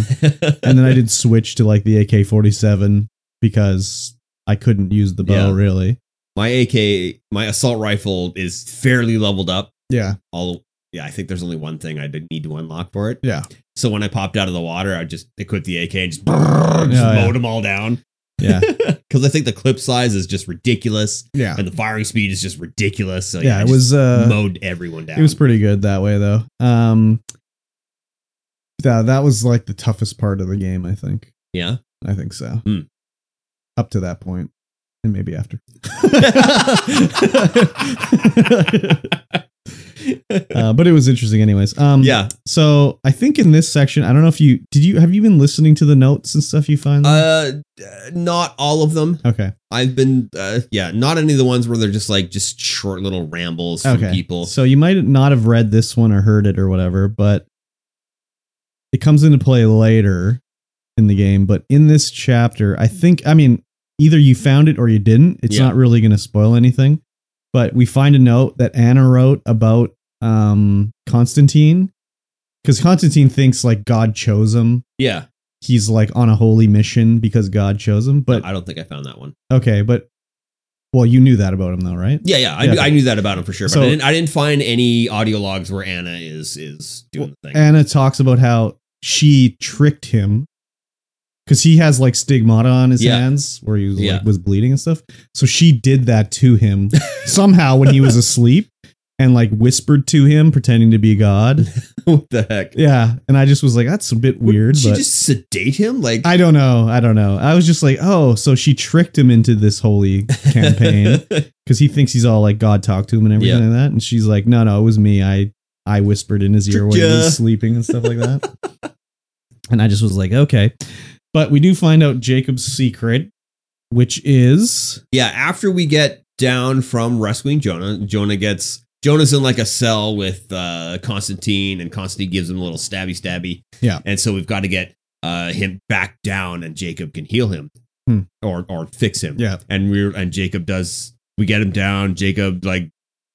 C: and then I did switch to like the AK 47 because I couldn't use the bow
A: Yeah.
C: really.
A: my AK, my assault rifle is fairly leveled up.
C: Yeah.
A: All yeah, I think there's only one thing I did need to unlock for it.
C: Yeah. Oh,
A: So when I popped out of the water, I just equipped the AK and just, brrr, just
C: Yeah, yeah.
A: mowed them all down.
C: Yeah.
A: because I think the clip size is just ridiculous
C: Yeah.
A: and the firing speed is just ridiculous. So
C: yeah,
A: I
C: it
A: just
C: was uh
A: mowed everyone down.
C: It was pretty good that way though. Um that, that was like the toughest part of the game, I think.
A: yeah.
C: I think so.
A: Hmm.
C: Up to that point, and maybe after. uh, but it was interesting, anyways. Um,
A: yeah.
C: So I think in this section, I don't know if you did you have you been listening to the notes and stuff you find.
A: Uh, not all of them.
C: okay.
A: I've been, uh, yeah, not any of the ones where they're just like just short little rambles from
C: Okay.
A: people.
C: So you might not have read this one or heard it or whatever, but it comes into play later in the game. But in this chapter, I think, I mean, either you found it or you didn't. It's
A: Yeah.
C: not really going to spoil anything. But we find a note that Anna wrote about um, Constantine because Constantine thinks like God chose him.
A: yeah,
C: He's like on a holy mission because God chose him. But
A: I don't think I found that one.
C: okay, but well, you knew that about him though, right?
A: Yeah, yeah, I,
C: Yeah,
A: knew,
C: okay.
A: I knew that about him for sure, but
C: So-
A: I, didn't, I didn't find any audio logs where Anna is is doing the thing.
C: Anna talks about how she tricked him because he has like stigmata on his
A: Yeah.
C: hands where he was, like,
A: Yeah.
C: was bleeding and stuff. So she did that to him somehow when he was asleep and like whispered to him, pretending to be God.
A: what the heck?
C: Yeah. And I just was like, that's a bit weird.
A: Would she
C: but
A: just sedate him? Like
C: I don't know. I don't know. I was just like, oh, so she tricked him into this holy campaign because he thinks he's all like God talked to him and everything
A: Yeah.
C: like that. And she's like, no, no, it was me. I I whispered in his ear when he
A: Yeah.
C: was sleeping and stuff like that. and I just was like, okay. But we do find out Jacob's secret, which is
A: yeah, after we get down from rescuing Jonah, Jonah gets Jonah's in like a cell with uh, Constantine, and Constantine gives him a little stabby stabby.
C: Yeah.
A: and so we've got to get uh, him back down, and Jacob can heal him
C: Hmm.
A: or or fix him.
C: yeah,
A: and we're and Jacob does we get him down. Jacob like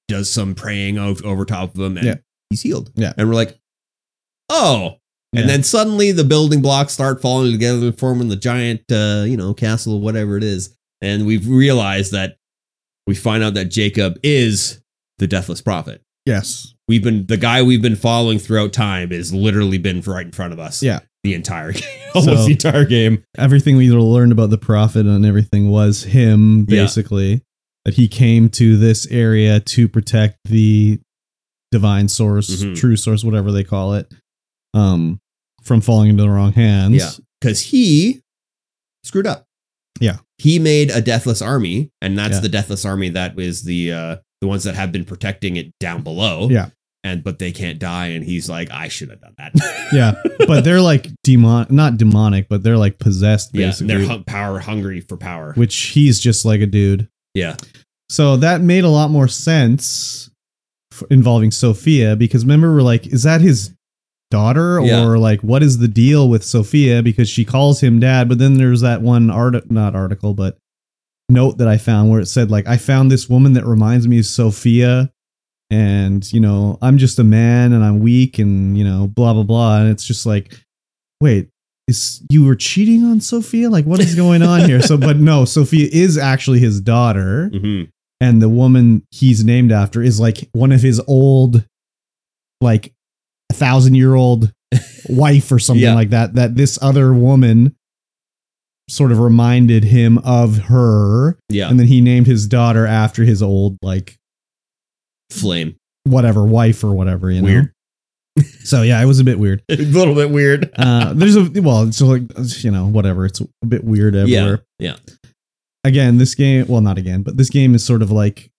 A: does some praying over, over top of him, and
C: Yeah.
A: he's healed.
C: Yeah.
A: and we're like, oh. And
C: Yeah.
A: then suddenly the building blocks start falling together, forming the giant, uh, you know, castle, whatever it is. And we've realized that we find out that Jacob is the deathless prophet.
C: yes,
A: We've been the guy we've been following throughout time has literally been right in front of us.
C: Yeah.
A: the entire game, almost the entire game.
C: everything we learned about the prophet and everything was him
A: Yeah.
C: basically that he came to this area to protect the divine source,
A: Mhm.
C: true source, whatever they call it, um, from falling into the wrong hands.
A: Yeah. because he screwed up.
C: Yeah.
A: he made a deathless army, and that's
C: Yeah.
A: the deathless army that is the uh, the ones that have been protecting it down below.
C: Yeah.
A: and but they can't die, and he's like, I should have done that.
C: Yeah, but they're like demon, not demonic, but they're like possessed
A: yeah, and
C: basically.
A: they're hung- power hungry for power.
C: which he's just like a dude.
A: yeah,
C: So that made a lot more sense f involving Sophia because remember we're like, is that his daughter
A: Yeah.
C: or like what is the deal with Sophia because she calls him dad, but then there's that one art not article but note that I found where it said like I found this woman that reminds me of Sophia and you know I'm just a man and I'm weak and you know blah blah blah and it's just like wait is you were cheating on Sophia like what is going on here so but no Sophia is actually his daughter
A: hmm
C: and the woman he's named after is like one of his old like a thousand year old wife or something
A: Yeah.
C: like that that this other woman sort of reminded him of her
A: yeah,
C: and then he named his daughter after his old like
A: flame.
C: whatever wife or whatever you know
A: Weird.
C: so yeah it was a bit weird
A: a little bit weird.
C: uh there's a well it's like you know whatever it's a bit weird everywhere
A: Yeah, yeah.
C: again, this game, well, not again, but this game is sort of like,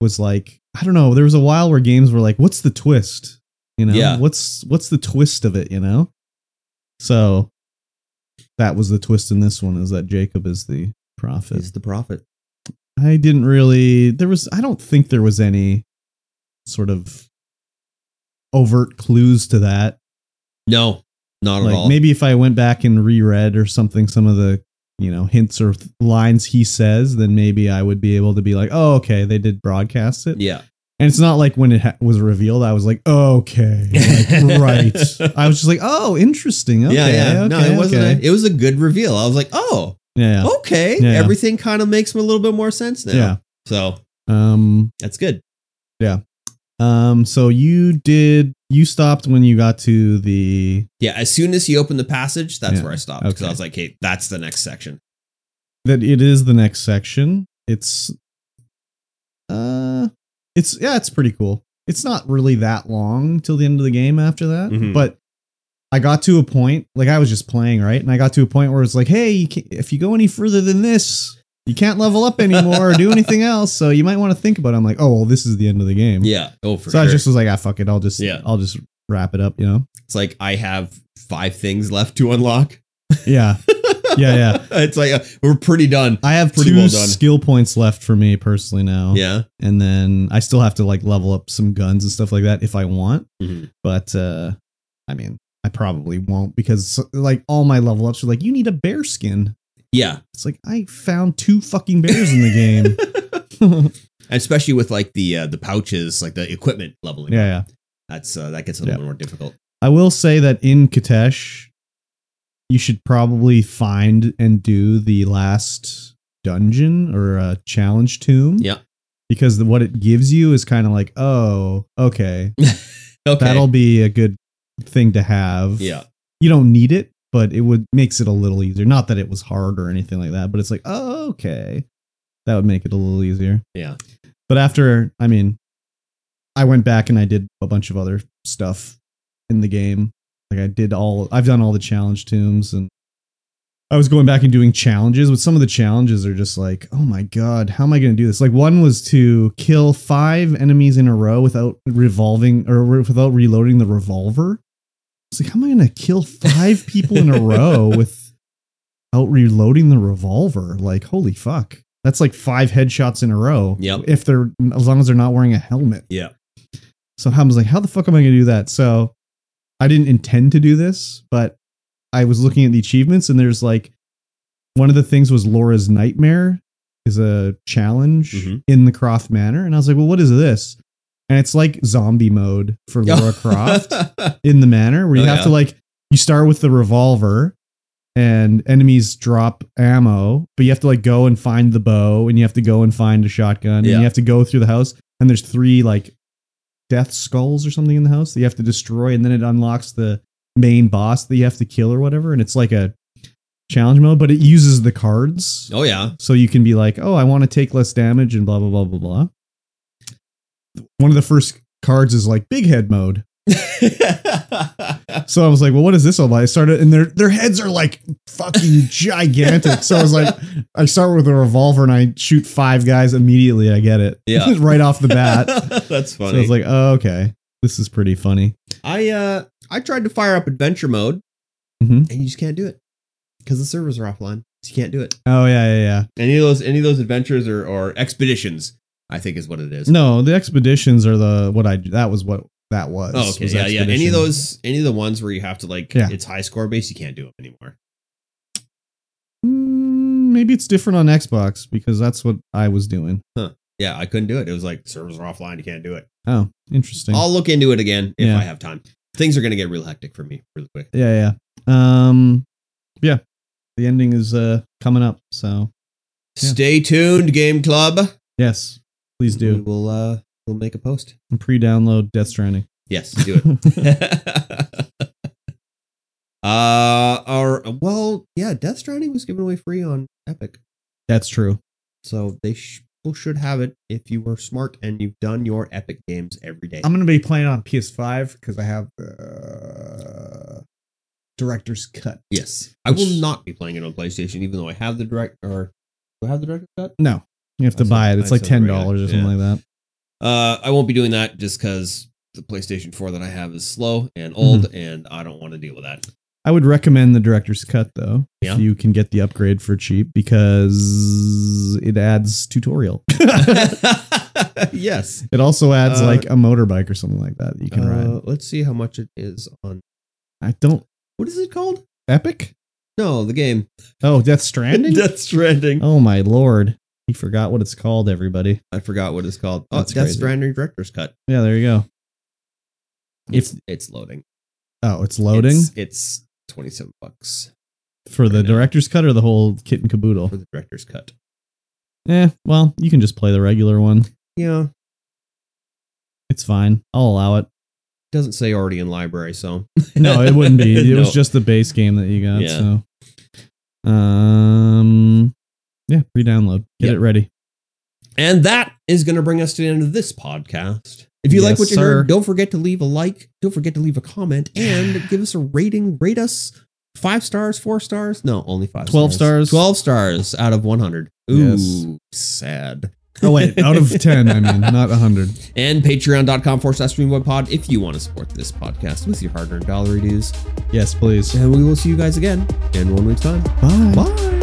C: was like, I don't know. There was a while where games were like, what's the twist? You know,
A: Yeah.
C: what's what's the twist of it? You know, so that was the twist in this one is that Jacob is the prophet.
A: He's the prophet.
C: I didn't really. There was. I don't think there was any sort of overt clues to that.
A: No, not at all.
C: Like maybe if I went back and reread or something, some of the you know hints or th- lines he says, then maybe I would be able to be like, oh, okay, they did broadcast it.
A: yeah.
C: And it's not like when it ha- was revealed, I was like, okay, like, right. I was just like, oh, interesting. Okay,
A: yeah, yeah.
C: Okay,
A: no, it wasn't.
C: okay.
A: A, it was a good reveal. I was like, oh,
C: yeah,
A: okay.
C: Yeah.
A: Everything kind of makes a little bit more sense now.
C: yeah.
A: So
C: Um,
A: that's good.
C: um. So you did. You stopped when you got to the
A: Yeah. As soon as he opened the passage, that's
C: Yeah,
A: where I stopped because
C: okay.
A: I was like, hey, that's the next section.
C: that it is the next section. It's uh it's yeah, it's pretty cool. It's not really that long till the end of the game after that,
A: Mhm.
C: but I got to a point like I was just playing, right? And I got to a point where it's like, "Hey, you can if you go any further than this, you can't level up anymore or do anything else, so you might want to think about it." I'm like, "Oh, well, this is the end of the game."
A: Yeah. Oh, for
C: so
A: sure.
C: I just was like, "Ah, fuck it. I'll just
A: Yeah.
C: I'll just wrap it up, you know?"
A: it's like I have five things left to unlock.
C: Yeah. yeah, yeah.
A: it's like uh, we're pretty done.
C: I have
A: Pretty
C: two
A: well done.
C: skill points left for me personally now.
A: Yeah.
C: and then I still have to like level up some guns and stuff like that if I want.
A: Mhm.
C: But uh I mean, I probably won't because like all my level ups are like you need a bear skin.
A: Yeah.
C: It's like I found two fucking bears in the game.
A: Especially with like the uh, the pouches, like the equipment leveling.
C: yeah, yeah.
A: That's uh, that gets a little bit more difficult.
C: I will say that in Katesh, you should probably find and do the last dungeon or uh, challenge tomb.
A: Yeah.
C: Because the, what it gives you is kind of like, oh, okay,
A: Okay.
C: that'll be a good thing to have.
A: yeah.
C: you don't need it, but it would makes it a little easier. Not that it was hard or anything like that, but it's like, oh, okay. That would make it a little easier.
A: Yeah.
C: But after, I mean, I went back and I did a bunch of other stuff in the game. Like I did all I've done all the challenge tombs and I was going back and doing challenges, but some of the challenges are just like, oh my god, how am I going to do this? Like one was to kill five enemies in a row without revolving or re- without reloading the revolver. It's like, how am I going to kill five people in a row without reloading the revolver? Like, holy fuck, that's like five headshots in a row.
A: Yep.
C: If they're as long as they're not wearing a helmet.
A: Yeah.
C: So I was like, how the fuck am I going to do that? So I didn't intend to do this, but I was looking at the achievements and there's like one of the things was Laura's nightmare is a challenge
A: Mhm.
C: in the Croft Manor. And I was like, well, what is this? And it's like zombie mode for Laura Croft in the manor where you
A: Oh,
C: have
A: yeah.
C: to like you start with the revolver and enemies drop ammo but you have to like go and find the bow and you have to go and find a shotgun and
A: Yeah.
C: you have to go through the house and there's three like death skulls or something in the house that you have to destroy and then it unlocks the main boss that you have to kill or whatever and it's like a challenge mode but it uses the cards
A: oh yeah.
C: so you can be like, oh, I want to take less damage and blah, blah, blah, blah, blah. One of the first cards is like big head mode. So I was like, well, what is this all about? I started and their their heads are like fucking gigantic. So I was like, I start with a revolver and I shoot five guys immediately. I get it.
A: Yeah.
C: right off the bat.
A: That's
C: so
A: funny.
C: I was like, oh, okay. This is pretty funny.
A: I uh I tried to fire up adventure mode
C: Mhm.
A: and you just can't do it because the servers are offline. So you can't do it.
C: Oh yeah, yeah, yeah.
A: Any of those any of those adventures or, or expeditions, I think is what it is.
C: No, the expeditions are the what I that was what that was.
A: Oh, okay.
C: was
A: Yeah, yeah. Any
C: expedition.
A: of those any of the ones where you have to like
C: Yeah.
A: it's high score based, you can't do them anymore.
C: Mm, maybe it's different on Xbox because that's what I was doing.
A: Yeah, I couldn't do it. It was like servers are offline, you can't do it.
C: Oh, interesting.
A: I'll look into it again if
C: Yeah.
A: I have time. Things are gonna get real hectic for me really quick.
C: yeah, yeah. Um, yeah. The ending is uh coming up, so Yeah.
A: Stay tuned, Game Club.
C: yes, please
A: We
C: do
A: will uh we'll make a post.
C: Mm-hmm. pre-download Death Stranding.
A: Yes, do it. uh, our Uh, well, yeah, Death Stranding was given away free on Epic,
C: That's true.
A: so they sh- people should have it if you were smart and you've done your Epic games every day.
C: I'm gonna be playing on PS5 because I have uh, director's cut.
A: yes, I will not be playing it on PlayStation, even though I have the direct or do I have the direct cut?
C: No, you have to
A: I
C: buy
A: said-
C: it. It's
A: I
C: like
A: said
C: ten
A: right.
C: dollars or something
A: Yeah.
C: like that.
A: Uh, I won't be doing that just because the PlayStation 4 that I have is slow
C: Mm-hmm.
A: and old, and I don't want to deal with that.
C: I would recommend the director's cut though.
A: Yeah.
C: If you can get the upgrade for cheap because it adds tutorial.
A: yes.
C: It also adds
A: Uh,
C: like a motorbike or something like that, that you can ride.
A: Uh, let's see how much it is on.
C: I don't
A: What is it called?
C: Epic?
A: No, the game.
C: Oh, Death Stranding?
A: Death Stranding.
C: oh my lord. He forgot what it's called, everybody.
A: I forgot what it's called. Oh,
C: That's
A: Death
C: crazy.
A: Stranding Director's Cut.
C: Yeah, there you go. If
A: It's, it's loading.
C: oh, it's loading
A: It's, it's 27 bucks
C: for the
A: right now.
C: director's cut or the whole kit and caboodle.
A: for the Director's Cut.
C: Eh, well, you can just play the regular one.
A: Yeah.
C: It's fine. I'll allow it.
A: Doesn't say already in library, so.
C: No, it wouldn't be. It
A: No.
C: was just the base game that you got.
A: Yeah.
C: So, um, yeah, pre-download. Get
A: Yep.
C: it ready.
A: And that is going to bring us to the end of this podcast. If you like
C: Yes,
A: what you
C: sir.
A: heard, don't forget to leave a like, don't forget to leave a comment, and give us a rating. Rate us five stars, four stars. No, only five
C: 12 stars.
A: 12 stars out of 100. Ooh,
C: Yes.
A: sad.
C: Oh wait, out of ten, I mean, not a hundred.
A: And patreon.com forward slash pod if you want to support this podcast with your hard earned dollar dues.
C: Yes, please.
A: And we will see you guys again in one week's time.
C: Bye.
A: Bye.